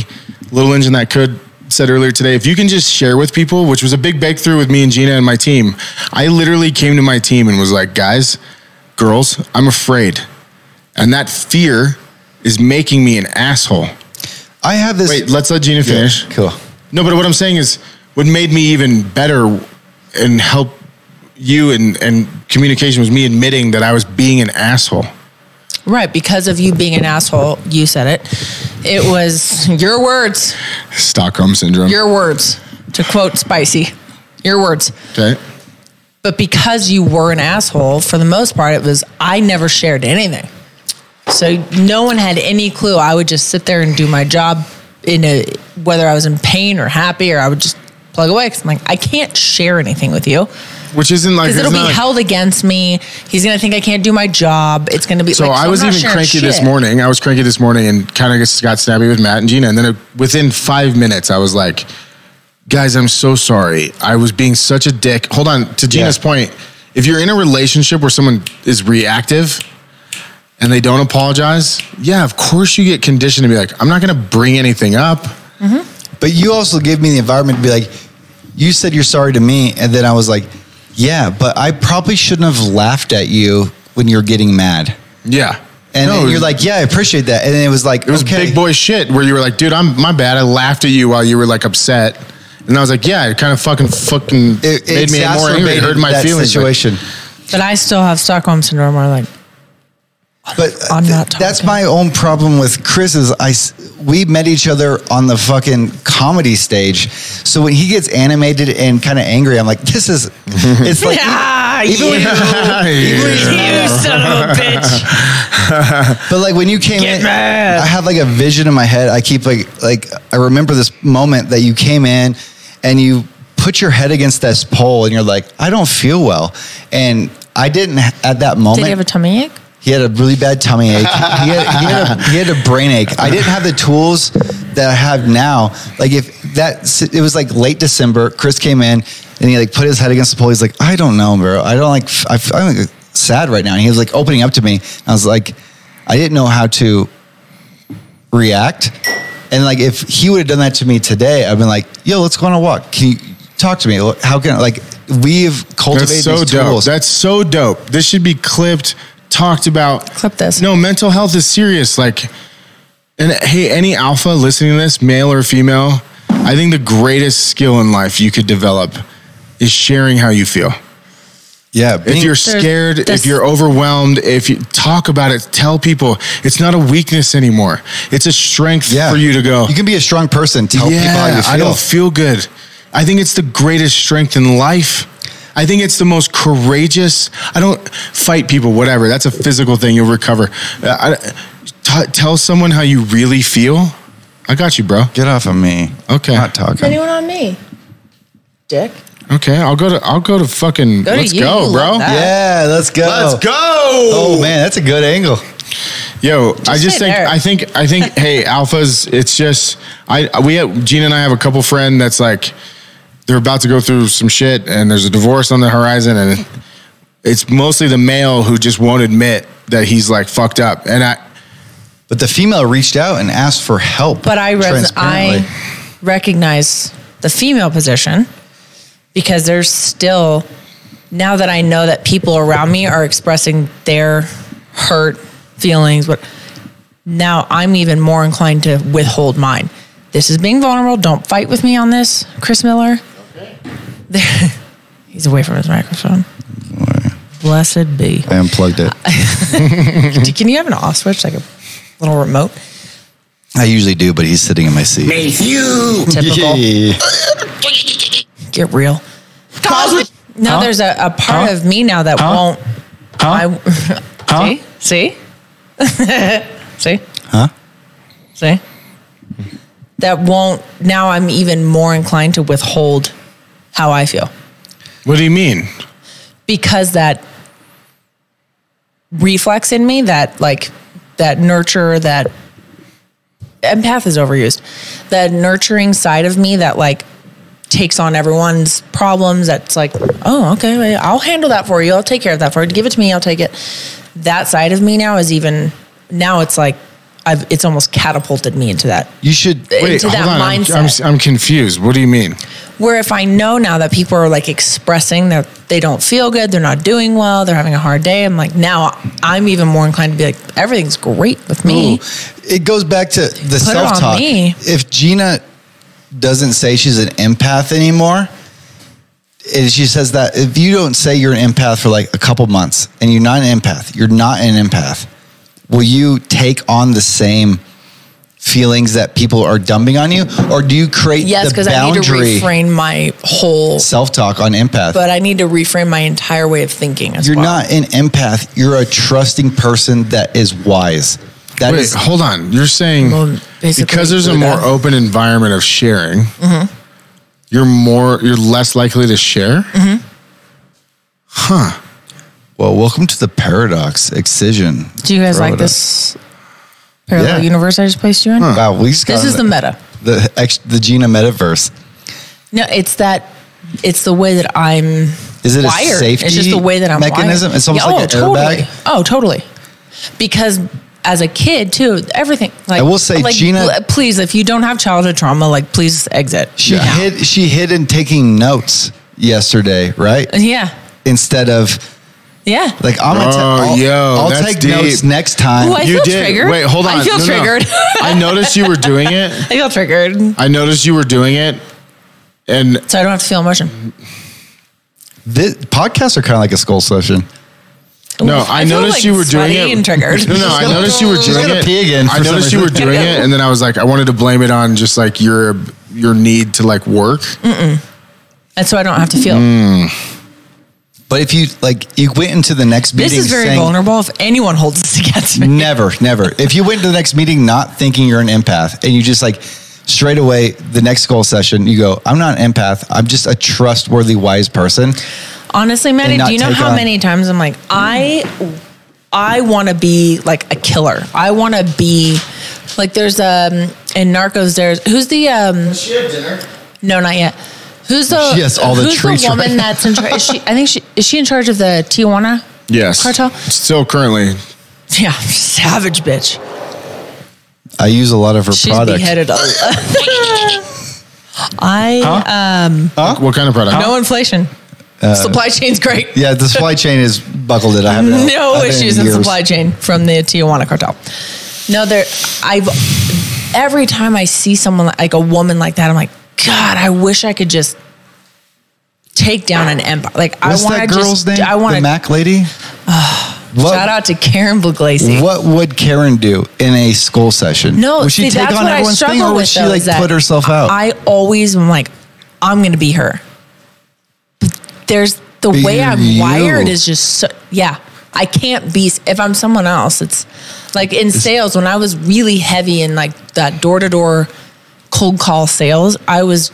S3: little engine that could, said earlier today, if you can just share with people, which was a big breakthrough with me and Gina and my team. I literally came to my team and was like, guys, girls, I'm afraid, and that fear is making me an asshole.
S1: I have this.
S3: Wait, let's let Gina
S1: Yeah,
S3: finish.
S1: Cool.
S3: No, but what I'm saying is what made me even better and help you and, and communication was me admitting that I was being an asshole.
S2: Right, because of you being an asshole, you said it. It was your words.
S3: Stockholm syndrome.
S2: Your words, to quote Spicy, your words.
S3: okay.
S2: But because you were an asshole, for the most part, it was I never shared anything. So no one had any clue. I would just sit there and do my job in a whether I was in pain or happy, or I would just plug away because I'm like I can't share anything with you
S3: Which isn't like
S2: because
S3: it's
S2: it'll be
S3: not like-
S2: held against me. He's gonna think I can't do my job. It's gonna be
S3: So
S2: like,
S3: I was
S2: I'm not
S3: even
S2: sharing
S3: cranky this
S2: shit.
S3: morning. I was cranky this morning and kind of just got snappy with Matt and Gina. And then uh, within five minutes, I was like, guys, I'm so sorry. I was being such a dick. Hold on to Gina's
S1: Yeah.
S3: point. If you're in a relationship where someone is reactive and they don't apologize, yeah, of course you get conditioned to be like, I'm not going to bring anything up.
S1: But you also gave me the environment to be like, you said you're sorry to me, and then I was like, yeah, but I probably shouldn't have laughed at you when you're getting mad.
S3: Yeah.
S1: And
S3: No, it
S1: you're
S3: was-
S1: like, yeah, I appreciate that. And it was like,
S3: It was
S1: okay.
S3: big boy shit where you were like, dude, I'm my bad. I laughed at you while you were like upset. And I was like, yeah, it kind of fucking fucking
S1: It, it
S3: made me more angry. It
S1: exacerbated
S3: hurt my
S1: that
S3: feelings. [laughs] but-
S1: situation.
S2: But I still have Stockholm syndrome. Where I'm like,
S1: But uh,
S2: I'm
S1: th-
S2: not
S1: That's
S2: talking.
S1: my own problem with Chris. Is I s- we met each other on the fucking comedy stage. So when he gets animated and kind of angry, I'm like,
S7: [laughs]
S1: this is, it's like, e-,
S2: Ah, you, [laughs] you
S1: [laughs]
S2: son of a bitch.
S1: But like when you came
S2: Get
S1: in,
S2: mad.
S1: I have like a vision in my head. I keep like like I remember this moment that you came in and you put your head against this pole and you're like, I don't feel well. And I didn't at that moment.
S7: Did you have a tummy ache?
S1: He had a really bad tummy ache. He had, he, had a,
S3: [laughs]
S1: he had a brain ache. I didn't have the tools that I have now. Like if that, it was like late December. Chris came in and he like put his head against the pole. He's like, I don't know, bro. I don't like. I, am like sad right now. And he was like opening up to me. I was like, I didn't know how to react. And like if he would have done that to me today, I've been like, Yo, let's go on a walk. Can you talk to me? How can I, like we've cultivated
S3: That's so
S1: these
S3: dope.
S1: tools?
S3: That's so dope. This should be clipped, talked about.
S7: Clip this.
S3: No, mental health is serious. Like, and hey, any alpha listening to this, male or female, I think the greatest skill in life you could develop is sharing how you feel.
S1: yeah.
S3: If
S1: being-
S3: you're scared,
S7: there's-
S3: if you're overwhelmed, if you talk about it, tell people it's not a weakness anymore. It's a strength for you to go.
S1: You can be a strong person. Tell
S3: yeah,
S1: people how you feel.
S3: I don't feel good. I think it's the greatest strength in life. I think it's the most courageous. I don't fight people, whatever. That's a physical thing. You'll recover. Uh, I, t- tell someone how you really feel. I got you, bro.
S1: Get off of me.
S3: Okay.
S1: Not talking.
S7: Anyone on me? Dick.
S3: Okay, I'll go to. I'll go to fucking.
S2: Go to
S3: let's
S2: you. You
S3: go,
S2: love
S3: bro.
S2: that.
S1: yeah, let's go.
S3: Let's go.
S1: Oh man, that's a good angle.
S3: Yo, I just
S2: stay
S3: think
S2: there.
S3: I think I think
S2: [laughs]
S3: hey, alphas, it's just I we have Gina and I have a couple friend that's like they're about to go through some shit and there's a divorce on the horizon and it's mostly the male who just won't admit that he's like fucked up. And I
S1: But the female reached out and asked for help.
S2: But I res-
S1: transparently.
S2: I recognize the female position because there's still now that I know that people around me are expressing their hurt feelings, but now I'm even more inclined to withhold mine. This is being vulnerable. Don't fight with me on this, Chris Miller. [laughs] He's away from his microphone. Blessed be.
S1: I unplugged
S2: [laughs]
S1: it.
S2: Do- Can you have an off switch, like a little
S1: [laughs]
S2: remote?
S1: I usually do, but he's sitting in my seat.
S2: Typical.
S1: [laughs] Yeah.
S2: get real. Now
S3: Huh?
S2: there's a, a part
S3: Huh?
S2: of me now that
S3: Huh?
S2: won't.
S3: huh?
S2: I
S3: Huh?
S2: see, [laughs] see, see,
S1: Huh?
S2: see. That won't. Now I'm even more inclined to withhold how I feel
S3: what do you mean?
S2: because that reflex in me, that like that nurture, that empath is overused. That nurturing side of me that like takes on everyone's problems. That's like, oh, okay, wait, I'll handle that for you. I'll take care of that for you. Give it to me. I'll take it. That side of me now is even now. It's like I've. It's almost catapulted me into that.
S1: You should
S2: Into that
S3: I'm-
S2: mindset.
S3: I'm, s- I'm confused. What do you mean?
S2: Where if I know now that people are like expressing that they don't feel good, they're not doing well, they're having a hard day, I'm like, now I'm even more inclined to be like, everything's great with me.
S1: Ooh, It goes back to the
S2: Put it on
S1: self talk.
S2: me.
S1: If Gina doesn't say she's an empath anymore, and she says that if you don't say you're an empath for like a couple months and you're not an empath, you're not an empath, will you take on the same feelings that people are dumping on you? Or do you create
S2: Yes,
S1: the
S2: because I need to
S1: boundary
S2: refrain my whole,
S1: self talk on empath?
S2: but I need to reframe my entire way of thinking as
S1: you're
S2: well.
S1: not an empath, you're a trusting person that is wise. That
S3: Wait,
S1: is
S3: hold on. You're saying
S2: Well, basically,
S3: because there's a
S2: Buddha.
S3: more open environment of sharing,
S2: Mm-hmm.
S3: you're more you're less likely to share.
S2: Mm-hmm.
S3: Huh?
S1: Well, welcome to the paradox excision.
S2: Do you guys
S1: Throw it
S2: like
S1: up.
S2: this parallel
S1: Yeah.
S2: universe I just placed you in?
S1: Wow, we just
S2: This
S1: got
S2: is the meta.
S1: the ex, the Gina metaverse.
S2: No, it's that. It's the way that I'm.
S1: Is it a
S2: wired.
S1: safety
S2: It's just the way that I'm
S1: mechanism?
S2: Wired.
S1: It's almost like an
S2: oh,
S1: airbag?
S2: Totally. Oh, totally. Because as a kid too, everything. Like,
S1: I will say,
S2: like,
S1: Gina-
S2: pl- Please, if you don't have childhood trauma, like please exit.
S1: She
S2: now.
S1: hid she hid in taking notes yesterday, right?
S2: Yeah.
S1: Instead of
S2: Yeah.
S1: like I'm gonna
S3: Oh,
S1: ta- I'll,
S3: yo,
S1: I'll
S3: that's
S1: take
S3: deep.
S1: notes next time.
S2: Ooh, I feel triggered.
S3: Wait, hold
S2: I
S3: on.
S2: feel triggered. [laughs]
S3: I noticed you were doing it.
S2: I feel triggered,
S3: I noticed you were doing it, and
S2: so I don't have to feel emotion.
S1: This, podcasts are kind of like a skull session.
S3: no,
S2: Oof,
S3: I,
S2: feel,
S3: noticed
S2: like,
S3: you were doing
S2: sweaty
S3: it.
S2: And triggered.
S3: [laughs] No, no,
S2: [laughs]
S3: I
S1: gonna-
S3: noticed you were
S1: she's
S3: doing
S1: gonna
S3: it.
S1: pee again
S3: I
S1: for some
S3: noticed you were
S1: reason.
S3: doing it, and then I was like, I wanted to blame it on just like your your need to like work.
S2: Mm. And so I don't have to feel.
S1: Mm. But if you like, you went into the next meeting.
S2: this is very
S1: saying-
S2: vulnerable if anyone holds this [laughs] against me.
S1: Never, never. If you went to the next meeting not thinking you're an empath and you just like straight away the next goal session, you go, I'm not an empath. I'm just a trustworthy, wise person.
S2: Honestly,
S1: And
S2: Maddie,
S1: not
S2: do you know
S1: take
S2: how
S1: on-
S2: many times I'm like, I, I want to be like a killer. I want to be like there's um in Narcos there's who's the um no not yet who's the
S1: She has all the
S2: who's
S1: treats
S2: the woman
S1: right [laughs]
S2: that's in charge? She I think she is she in charge of the Tijuana
S3: Yes.
S2: cartel.
S3: Still currently.
S2: [laughs] Yeah, savage bitch.
S1: I use a lot of her
S2: She's
S1: product.
S2: beheaded. all- [laughs] I um
S3: What kind of product?
S2: no inflation.
S1: Uh,
S2: supply chain's great.
S1: Yeah, the supply chain is buckled it. I have
S2: no issues in supply chain from the Tijuana cartel. No, there. I've every time I see someone like- like a woman like that, I'm like, God, I wish I could just take down an empire. Like
S1: What's
S2: I want
S1: that girl's
S2: just,
S1: name?
S2: I want
S1: the
S2: to
S1: Mac lady. what,
S2: [sighs] shout out to Karen Buglisi.
S1: What would Karen do in a school session?
S2: No,
S1: would she
S2: see,
S1: take
S2: that's
S1: on
S2: what I
S1: everyone's
S2: struggle
S1: thing, or
S2: with.
S1: would she
S2: though,
S1: like
S2: is that
S1: put herself out?
S2: I always am like, I'm going to be her. But there's the
S1: Be
S2: way I'm
S1: you.
S2: wired is just so, yeah. I can't be if I'm someone else. It's like in sales when I was really heavy in like that door to door cold call sales. I was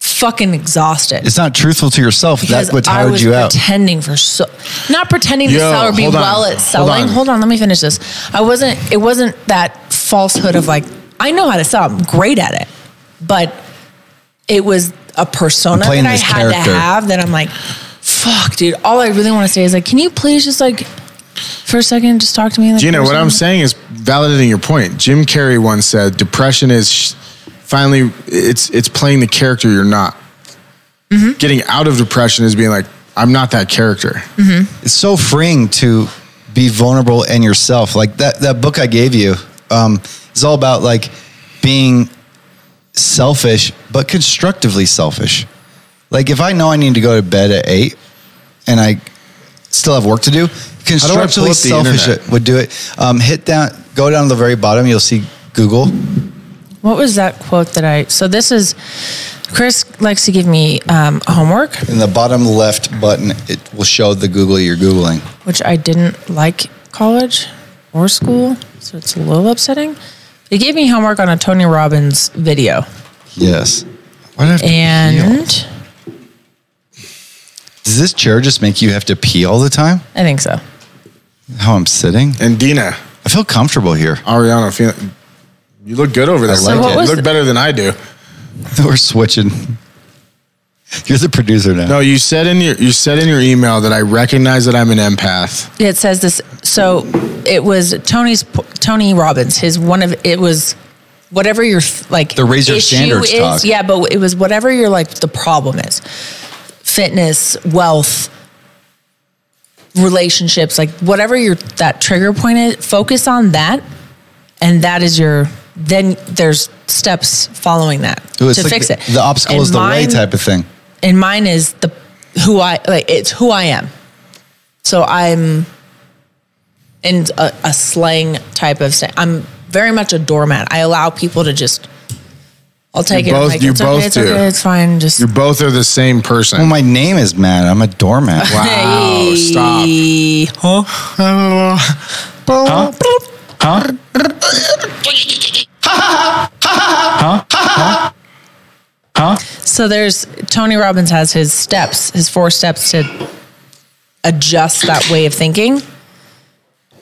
S2: fucking exhausted.
S1: it's not truthful to yourself. That's
S2: Because
S1: what
S2: I
S1: tired
S2: was
S1: you out.
S2: pretending for so not pretending
S3: Yo,
S2: to sell or be
S3: hold on.
S2: well at
S3: Hold
S2: selling. Hold
S3: on.
S2: on. let me finish this. I wasn't it wasn't that falsehood of like, I know how to sell, I'm great at it. But it was a persona
S1: I'm playing
S2: that I
S1: this
S2: had
S1: character.
S2: to have that I'm like, fuck, dude, all I really want to say is like, can you please just like for a second just talk to me like
S3: Gina, what
S2: person?"
S3: I'm saying is validating your point. Jim Carrey once said, "Depression is sh- finally it's it's playing the character you're not."
S2: Mm-hmm.
S3: Getting out of depression is being like, "I'm not that character."
S2: Mm-hmm.
S1: it's so freeing to be vulnerable and yourself. Like that that book I gave you um, is all about like being selfish but constructively selfish. Like if I know I need to go to bed at eight and I still have work to do,
S3: pull up
S1: constructively
S3: the
S1: selfish
S3: internet?
S1: would do it. Um, hit down, go down to the very bottom. You'll see Google.
S2: What was that quote that I so this is Chris likes to give me um, homework.
S1: In the bottom left button, it will show the Google you're googling.
S2: which I didn't like college or school, so it's a little upsetting. They gave me homework on a Tony Robbins video,
S1: Yes.
S2: and
S1: Does this chair just make you have to pee all the time?
S2: I think so.
S1: How I'm sitting?
S3: And Dina,
S1: I feel comfortable
S3: [laughs]
S1: here.
S3: Ariana, feel- you look good over there.
S1: I like
S3: Lincoln.
S1: it.
S3: you
S2: was
S3: look
S2: the-
S3: better than I do.
S1: We're switching. You're the producer now.
S3: No, you said in your you said in your email that I recognize that I'm an empath.
S2: It says this. So it was Tony's Tony Robbins. His one of it was whatever your like
S1: The raise your
S2: issue
S1: standards
S2: is.
S1: talk.
S2: Yeah, but it was whatever your like the problem is, fitness, wealth, relationships, like whatever your that trigger point is. Focus on that, and that is your. Then there's steps following that
S1: Ooh, it's
S2: to
S1: like
S2: fix
S1: the,
S2: it.
S1: The obstacle
S2: And
S1: is the way
S2: mine-
S1: type of thing.
S2: and mine is the who I like. It's who I am. So I'm in a, a slang type of. sta- I'm very much a doormat. I allow people to just. I'll take
S3: You
S2: it. I'm
S3: both-
S2: like,
S3: you
S2: it's
S3: both
S2: okay, it's
S3: do.
S2: okay. It's fine. Just
S3: You both are the same person.
S2: Oh
S1: Well, my name is Matt. I'm a doormat. Wow.
S2: [laughs]
S3: wow! Stop.
S2: Huh?
S3: Huh?
S2: So there's Tony Robbins has his steps, his four steps to adjust that way of thinking.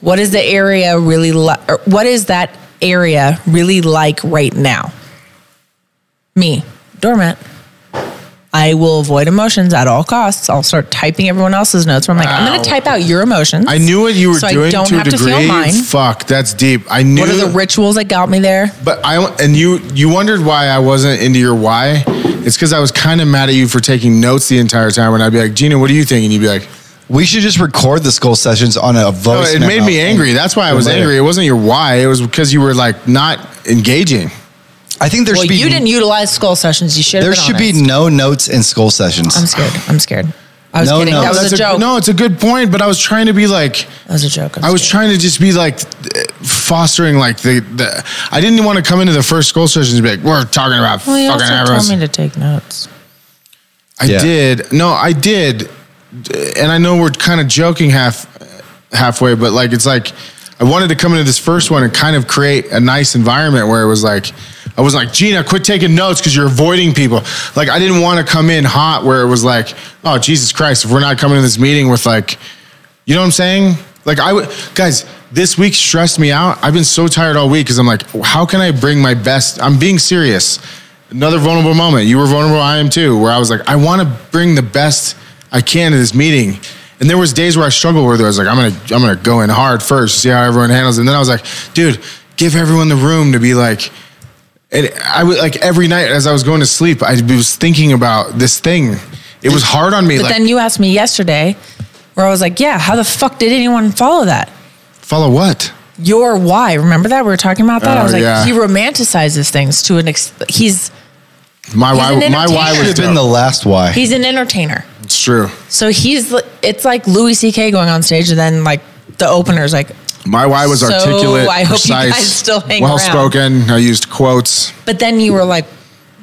S2: What is the area really li- or what is that area really like right now? Me, doormat. I will avoid emotions at all costs. I'll start typing everyone else's notes. Where I'm like, I'm going
S3: Wow.
S2: to type out your emotions.
S3: I knew what you were
S2: so
S3: doing
S2: I don't
S3: to
S2: have
S3: a degree.
S2: to feel mine.
S3: Fuck, that's deep. I knew.
S2: What are the rituals that got me there?
S3: But I and you you wondered why I wasn't into your why. It's because I was kind of mad at you for taking notes the entire time, and I'd be like, Gina, what do you think? And you'd be like,
S1: We should just record the school sessions on a
S3: No,
S1: voice.
S3: it made
S1: memo.
S3: me angry. That's why I
S1: And
S3: was
S1: later.
S3: angry. It wasn't your why. It was because you were like not engaging.
S1: I think there
S2: Well,
S1: should be
S2: you didn't utilize skull sessions. You should.
S1: there should be no notes in school sessions.
S2: I'm scared. I'm scared. I was
S1: No,
S2: kidding.
S1: no.
S2: that was
S3: That's
S2: a joke.
S3: No, it's a good point, but I was trying to be like,
S2: That was a joke. I'm
S3: I was
S2: sorry.
S3: trying to just be like eh, fostering like the, the I didn't want to come into the first goal sessions and be like, we're talking about
S2: Well, you
S3: fucking
S2: also
S3: arrows.
S2: told me to take notes.
S3: I
S1: Yeah.
S3: did. No, I did. And I know we're kind of joking half halfway, but like it's like I wanted to come into this first one and kind of create a nice environment where it was like I was like, Gina, quit taking notes because you're avoiding people. Like I didn't want to come in hot where it was like, oh Jesus Christ, if we're not coming to this meeting with like, you know what I'm saying? Like I would, guys. This week stressed me out. I've been so tired all week because I'm like, how can I bring my best? I'm being serious. Another vulnerable moment. You were vulnerable. I am too. Where I was like, I want to bring the best I can to this meeting. And there was days where I struggled where I was like, I'm gonna, I'm gonna go in hard first, see how everyone handles. It. And then I was like, dude, give everyone the room to be like, and I would like every night as I was going to sleep, I was thinking about this thing. It was hard on me.
S2: But
S3: like,
S2: then you asked me yesterday, where I was like, "Yeah, how the fuck did anyone follow that?
S3: follow what?
S2: Your why? Remember that we were talking about that? I
S3: Oh,
S2: was like,
S3: yeah.
S2: he romanticizes things to an ex- he's
S3: My why?
S7: an
S3: My why
S7: entertainer.
S1: Should
S3: was
S1: have been the
S3: dope.
S1: last why.
S2: he's an entertainer.
S3: It's true.
S2: So he's li- it's like Louis C.K. going on stage, and then like the opener's like,
S3: My why was
S2: So,
S3: articulate,
S2: I hope you
S3: precise,
S2: guys still hang around.
S3: well spoken. I used quotes.
S2: but then you were like,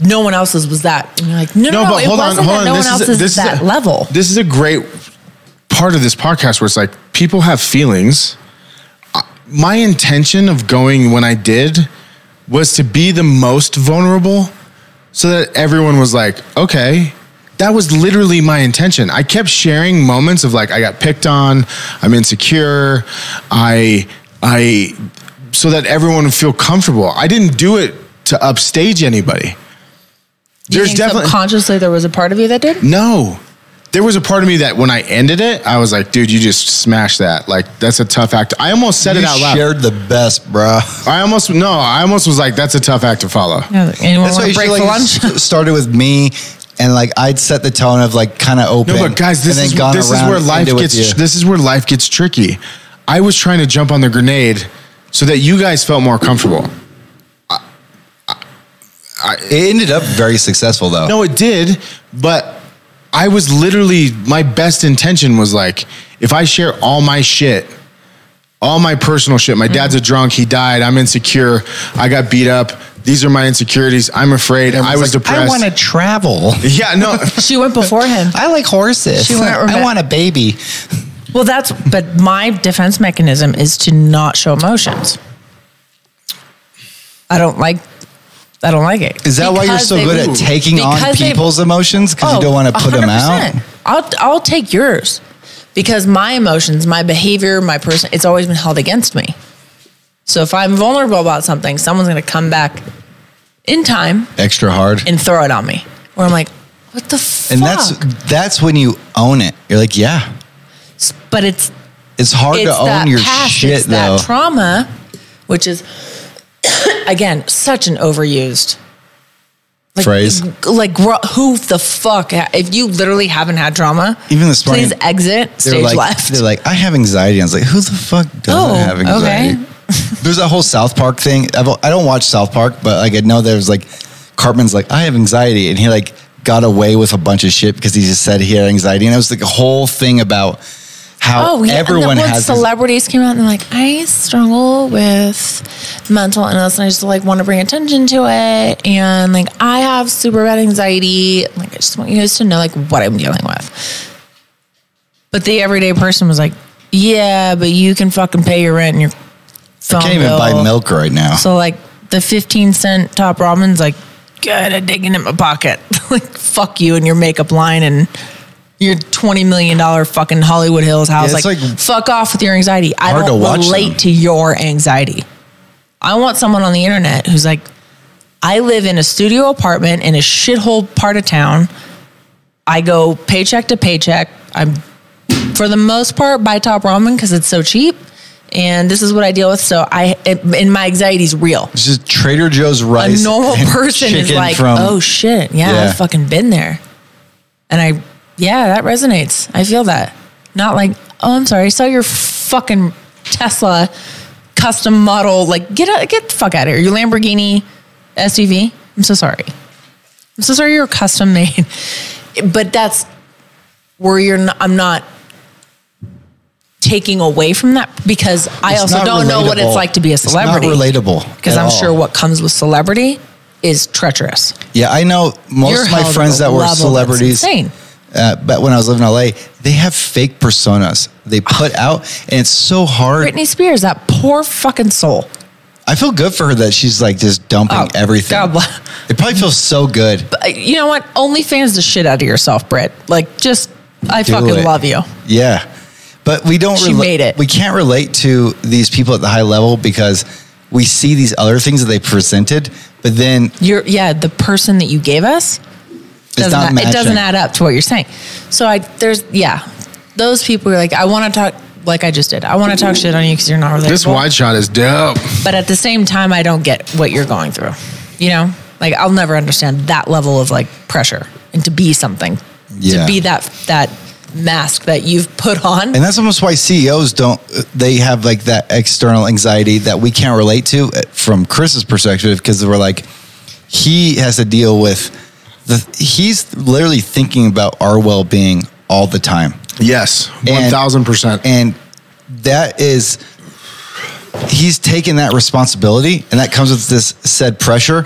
S2: no one else's was that, and you're like, no, no, no, it wasn't that no
S3: This
S2: one
S3: is a-
S2: else's
S3: this
S2: is
S3: is
S2: that
S3: a-
S2: level.
S3: This is a great part of this podcast where it's like people have feelings. I- My intention of going when I did was to be the most vulnerable so that everyone was like, okay. That was literally my intention. I kept sharing moments of like I got picked on, I'm insecure, I I so that everyone would feel comfortable. I didn't do it to upstage anybody.
S2: Do you think subconsciously there was a part of you that did.
S3: No. There was a part of me that when I ended it, I was like, dude, you just smashed that. Like, that's a tough act. I almost said
S1: you
S3: it out loud.
S1: shared the best, bruh.
S3: I almost, no, I almost was like, that's a tough act to follow.
S2: Yeah, like, anyone
S1: That's why
S2: want
S1: you
S2: to break
S1: should, like,
S2: for
S1: [laughs]
S2: lunch?
S1: st- started with me, and like I'd set the tone of like kind of open.
S3: No, but guys, this
S1: and
S3: is
S1: then gone
S3: this is
S1: around
S3: where
S1: and
S3: life
S1: ended with
S3: gets
S1: you.
S3: this is where life gets tricky. I was trying to jump on the grenade so that you guys felt more comfortable.
S1: It ended up very successful though.
S3: No, it did, but I was literally my best intention was like if I share all my shit, all my personal shit. My dad's
S1: Mm-hmm.
S3: a drunk. He died. I'm insecure. I got beat up. These are my insecurities. I'm afraid. I was depressed.
S1: travel.
S3: [laughs] yeah, no.
S1: [laughs]
S2: she went before him.
S1: I like horses.
S2: She went
S1: I
S2: rebe-
S1: want a baby.
S2: Well, that's but my defense mechanism is to not show emotions. I don't like. I don't like it.
S1: Is that why you're
S2: Because
S1: so
S2: they-
S1: good at
S2: Ooh.
S1: taking on
S2: Because they-
S1: people's emotions because you
S2: Oh,
S1: don't want to put them out?
S2: 100%. I'll I'll take yours because my emotions, my behavior, my person, it's always been held against me. So if I'm vulnerable about something, someone's going to come back in time
S1: Extra hard.
S2: and throw it on me. Where I'm like, what the fuck?
S1: And that's that's when you own it. You're like, yeah,
S2: but it's
S1: it's hard to
S2: it's
S1: own
S2: that
S1: your
S2: past,
S1: shit
S2: it's
S1: though.
S2: that trauma, which is [clears throat] again such an overused like,
S1: Phrase.
S2: g- Like gro- who the fuck? ha- If you literally haven't had trauma,
S1: Even this morning,
S2: please exit
S1: They're
S2: stage
S1: like,
S2: left.
S1: They're like, I have anxiety. I was like, who the fuck doesn't
S2: Oh,
S1: have anxiety?
S2: okay.
S1: there's that whole South Park thing. I've, I don't watch South Park, but like I know there's like Cartman's like, I have anxiety, and he like got away with a bunch of shit because he just said he had anxiety, and it was like a whole thing about
S2: Oh,
S1: how
S7: Oh, yeah, and then
S1: everyone
S7: when
S1: has. this-
S7: celebrities came out and like I struggle with mental illness and I just like want to bring attention to it and like I have super bad anxiety like I just want you guys to know like what I'm dealing with
S2: but the everyday person was like, yeah, but you can fucking pay your rent and your phone
S1: I can't even
S2: bill.
S1: buy milk right now.
S2: So like the 15 cent top ramen's like, good, I'm digging in my pocket. [laughs] like fuck you and your makeup line and your $20 million fucking Hollywood Hills house.
S1: Yeah, it's
S2: like,
S1: like
S2: fuck off with your anxiety. I
S1: hard to
S2: don't
S1: watch
S2: relate
S1: them.
S2: to your anxiety. I want someone on the internet who's like, I live in a studio apartment in a shithole part of town. I go paycheck to paycheck. I'm, for the most part, buy top ramen because it's so cheap. And this is what I deal with. So I, it, and my anxiety is real.
S1: it's just Trader Joe's
S2: A
S1: rice.
S2: normal
S1: and [laughs]
S2: person is
S1: chicken
S2: like,
S1: from-
S2: oh shit, yeah,
S1: Yeah.
S2: I've fucking been there. And I, yeah, that resonates. I feel that. Not like, oh, I'm sorry, I saw your fucking Tesla custom model. Like, get out, get the fuck out of here. Your Lamborghini SUV. [laughs] I'm so sorry. I'm so sorry you're custom made. But that's
S7: where you're not, I'm not taking away from that because I
S1: It's
S7: also
S1: not
S7: don't know what
S1: relatable.
S7: it's like to be a
S1: It's not
S7: celebrity.
S1: relatable
S2: because
S1: at
S2: I'm
S1: all.
S2: sure what comes with celebrity is treacherous.
S1: Yeah, I know most
S2: You're
S1: of my
S2: held
S1: friends
S2: at a
S1: that were
S2: level that's
S1: celebrities.
S2: insane.
S1: Uh, but when I was living in LA, they have fake personas they
S2: Ah.
S1: put out, and it's so hard.
S7: Britney Spears, that poor fucking soul.
S1: I feel good for her that she's like just dumping
S2: Oh,
S1: everything.
S2: God bless.
S1: It probably feels so
S2: [laughs]
S1: good.
S2: Uh, You know what? Only fans the shit out of yourself, Britt. Like, just I
S1: Do
S2: fucking
S1: it.
S2: love you.
S1: Yeah, but we don't.
S2: She made it.
S1: We can't relate to these people at the high level because we see these other things that they presented, but then
S2: You're yeah, the person that you gave us
S1: it's
S2: doesn't
S1: not
S2: add-
S1: matching.
S2: it doesn't add up to what you're saying. So I there's yeah, those people are like I want to talk like I just did. I want to talk shit on you because you're not relatable.
S3: This wide shot is dope.
S2: but at the same time, I don't get what you're going through. You know, like I'll never understand that level of like pressure and to be something,
S1: Yeah.
S2: to be that that mask that you've put on.
S1: And that's almost why CEOs don't, they have like that external anxiety that we can't relate to uh, from Chris's perspective because we're like, he has to deal with the, he's literally thinking about our well being all the time.
S3: Yes, one
S1: And-
S3: thousand percent.
S1: And that is, he's taking that responsibility and that comes with this said pressure.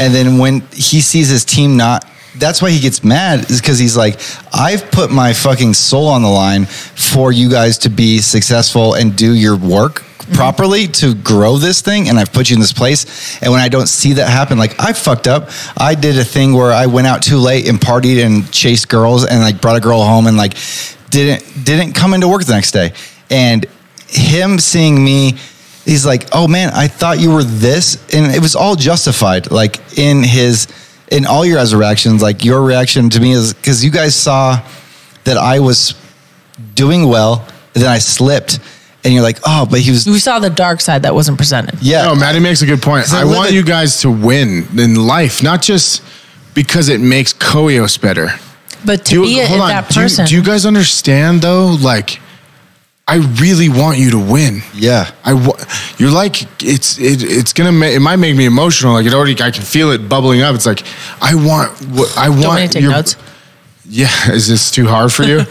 S1: And then when he sees his team not, that's why he gets mad is because he's like, I've put my fucking soul on the line for you guys to be successful and do your work properly to grow this thing and I've put you in this place and when I don't see that happen like I fucked up I did a thing where I went out too late and partied and chased girls and like brought a girl home and like didn't didn't come into work the next day and him seeing me he's like oh man i thought you were this and it was all justified like in his in all your guys' reactions like your reaction to me is because you guys saw that i was doing well and then i slipped and you're like oh but he was
S2: we saw the dark side that wasn't presented.
S1: [laughs] yeah
S3: No, Maddie makes a good point.
S1: 'Cause I
S3: I
S1: live
S3: want
S1: it-
S3: you guys to win in life, not just because it makes Koios better.
S2: But to
S3: Do
S2: be
S3: you,
S2: a,
S3: hold on.
S2: that
S3: Do you-
S2: person,
S3: do you guys understand though? Like, I really want you to win.
S1: yeah
S3: I wa- you're like it's it, it's gonna ma- it might make me emotional like it already I can feel it bubbling up it's like I want what I
S2: don't
S3: want
S2: want to take
S3: your-
S2: notes.
S3: yeah [laughs] is this too hard for
S2: [laughs]
S3: you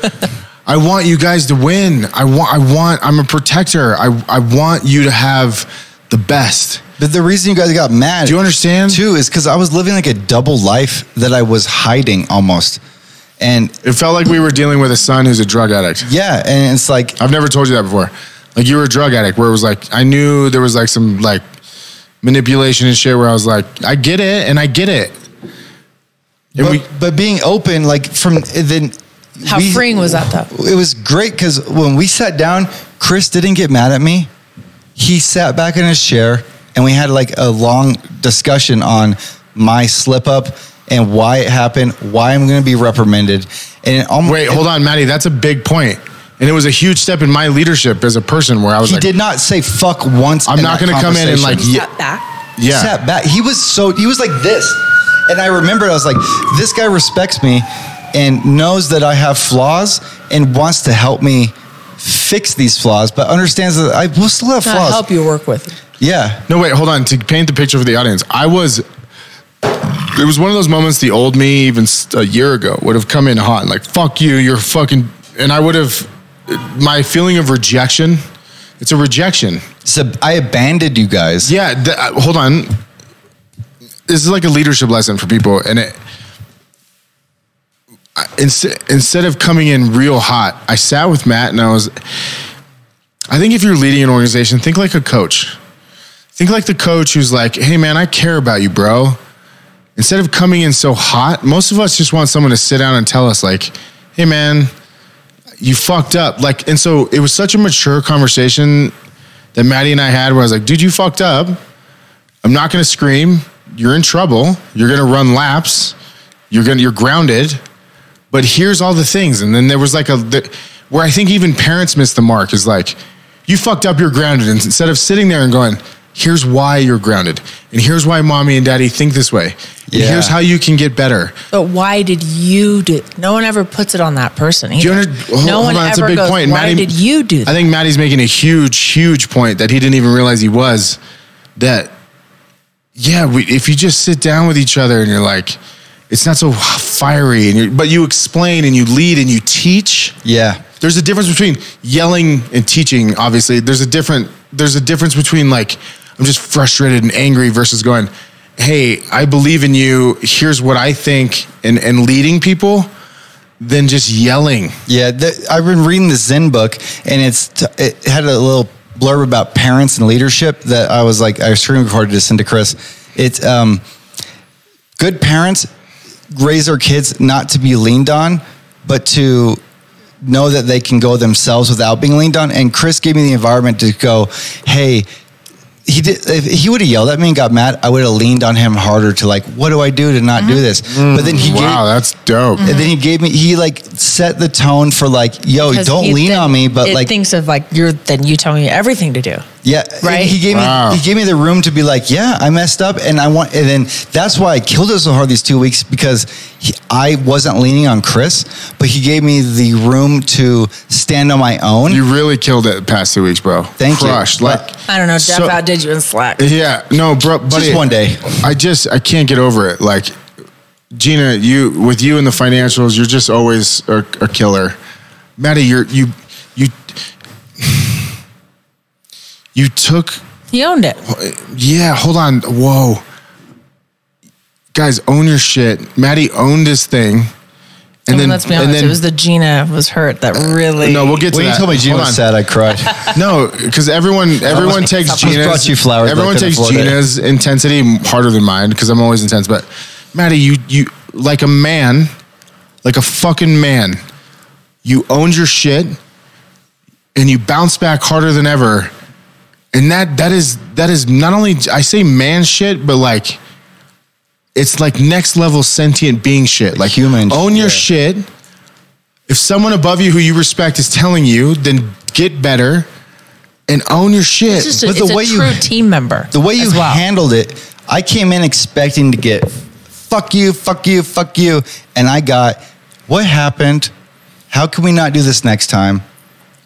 S3: I want you guys to win I want I want I'm a protector I I want you to have the best
S1: But the reason you guys got mad,
S3: Do you understand?
S1: Too is because I was living like a double life that I was hiding almost, and
S3: it felt like we were dealing with a son who's a drug addict
S1: yeah, and it's like
S3: I've never told you that before. Like you were a drug addict, where it was like I knew there was like some like manipulation and shit. Where I was like, I get it, and I get it. And
S1: but,
S3: we,
S1: but being open, like from then,
S2: How
S1: we-
S2: freeing was that though?
S1: It was great because when we sat down, Chris didn't get mad at me. He sat back in his chair, and we had like a long discussion on my slip up and why it happened, why I'm going to be reprimanded, and it almost
S3: wait, hold on, Maddie, that's a big point, and it was a huge step in my leadership as a person. Where I was
S1: He
S3: like,
S1: did not say fuck once.
S3: I'm
S1: in
S3: not
S1: that
S3: gonna come in and, like,
S1: conversation.
S3: Yeah.
S2: Not that.
S3: yeah,
S1: sat back. He was so he was like this, and I remember I was like, this guy respects me and knows that I have flaws and wants to help me fix these flaws, but understands that I will still have
S2: Not
S1: flaws.
S2: help you work with.
S1: Yeah,
S3: No, wait, hold on. To paint the picture for the audience, I was. It was one of those moments the old me, even s- a year ago, would have come in hot and like, fuck you, you're fucking. And I would have. My feeling of rejection, it's a rejection.
S1: so I abandoned you guys.
S3: Yeah, th- uh, hold on. This is like a leadership lesson for people, and it. I- Instead, instead of coming in real hot, I sat with Matt and I was. I think if you're leading an organization, think like a coach. Think like the coach who's like, "Hey, man, I care about you, bro." Instead of coming in so hot, most of us just want someone to sit down and tell us, like, "Hey, man, you fucked up." Like, and so it was such a mature conversation that Maddie and I had where I was like, dude, you fucked up. I'm not gonna scream. You're in trouble. You're gonna run laps. You're gonna you're grounded. But here's all the things. And then there was like a the, where I think even parents miss the mark is like, you fucked up, you're grounded. And instead of sitting there and going, here's why you're grounded, and here's why mommy and daddy think this way. And
S1: Yeah.
S3: here's how you can get better.
S2: But why did you do? No one ever puts it on that person.
S3: Do you
S2: either.
S3: under, hold-
S2: no
S3: hold
S2: one
S3: on, that's
S2: ever
S3: a big
S2: goes.
S3: point.
S2: Why
S3: Maddie-
S2: did you do? That?
S3: I think Maddie's making a huge, huge point that he didn't even realize he was. That, yeah, we, if you just sit down with each other and you're like, it's not so fiery, and you but you explain and you lead and you teach.
S1: Yeah.
S3: There's a difference between yelling and teaching. Obviously, there's a different there's a difference between like I'm just frustrated and angry versus going, "Hey, I believe in you. Here's what I think," and and leading people than just yelling.
S1: Yeah, the, I've been reading the Zen book, and it's t- it had a little blurb about parents and leadership that I was like, I screen recorded to send to Chris. It's um, good parents raise their kids not to be leaned on, but to know that they can go themselves without being leaned on. And Chris gave me the environment to go, hey. He did. If he would have yelled at me and got mad, I would have leaned on him harder to like, what do I do to not do this? But then he gave,
S3: Wow, that's dope.
S1: and then he gave me he like set the tone for like yo
S2: Because
S1: don't
S2: he
S1: lean
S2: thi-
S1: on me but
S2: it
S1: like
S2: thinks of like you're then you telling me everything to do.
S1: yeah
S2: Right.
S1: he gave
S3: Wow.
S1: me he gave me the room to be like yeah I messed up and I want and then that's why I killed it so hard these two weeks because he, I wasn't leaning on Chris but he gave me the room to stand on my own
S3: You really killed it the past two weeks, bro.
S1: Thank you.
S3: Crushed. Like
S2: I don't know. Jeff
S3: So-
S2: outdid you in Slack.
S1: Eh.
S3: Yeah, no, bro, buddy.
S1: one day.
S3: I just I can't get over it. Like Gina, you with you and the financials, you're just always a, a killer. Maddie, you're you you [sighs] you took
S2: He owned it.
S3: yeah. Hold on, whoa, guys, own your shit. Maddie owned his thing, and
S7: I mean,
S3: then
S7: let's be
S3: and
S7: honest.
S3: then-
S7: it was the Gina was hurt that really.
S3: no, we'll get to
S1: when
S3: that.
S1: you told me Gina
S3: Hold
S1: was sad
S3: on.
S1: I cried
S3: No, because everyone everyone takes
S1: Just brought
S3: Gina's.
S1: you flowers,
S3: everyone
S1: like, on the
S3: takes
S1: floor there.
S3: Gina's intensity harder than mine because I'm always intense. But Maddie, you you like a man, like a fucking man. You owned your shit, and you bounce back harder than ever. And that that is that is not only I say man shit, but like it's like next level sentient being shit. Like
S1: human
S3: own your
S1: yeah.
S3: shit. If someone above you who you respect is telling you, then get better and own your shit.
S7: it's just a,
S1: But the
S7: it's a
S1: way you-
S7: true team member.
S1: [laughs] the way you
S7: as well. [laughs]
S1: handled it I came in expecting to get fuck you fuck you fuck you and I got what happened how can we not do this next time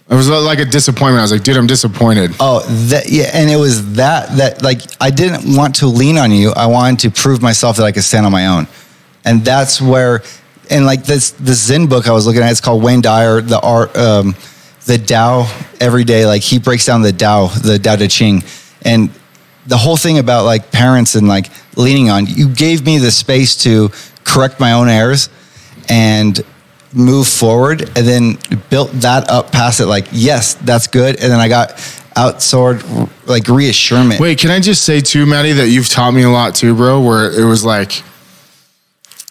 S3: it was like a disappointment. I was like, dude, I'm disappointed.
S1: Oh, that yeah, and it was that that like I didn't want to lean on you. I wanted to prove myself that I could stand on my own, and that's where, and like this the Zen book I was looking at. It's called Wayne Dyer, the art, um, the Tao every day. Like he breaks down the Tao, the Tao Te Ching, and the whole thing about like parents and like leaning on. You gave me the space to correct my own errors, and move forward and then built that up past it like yes that's good and then i got outsourced like reassurance
S3: Wait, can I just say too, Maddie, that you've taught me a lot too, bro, where it was like,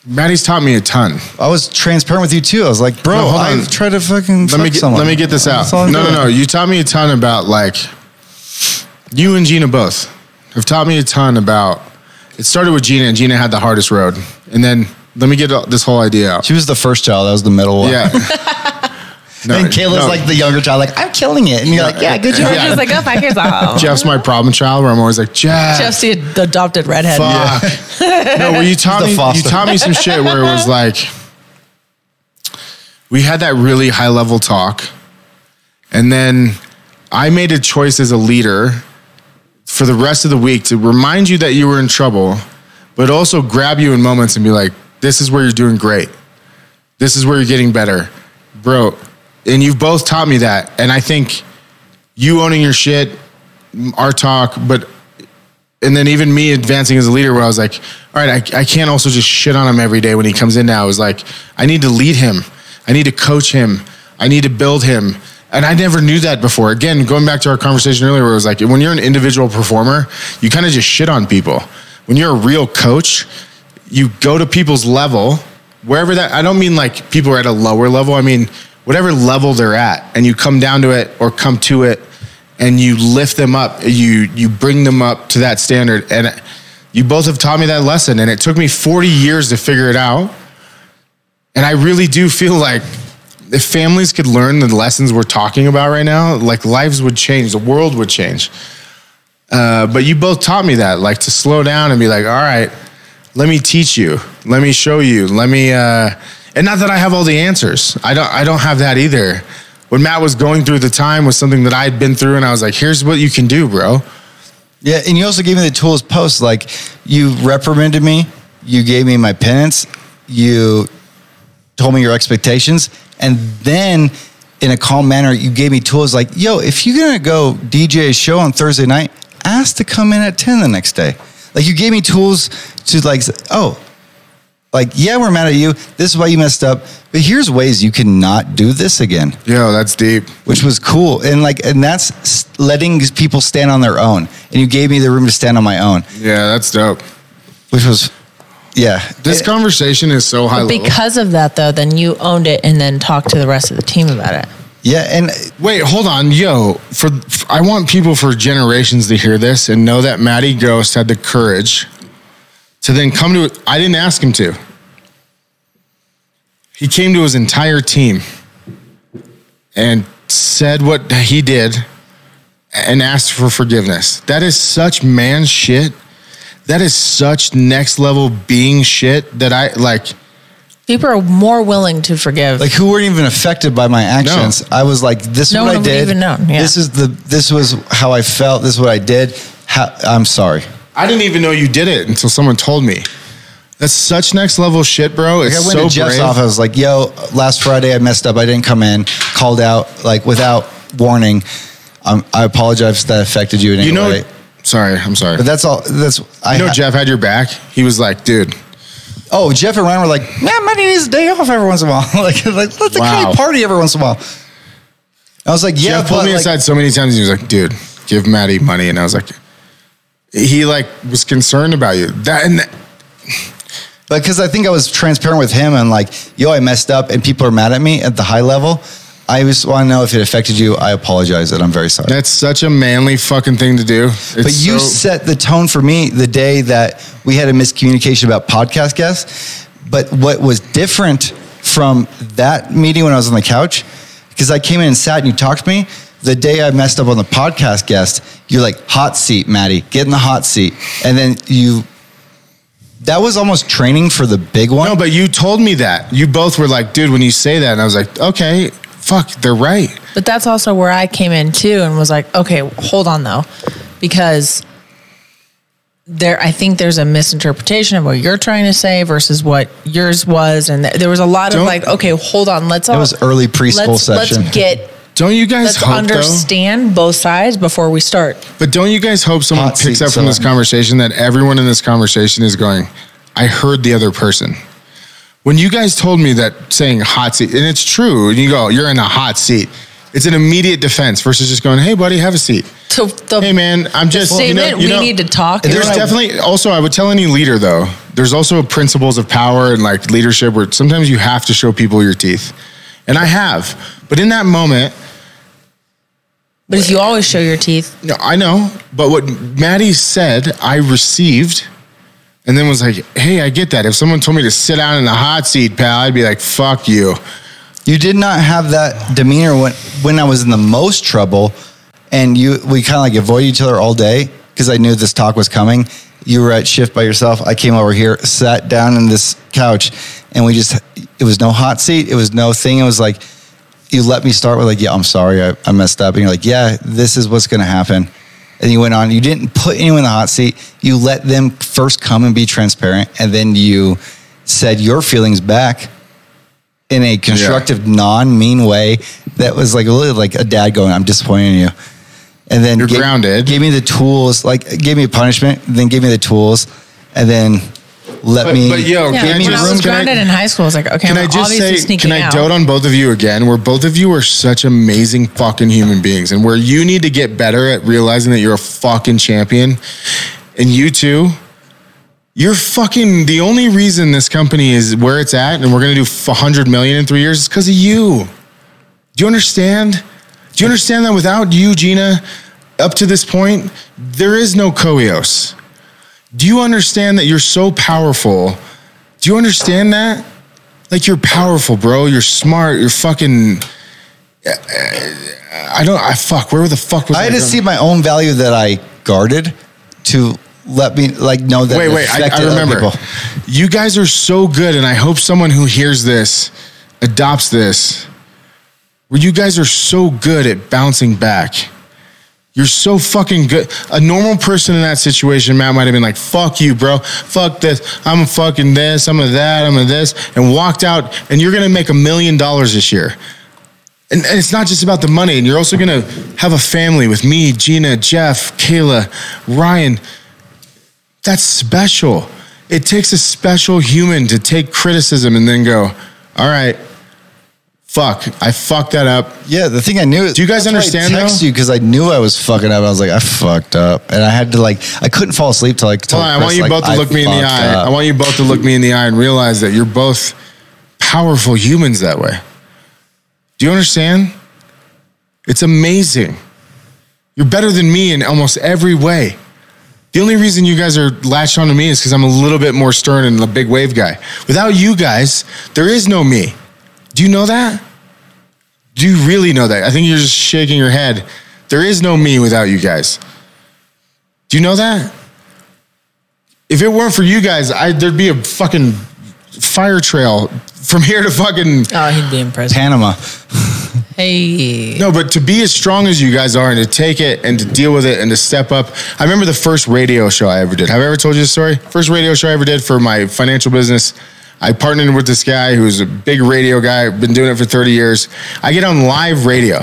S3: Maddie's taught me a ton.
S1: i was transparent with you too i was like bro
S3: No, hold
S1: i
S3: on.
S1: tried to fucking
S3: let me get, let me get this out. No, no, no. You taught me a ton about like you and Gina both have taught me a ton about. It started with Gina, and Gina had the hardest road, and then let me get this whole idea out.
S1: she was the first child i was the middle one
S3: Yeah.
S1: [laughs]
S3: No,
S1: and Kayla's
S3: no.
S1: like the younger child, like I'm killing it, and you're like, yeah, good job.
S7: George was like, oh, "Go fuck
S1: [laughs]
S7: yourself."
S3: Jeff's my problem child, where I'm always like Jeff.
S2: Jeff's the adopted redhead.
S3: Fuck. [laughs] no, well, you taught
S1: the
S3: me. You
S1: foster.
S3: taught me some shit where it was like, we had that really high level talk, and then I made a choice as a leader for the rest of the week to remind you that you were in trouble, but also grab you in moments and be like, "This is where you're doing great. This is where you're getting better, bro." And you've both taught me that, and I think you owning your shit, our talk, but and then even me advancing as a leader where I was like, all right, I, I can't also just shit on him every day when he comes in now. I was like, I need to lead him. I need to coach him. I need to build him. And I never knew that before. Again, going back to our conversation earlier where it was like, when you're an individual performer, you kind of just shit on people. When you're a real coach, you go to people's level, wherever that, I don't mean like people are at a lower level. I mean, whatever level they're at and you come down to it or come to it and you lift them up you you bring them up to that standard and you both have taught me that lesson and it took me 40 years to figure it out and i really do feel like if families could learn the lessons we're talking about right now like lives would change the world would change uh, but you both taught me that like to slow down and be like all right let me teach you let me show you let me uh, and not that i have all the answers i don't i don't have that either what matt was going through at the time was something that i'd been through and i was like here's what you can do bro
S1: Yeah, and you also gave me the tools post. Like you reprimanded me, you gave me my penance, you told me your expectations, and then in a calm manner, you gave me tools like, yo, if you're gonna go DJ a show on Thursday night, ask to come in at 10 the next day. Like you gave me tools to like, s- oh, like, yeah, we're mad at you. This is why you messed up. But here's ways you cannot do this again
S3: Yo, that's deep.
S1: which was cool. And like, and that's s- letting these people stand on their own. And you gave me the room to stand on my own,
S3: Yeah, that's dope.
S1: which was, yeah.
S3: This
S1: It-
S3: conversation is so high level.
S7: Because of that, though, then you owned it and then talked to the rest of the team about it.
S1: yeah. And
S3: Wait, hold on, yo. For f- I want people for generations to hear this and know that Matty Ghost had the courage to then come to. I didn't ask him to. He came to his entire team and said what he did and asked for forgiveness. That is such man shit. That is such next level being shit that I like.
S7: People are more willing to forgive.
S1: like, who weren't even affected by my actions? I was like, this is
S7: No
S1: what
S7: one
S1: I
S7: would
S1: did.
S7: even know, yeah.
S1: This is the, this was how I felt. This is what I did. How, I'm sorry.
S3: I didn't even know you did it until someone told me. That's such next level shit, bro. It's
S1: Like I went
S3: so
S1: to Jeff's
S3: brave.
S1: office. I was like, "Yo, last Friday I messed up. I didn't come in. Called out like without warning. Um, I apologize if that affected you in any
S3: You know,
S1: way."
S3: sorry, I'm sorry.
S1: But that's all. That's I
S3: you know,
S1: ha-
S3: Jeff had your back. He was like, dude,
S1: Oh, Jeff and Ryan were like, man, Maddie needs a day off every once in a while. [laughs] like, like, let's
S3: Wow.
S1: actually party every once in a while. I was like, yeah,
S3: Jeff
S1: but
S3: pulled me
S1: like,
S3: aside so many times. He was like, dude, give Maddie money. And I was like, he like was concerned about you. That and that,
S1: because I think I was transparent with him and like, yo, I messed up and people are mad at me at the high level. I just want to know if it affected you. I apologize and I'm very sorry.
S3: that's such a manly fucking thing to do.
S1: but you
S3: said
S1: set the tone for me the day that we had a miscommunication about podcast guests. But what was different from that meeting when I was on the couch, because I came in and sat and you talked to me, the day I messed up on the podcast guest, you're like, hot seat, Maddie, get in the hot seat. And then you, that was almost training for the big one.
S3: no, but you told me that. You both were like, dude, when you say that, and I was like, okay, fuck, they're right.
S7: But that's also where I came in too and was like, okay, hold on though, because there, I think there's a misinterpretation of what you're trying to say versus what yours was, and th- there was a lot of
S3: Don't-
S7: like, okay, hold on, let's. That
S1: was early preschool
S7: let's,
S1: session.
S7: Let's get.
S3: Don't you guys
S7: Let's
S3: hope, though-
S7: understand both sides before we start.
S3: But don't you guys hope someone
S1: Hot
S3: picks
S1: seat
S3: up from this
S1: selling.
S3: conversation that everyone in this conversation is going, I heard the other person. When you guys told me that saying hot seat, and it's true, and you go, you're in a hot seat, it's an immediate defense versus just going, hey, buddy, have a seat.
S7: So the
S3: Hey, man, I'm
S7: the
S3: just, you know,
S7: statement
S3: you
S7: we
S3: know-
S7: need to talk.
S3: there's
S7: is-
S3: definitely also I would tell any leader though. There's also principles of power and like leadership where sometimes you have to show people your teeth, and I have. But in that moment,
S7: but if you always show your teeth,
S3: No, I know. But what Maddie said, I received and then was like, hey, I get that. If someone told me to sit down in the hot seat, pal, I'd be like, fuck you.
S1: You did not have that demeanor when when I was in the most trouble, and you we kind of like avoided each other all day because I knew this talk was coming. You were at shift by yourself. I came over here, sat down in this couch, and we just it was no hot seat, it was no thing. It was like you let me start with like, yeah, I'm sorry, I, I messed up, and you're like, yeah, this is what's gonna happen. And you went on. You didn't put anyone in the hot seat. You let them first come and be transparent, and then you said your feelings back in a constructive, non-mean way that was like really like a dad going, "I'm disappointed in you," and then
S3: You're
S1: gave-
S3: grounded.
S1: Gave me the tools, like gave me punishment, then gave me the tools, and then let
S3: But-
S1: me.
S3: but yo,
S1: give
S3: Yeah,
S7: yeah.
S3: I
S1: me
S7: When
S3: just-
S7: I was
S3: can I-
S7: grounded in high school, I was like, okay,
S3: Can
S7: I'm
S3: I just
S7: obviously
S3: say,
S7: sneaking
S3: can I
S7: out.
S3: dote on both of you again? Where both of you are such amazing fucking human beings and where you need to get better at realizing that you're a fucking champion. And you too, you're fucking the only reason this company is where it's at and we're going to do f- 100 million in three years is because of you. Do you understand? Do you understand that without you, Gina, up to this point, there is no Koios? Do you understand that you're so powerful? Do you understand that? Like you're powerful, bro. You're smart. You're fucking. I don't. I fuck. Where the fuck was
S1: I
S3: I?
S1: had to
S3: going?
S1: see my own value that I guarded to let me like know that.
S3: wait,
S1: it
S3: wait. I,
S1: affected
S3: I
S1: other
S3: remember.
S1: people.
S3: You guys are so good, and I hope someone who hears this adopts this. Where you guys are so good at bouncing back. You're so fucking good. A normal person in that situation, Matt might have been like, fuck you, bro. Fuck this. I'm a fucking this. I'm a that. I'm a this. And walked out, and you're going to make a million dollars this year. And, and it's not just about the money. And you're also going to have a family with me, Gina, Jeff, Kayla, Ryan. That's special. It takes a special human to take criticism and then go, all right, fuck, I fucked that up.
S1: Yeah, the thing I knew.
S3: Do you guys
S1: that's why
S3: understand,
S1: I text
S3: though?
S1: you because I knew I was fucking up. I was like, I fucked up, and I had to like, I couldn't fall asleep till like. Till
S3: Hold on, I want
S1: Chris,
S3: you
S1: like,
S3: both to
S1: I
S3: look me in the
S1: fucked
S3: eye.
S1: up.
S3: I want you both to look me in the eye and realize that you're both powerful humans that way. Do you understand? It's amazing. You're better than me in almost every way. The only reason you guys are latched onto me is because I'm a little bit more stern and a big wave guy. Without you guys, there is no me. Do you know that? Do you really know that? I think you're just shaking your head. There is no me without you guys. Do you know that? if it weren't for you guys, I there'd be a fucking fire trail from [laughs] here to fucking
S8: Oh, he'd be in prison.
S1: Panama.
S8: Hey.
S3: no. But to be as strong as you guys are, and to take it, and to deal with it, and to step up. I remember the first radio show I ever did. Have I ever told you the story? First radio show I ever did for my financial business. I partnered with this guy who's a big radio guy. Been doing it for thirty years. I get on live radio.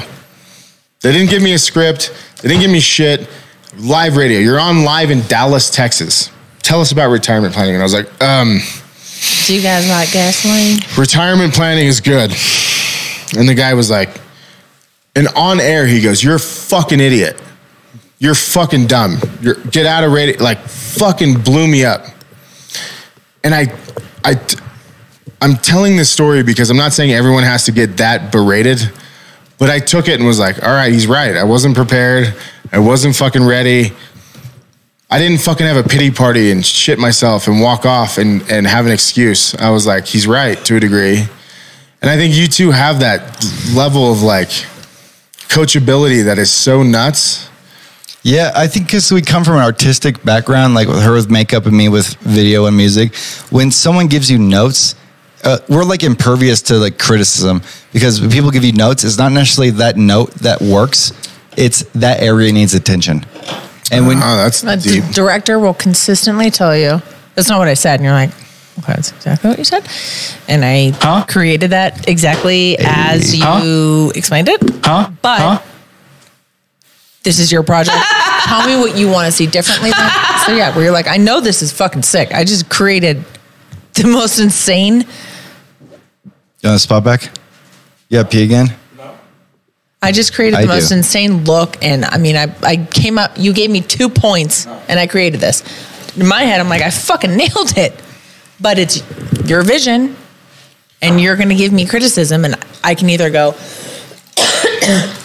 S3: They didn't give me a script. They didn't give me shit. Live radio. You're on live in Dallas, Texas. Tell us about retirement planning. And I was like, um.
S2: Do you guys like gasoline?
S3: retirement planning is good. And the guy was like, and on air, he goes, You're a fucking idiot. You're fucking dumb. You're get out of radio. Like fucking blew me up. And I I I'm telling this story because I'm not saying everyone has to get that berated, but I took it and was like, all right, he's right. I wasn't prepared. I wasn't fucking ready. I didn't fucking have a pity party and shit myself and walk off and, and have an excuse. I was like, he's right to a degree. And I think you two have that level of like coachability that is so nuts.
S1: Yeah, I think because we come from an artistic background, like with her with makeup and me with video and music, when someone gives you notes, uh, we're like impervious to like criticism because when people give you notes, it's not necessarily that note that works. It's that area needs attention. And when
S3: Oh, that's
S2: A d-
S3: deep.
S2: director will consistently tell you, that's not what I said. And you're like, okay, that's exactly what you said. And I created that exactly as you explained it. Huh? But this is your [laughs] project. tell me what you want to see differently. Than- so, yeah, where you're like, I know this is fucking sick. I just created the most insane.
S1: you want to spot back? Yeah, pee again.
S2: I just created the
S1: I
S2: most
S1: do.
S2: insane look, and I mean, I, I came up. You gave me two points, and I created this. In my head, I'm like, I fucking [laughs] nailed it. But it's your vision, and you're gonna give me criticism, and I can either go, [coughs]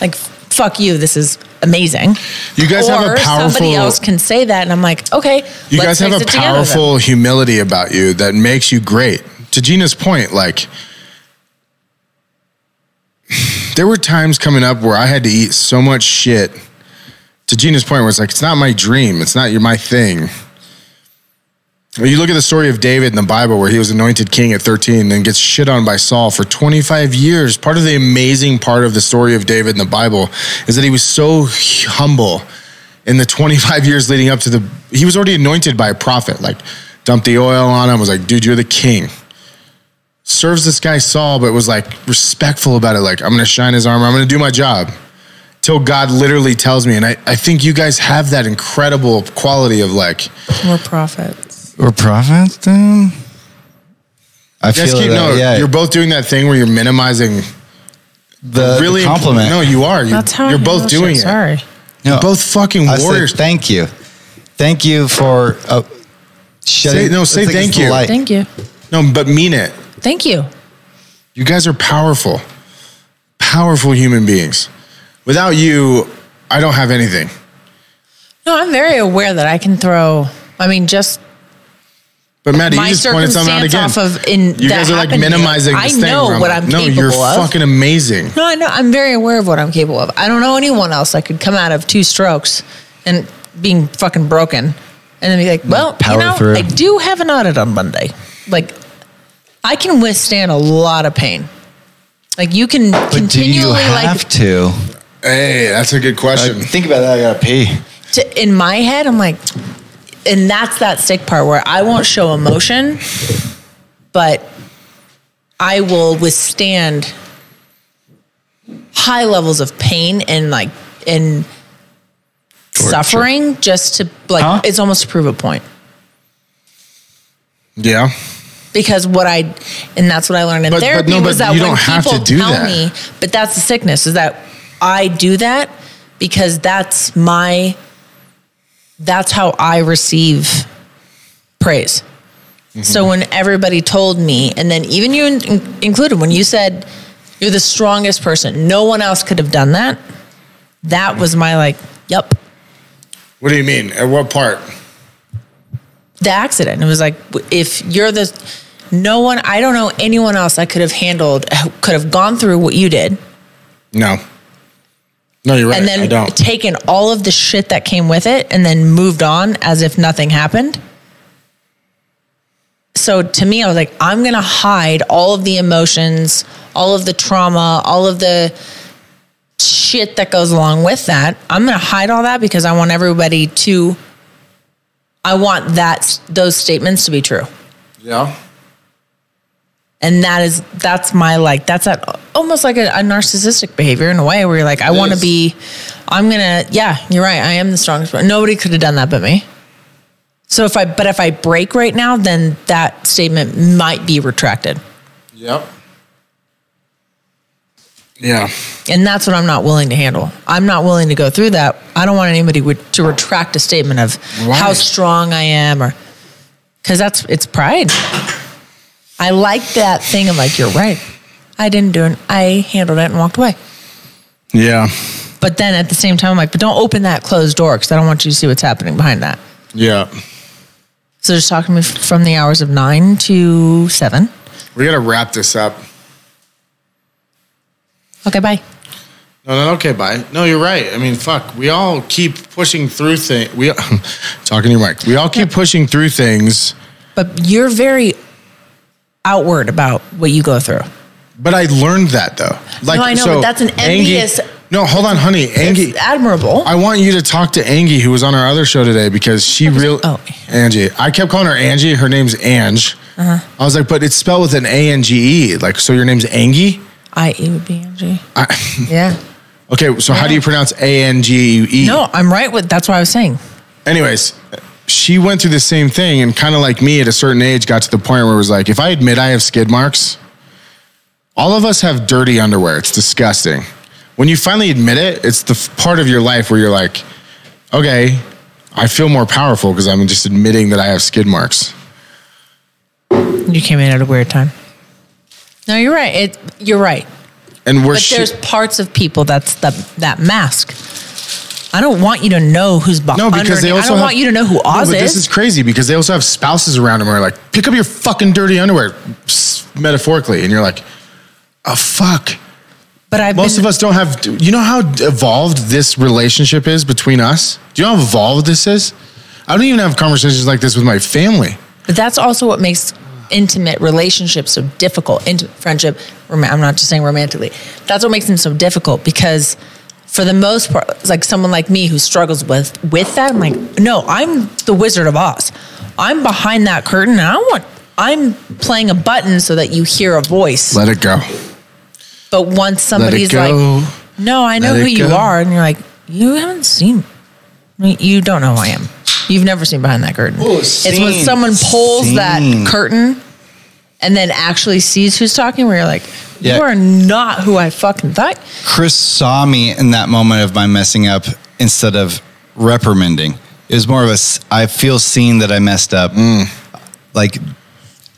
S2: like, fuck you, this is amazing.
S3: You guys have a
S2: or
S3: powerful-
S2: Somebody else can say that, and I'm like, okay.
S3: You
S2: let's
S3: guys have
S2: fix
S3: a
S2: it together then."
S3: powerful humility about you that makes you great. To Gina's point, like [sighs] there were times coming up where I had to eat so much shit. To Gina's point, where it's like it's not my dream, it's not your my thing. When You look at the story of David in the Bible, where he was anointed king at 13, then gets shit on by Saul for 25 years. Part of the amazing part of the story of David in the Bible is that he was so humble in the 25 years leading up to the. He was already anointed by a prophet, like dumped the oil on him, was like, dude, you're the king. Serves this guy Saul, but was like respectful about it, like, I'm gonna shine his armor, I'm gonna do my job. Till God literally tells me. And I, I think you guys have that incredible quality of like,
S8: More profits.
S1: We're prophets, dude. I
S3: Just
S1: feel
S3: keep,
S1: that,
S3: no,
S1: yeah,
S3: you're both doing that thing where you're minimizing
S1: the,
S3: really
S1: the compliment.
S3: No, you are. You,
S8: That's how
S3: you're
S8: I
S3: both
S8: know
S3: doing
S8: shit,
S3: it.
S8: Sorry.
S1: No,
S3: Both fucking
S1: I said
S3: warriors.
S1: thank you, thank you for. Uh, shedding-
S3: no,
S1: it's
S3: say
S1: like it's
S3: thank
S1: the
S3: you.
S1: light.
S2: Thank you.
S3: no, but mean it.
S2: Thank you.
S3: You guys are powerful, powerful human beings. Without you, I don't have anything.
S2: No, I'm very aware that I can throw. I mean, just
S3: But Maddie,
S2: my
S3: you just pointed something out
S2: circumstance
S3: again.
S2: off of in that
S3: you guys are like
S2: happened to me.
S3: minimizing this
S2: I
S3: thing.
S2: know
S3: where I'm
S2: what
S3: like,
S2: I'm
S3: no,
S2: capable
S3: you're
S2: of.
S3: fucking amazing.
S2: No, I know. I'm very aware of what I'm capable of. I don't know anyone else that could come out of two strokes and being fucking broken, and then be like, "Well,
S1: power
S2: you know,
S1: through.
S2: I do have an audit on Monday. Like, I can withstand a lot of pain. Like, you can
S1: But do
S2: continually
S1: you
S2: like
S1: have to?
S3: Hey, that's a good question.
S9: think about that. I gotta pee.
S2: to, in my head, I'm like, and that's that sick part where I won't show emotion, but I will withstand high levels of pain and like and suffering just to like
S9: Huh?
S2: it's almost to prove a point
S3: yeah.
S2: because what I and that's what I learned in
S3: But- but
S2: therapy
S3: no,
S2: was
S3: but
S2: that
S3: you
S2: when
S3: don't have to
S2: people
S3: do
S2: tell
S3: that.
S2: me, but that's the sickness is that I do that because that's my that's how I receive praise.
S3: Mm-hmm.
S2: So when everybody told me, and then even you in, in- included, when you said you're the strongest person, no one else could have done that. That was my like, yep,
S3: What do you mean? At what part?
S2: the accident. It was like if you're the no one, I don't know anyone else I could have handled, could have gone through what you did,
S3: No. No, you're right.
S2: and
S3: I
S2: then
S3: don't.
S2: taken all of the shit that came with it, and then moved on as if nothing happened. So to me, I was like, I'm gonna hide all of the emotions, all of the trauma, all of the shit that goes along with that. I'm gonna hide all that because I want everybody to. I want that those statements to be true.
S3: yeah.
S2: and that is that's my like that's that almost like a, a narcissistic behavior in a way where you're like i want to
S3: is.
S2: be i'm gonna yeah you're right i am the strongest one nobody could have done that but me so if i but if i break right now then that statement might be retracted
S3: Yep. Yeah.
S2: and that's what i'm not willing to handle i'm not willing to go through that i don't want anybody would, to retract a statement of how
S3: Right.
S2: strong i am or because that's it's pride i like that thing i'm like you're right i didn't do it i handled it and walked away
S3: Yeah.
S2: But then at the same time, I'm like, but don't open that closed door because I don't want you to see what's happening behind that.
S3: Yeah.
S2: So just talking to me f- from the hours of nine to seven.
S3: We got to wrap this up.
S2: Okay, bye.
S3: No, no, okay, bye. No, you're right. I mean, fuck. We all keep pushing through things. We [laughs] talking to your mic. We all keep pushing through things.
S2: But you're very outward about what you go through.
S3: But I learned that though. Like,
S2: I know, but that's an
S3: Angie-
S2: envious-
S3: no, hold on, honey. Angie,
S2: It's admirable.
S3: I want you to talk to Angie, who was on our other show today, because she really
S2: oh.
S3: Angie. I kept calling her Angie. Her name's Ange.
S2: Uh-huh.
S3: I was like, but it's spelled with an A N G E. Like, so your name's Angie.
S2: I it would be Angie.
S3: I,
S2: Yeah.
S3: [laughs] okay, so how do you pronounce A N G E?
S2: No, I'm right with that's what I was saying.
S3: anyways, she went through the same thing and kind of like me at a certain age got to the point where it was like, if I admit I have skid marks, all of us have dirty underwear. It's disgusting. When you finally admit it, it's the f- part of your life where you're like, okay, I feel more powerful because I'm just admitting that I have skid marks.
S2: You came in at a weird time. No, you're right. It you're right.
S3: And we're
S2: But
S3: shi-
S2: there's parts of people that's the that mask. I don't want you to know who's behind.
S3: no because they also
S2: I don't
S3: have-
S2: want you to know who Oz
S3: no, but
S2: is.
S3: This is crazy because they also have spouses around them who are like, pick up your fucking dirty underwear, s- metaphorically, and you're like, oh fuck.
S2: But I've
S3: Most
S2: been,
S3: of us don't have. You know how evolved this relationship is between us? Do you know how evolved this is? I don't even have conversations like this with my family.
S2: But that's also what makes intimate relationships so difficult. Intimate friendship, rom- I'm not just saying romantically. That's what makes them so difficult because for the most part, it's like someone like me who struggles with with that, I'm like, no, I'm the Wizard of Oz. I'm behind that curtain, and I want. I'm playing a button so that you hear a voice.
S3: Let it go.
S2: but once somebody's
S3: go.
S2: like, no, I know
S3: Let
S2: who
S3: it
S2: you
S3: go.
S2: are, and you're like, you haven't seen. me. You don't know who I am. You've never seen behind that curtain. it's when
S1: seen,
S2: someone pulls
S1: seen.
S2: that curtain and then actually sees who's talking. Where you're like,
S1: Yeah.
S2: you are not who I fucking thought.
S1: Chris saw me in that moment of my messing up instead of reprimanding. It was more of a s- I feel seen that I messed up, like,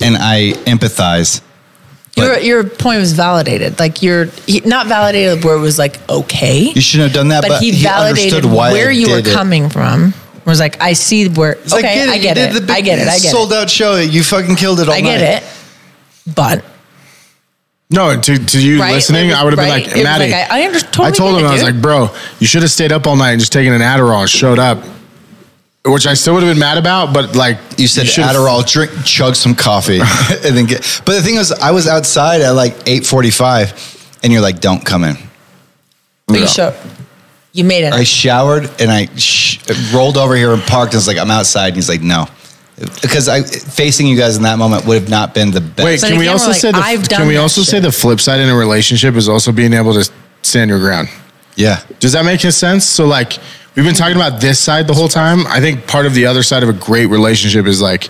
S1: and I empathize.
S2: Your
S1: But-
S2: your point was validated. Like you're he, not validated where it was like okay,
S1: You shouldn't have done that,
S2: but,
S1: but,
S2: he
S1: understood
S2: validated
S1: why
S2: where
S1: I
S2: you were
S1: did it.
S2: coming from. Was like I see where
S1: It's
S2: okay,
S1: like, it,
S2: I
S1: you
S2: get
S1: did
S2: it,
S1: the big
S2: I get it, I get
S1: sold
S2: it,
S1: out show. You fucking killed it all
S2: I get
S1: night.
S2: it. But
S3: No, and to, to you
S2: Right?
S3: listening,
S2: Like,
S3: I would have
S2: right?
S3: been
S2: It was
S3: like, Maddie.
S2: like, I- I under- totally
S3: I told
S2: get
S3: him,
S2: it,
S3: I was
S2: dude.
S3: like, bro, you should have stayed up all night and just taken an Adderall and showed up, which I still would have been mad about, but like,
S1: You said
S3: should've-
S1: Adderall, drink, chug some
S3: [laughs]
S1: coffee, and then get. But the thing is, I was outside at like eight forty-five, and you're like, "Don't come in."
S2: But you show You made it.
S1: I showered and I sh- rolled over here and parked. And was like, I'm outside. And he's like, no, because I facing you guys in that moment would have not been the best.
S3: Wait,
S2: But
S3: can we
S2: again,
S3: also
S2: we're
S3: say
S2: like,
S3: the
S2: I've
S3: can
S2: done
S3: we
S2: that
S3: also say
S2: shit.
S3: the flip side in a relationship is also being able to stand your ground?
S1: Yeah,
S3: Does that make sense? So like we've been talking about this side the whole time. I think part of the other side of a great relationship is like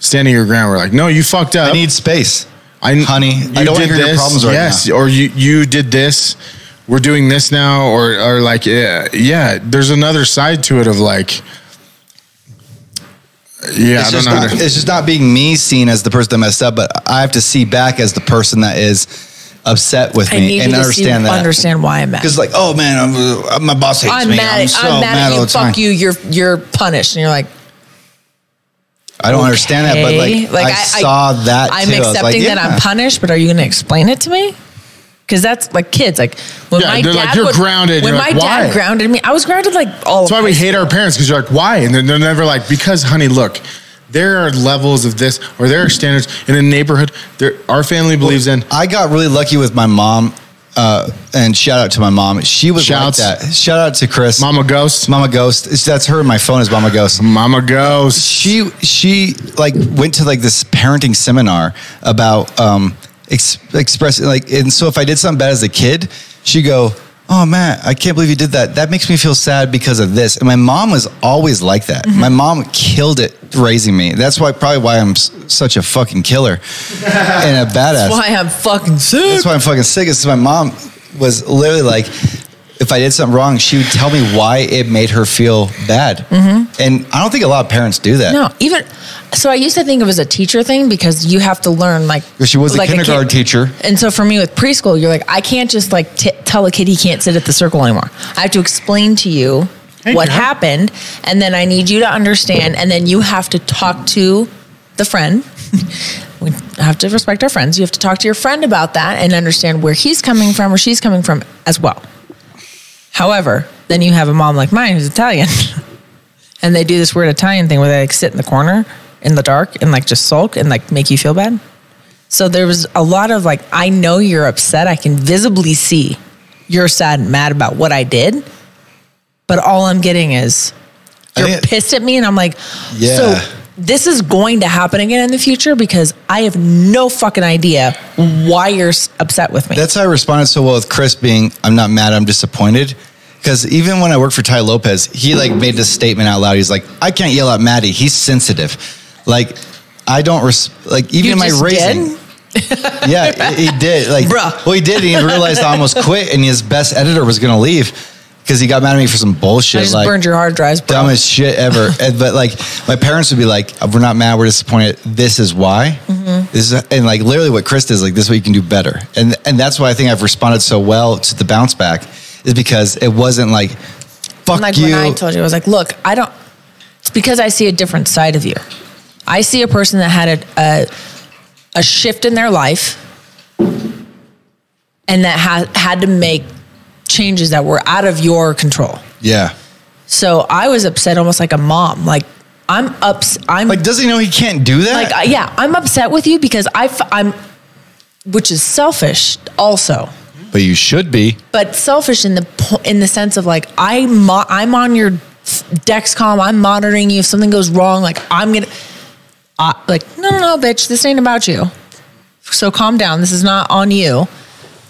S3: standing your ground. We're like, no, you fucked up.
S1: I need space.
S3: I,
S1: honey, I don't wanna
S3: did
S1: hear your problems right
S3: yes,
S1: now.
S3: or you you did this. We're doing this now, or or like yeah, yeah. There's another side to it of like, yeah,
S1: It's
S3: I don't
S1: just,
S3: know. how
S1: not,
S3: to-
S1: it's just not being me seen as the person that messed up, but I have to see back as the person that is upset with
S2: I
S1: me
S2: need
S1: and
S2: you to
S1: understand
S2: see,
S1: that.
S2: understand why I'm mad.
S1: Because like, oh man, I'm, uh, my boss hates
S2: I'm
S1: me.
S2: mad.
S1: I'm
S2: at-
S1: so
S2: I'm mad, at
S1: all
S2: you.
S1: the time.
S2: Fuck you. You're you're punished, and you're like,
S1: I don't understand that, but
S2: okay.
S1: like, I, saw that.
S2: I'm
S1: too. I was
S2: accepting
S1: like,
S2: that
S1: yeah.
S2: I'm punished, but are you going to explain it to me? Because that's like kids. Like when
S3: Yeah,
S2: my
S3: they're
S2: dad,
S3: like, "You're
S2: would-
S3: grounded."
S2: When
S3: You're
S2: my
S3: like, "Why?"
S2: dad grounded me, I was grounded like all.
S3: That's why we hate our parents because you're like, why? And then they're never like, because, honey, look, there are levels of this or there are standards in a neighborhood. There, our family believes in.
S1: I got really lucky with my mom, uh, and shout out to my mom. She was
S3: Shouts.
S1: like that. Shout out to Chris,
S3: Mama Ghost.
S1: Mama Ghost. It's- That's her. My phone is Mama Ghost.
S3: Mama Ghost.
S1: She she like went to like this parenting seminar about um ex- expressing like, and so if I did something bad as a kid, she go. Oh man, I can't believe you did that. That makes me feel sad because of this. And my mom was always like that.
S2: Mm-hmm.
S1: My mom killed it raising me. That's why probably why I'm s- such a fucking
S2: [laughs]
S1: killer and a badass.
S2: Why I'm fucking sick.
S1: That's why I'm fucking sick. Is my mom was literally like, if I did something wrong, she would tell me why it made her feel bad. And I don't think a lot of parents do that.
S2: Mm-hmm. No, even so, I used to think it was a teacher thing because you have to learn like
S1: 'Cause she was a
S2: like kid-
S1: kindergarten teacher.
S2: And so for me with preschool, you're like, I can't just like t- tell a kid he can't sit at the circle anymore. I have to explain to you what happened, and then I need you to understand, and then you have to talk to the friend. [laughs] we have to respect our friends. You have to talk to your friend about that and understand where he's coming from or she's coming from as well. However, then you have a mom like mine who's Italian. [laughs] and they do this weird Italian thing where they like sit in the corner in the dark and like just sulk and like make you feel bad. So there was a lot of like, I know you're upset. I can visibly see you're sad and mad about what I did, but all I'm getting is
S1: I
S2: you're
S1: think-
S2: pissed at me, and I'm like,
S1: Yeah.
S2: so this is going to happen again in the future because I have no fucking idea why you're s- upset with me.
S1: That's how I responded so well with Chris being, I'm not mad, I'm disappointed. Because even when I worked for Ty Lopez, he like made this statement out loud. He's like, I can't yell at Maddie. He's sensitive. Like, I don't res- like even
S2: You
S1: in my
S2: just
S1: raising.
S2: did?
S1: [laughs] yeah, he he did. Like,
S2: Bruh.
S1: well, he did. And he realized I almost quit, and his best editor was gonna leave because he got mad at me for some bullshit.
S2: I just
S1: like,
S2: burned your hard drives, bro.
S1: dumbest shit
S2: [laughs]
S1: ever. And- but like my parents would be like, "We're not mad. We're disappointed. This is why.
S2: Mm-hmm.
S1: This is and like literally what Chris is like. This is what you can do better. And and that's why I think I've responded so well to the bounce back is because it wasn't like, fuck
S2: And, like
S1: you.
S2: when I told you, I was like, look, I don't. It's because I see a different side of you. I see a person that had a a, a shift in their life, and that had had to make changes that were out of your control.
S1: yeah.
S2: So I was upset, almost like a mom. Like I'm ups. I'm
S1: Like does he know he can't do that?
S2: like I- yeah, I'm upset with you because I f- I'm, which is selfish also
S1: but you should be.
S2: but selfish in the po- in the sense of like I mo- I'm on your Dexcom. I'm monitoring you. If something goes wrong, like I'm gonna uh, like no no no bitch, this ain't about you. So calm down. This is not on you.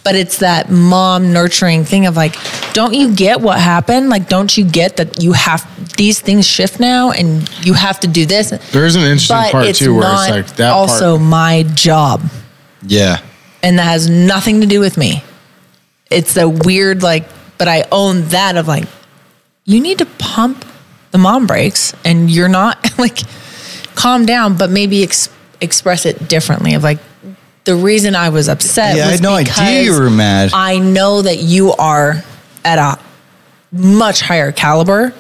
S2: But it's that mom nurturing thing of like, don't you get what happened? Like, don't you get that you have these things shift now and you have to do this?
S3: There is an interesting
S2: But
S3: part
S2: it's
S3: too where
S2: not
S3: it's like that
S2: also
S3: part.
S2: my job
S1: Yeah.
S2: and that has nothing to do with me. It's a weird like, but I own that of like, you need to pump the mom brakes, and you're not [laughs] like, calm down, but maybe ex- express it differently of like, the reason I was upset.
S1: Yeah, I
S2: was
S1: had no idea
S2: because
S1: you were mad.
S2: I know that you are at a much higher caliber,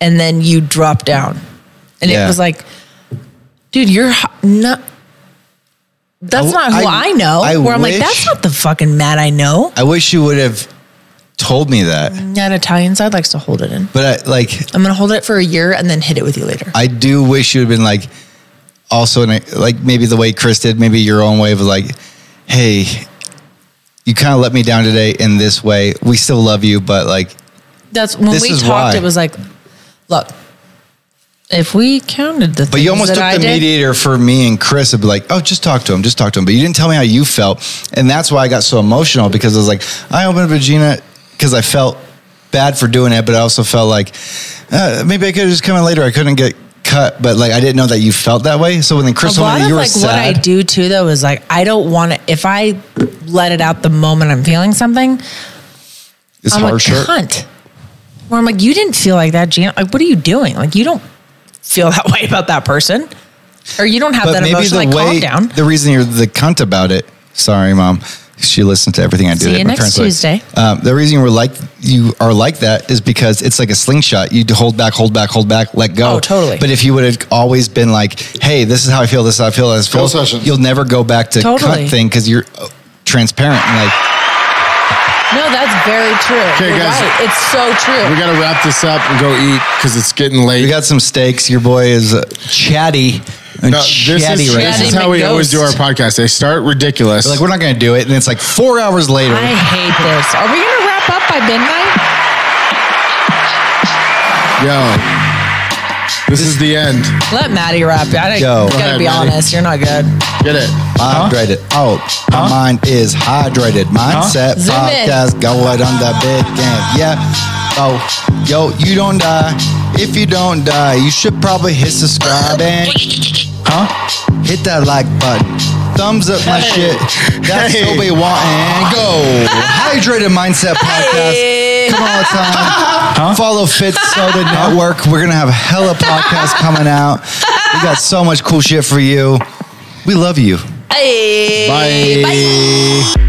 S2: and then you drop down, and
S1: Yeah.
S2: it was like, dude, you're h- not. That's
S1: I w-
S2: not who
S1: I-
S2: I, know.
S1: I
S2: where I'm like,
S1: wish-
S2: that's not the fucking Matt I know.
S1: I wish you would have told me that.
S2: That Italian side likes to hold it in.
S1: But I, like
S2: I'm gonna hold it for a year and then hit it with you later.
S1: I do wish you'd have been like, also in a, like maybe the way Chris did, maybe your own way of like, hey, you kind of let me down today in this way. We still love you, but like,
S2: That's when
S1: This
S2: we
S1: is
S2: talked.
S1: why.
S2: It was like, look, if we counted the,
S1: But you almost
S2: that
S1: took
S2: I
S1: the
S2: did,
S1: mediator for me and Chris and be like, oh, just talk to him, just talk to him. But you didn't tell me how you felt. And that's why I got so emotional because I was like, I opened up Regina because I felt bad for doing it, but I also felt like uh, maybe I could have just come in later. I couldn't get cut, but like I didn't know that you felt that way. So when then Chris
S2: a
S1: told me
S2: lot
S1: that
S2: of
S1: you were
S2: like what I
S1: sad,
S2: do too, though, is like I don't want to. If I let it out the moment I'm feeling something,
S1: it's
S2: I'm
S1: harsher.
S2: a cunt. Where I'm like, you didn't feel like that, Jan. Like, what are you doing? Like, you don't feel that [laughs] way about that person, or you don't have
S1: But
S2: that
S1: maybe
S2: emotion.
S1: the
S2: Like,
S1: way,
S2: calm down.
S1: the reason you're the cunt about it, sorry, mom. She listened to everything I did.
S2: See
S1: at
S2: you
S1: my
S2: next
S1: parents' wedding.
S2: Tuesday.
S1: Um, the reason you were like you are like that is because it's like a slingshot. You hold back, hold back, hold back, let go.
S2: Oh, totally.
S1: But if you would have always been like, "Hey, this is how I feel. This is how I feel. This is how I
S3: Full
S1: feel,"
S3: sessions.
S1: you'll never go back to
S2: Totally.
S1: cunt thing because you're uh, transparent. And like,
S2: No, that's very true.
S3: Okay,
S2: You're
S3: guys.
S2: right. It's so true.
S3: We got to wrap this up and go eat because it's getting late.
S1: we got some steaks. Your boy is uh, chatty and
S3: No, this,
S1: chatty
S3: is,
S1: right
S3: this
S1: now.
S3: is how we
S2: McGhost.
S3: always do our podcast. They start ridiculous.
S1: Like, we're not going to do it. And it's like four hours later.
S2: I hate this. Are we gonna wrap up by midnight?
S3: Yo, this is the end.
S2: Let Maddie wrap. it. I
S1: Yo. Go
S2: don't, gotta
S3: ahead,
S2: be
S3: Maddie.
S2: honest. You're not good.
S3: Get it?
S1: Hydrated. Oh, my mind is hydrated. Mindset
S2: Zoom in.
S1: podcast. Go right on the big game. Yeah. Oh, yo, you don't die. If you don't die, you should probably hit subscribe and huh? Hit that like button. Thumbs up my shit. That's
S3: Hey.
S1: what we want and go. Hydrated Mindset Podcast. Come on, it's on. Follow Fit Soda Network. We're gonna have hella podcasts coming out. We got so much cool shit for you. We love you.
S2: Hey.
S3: Bye.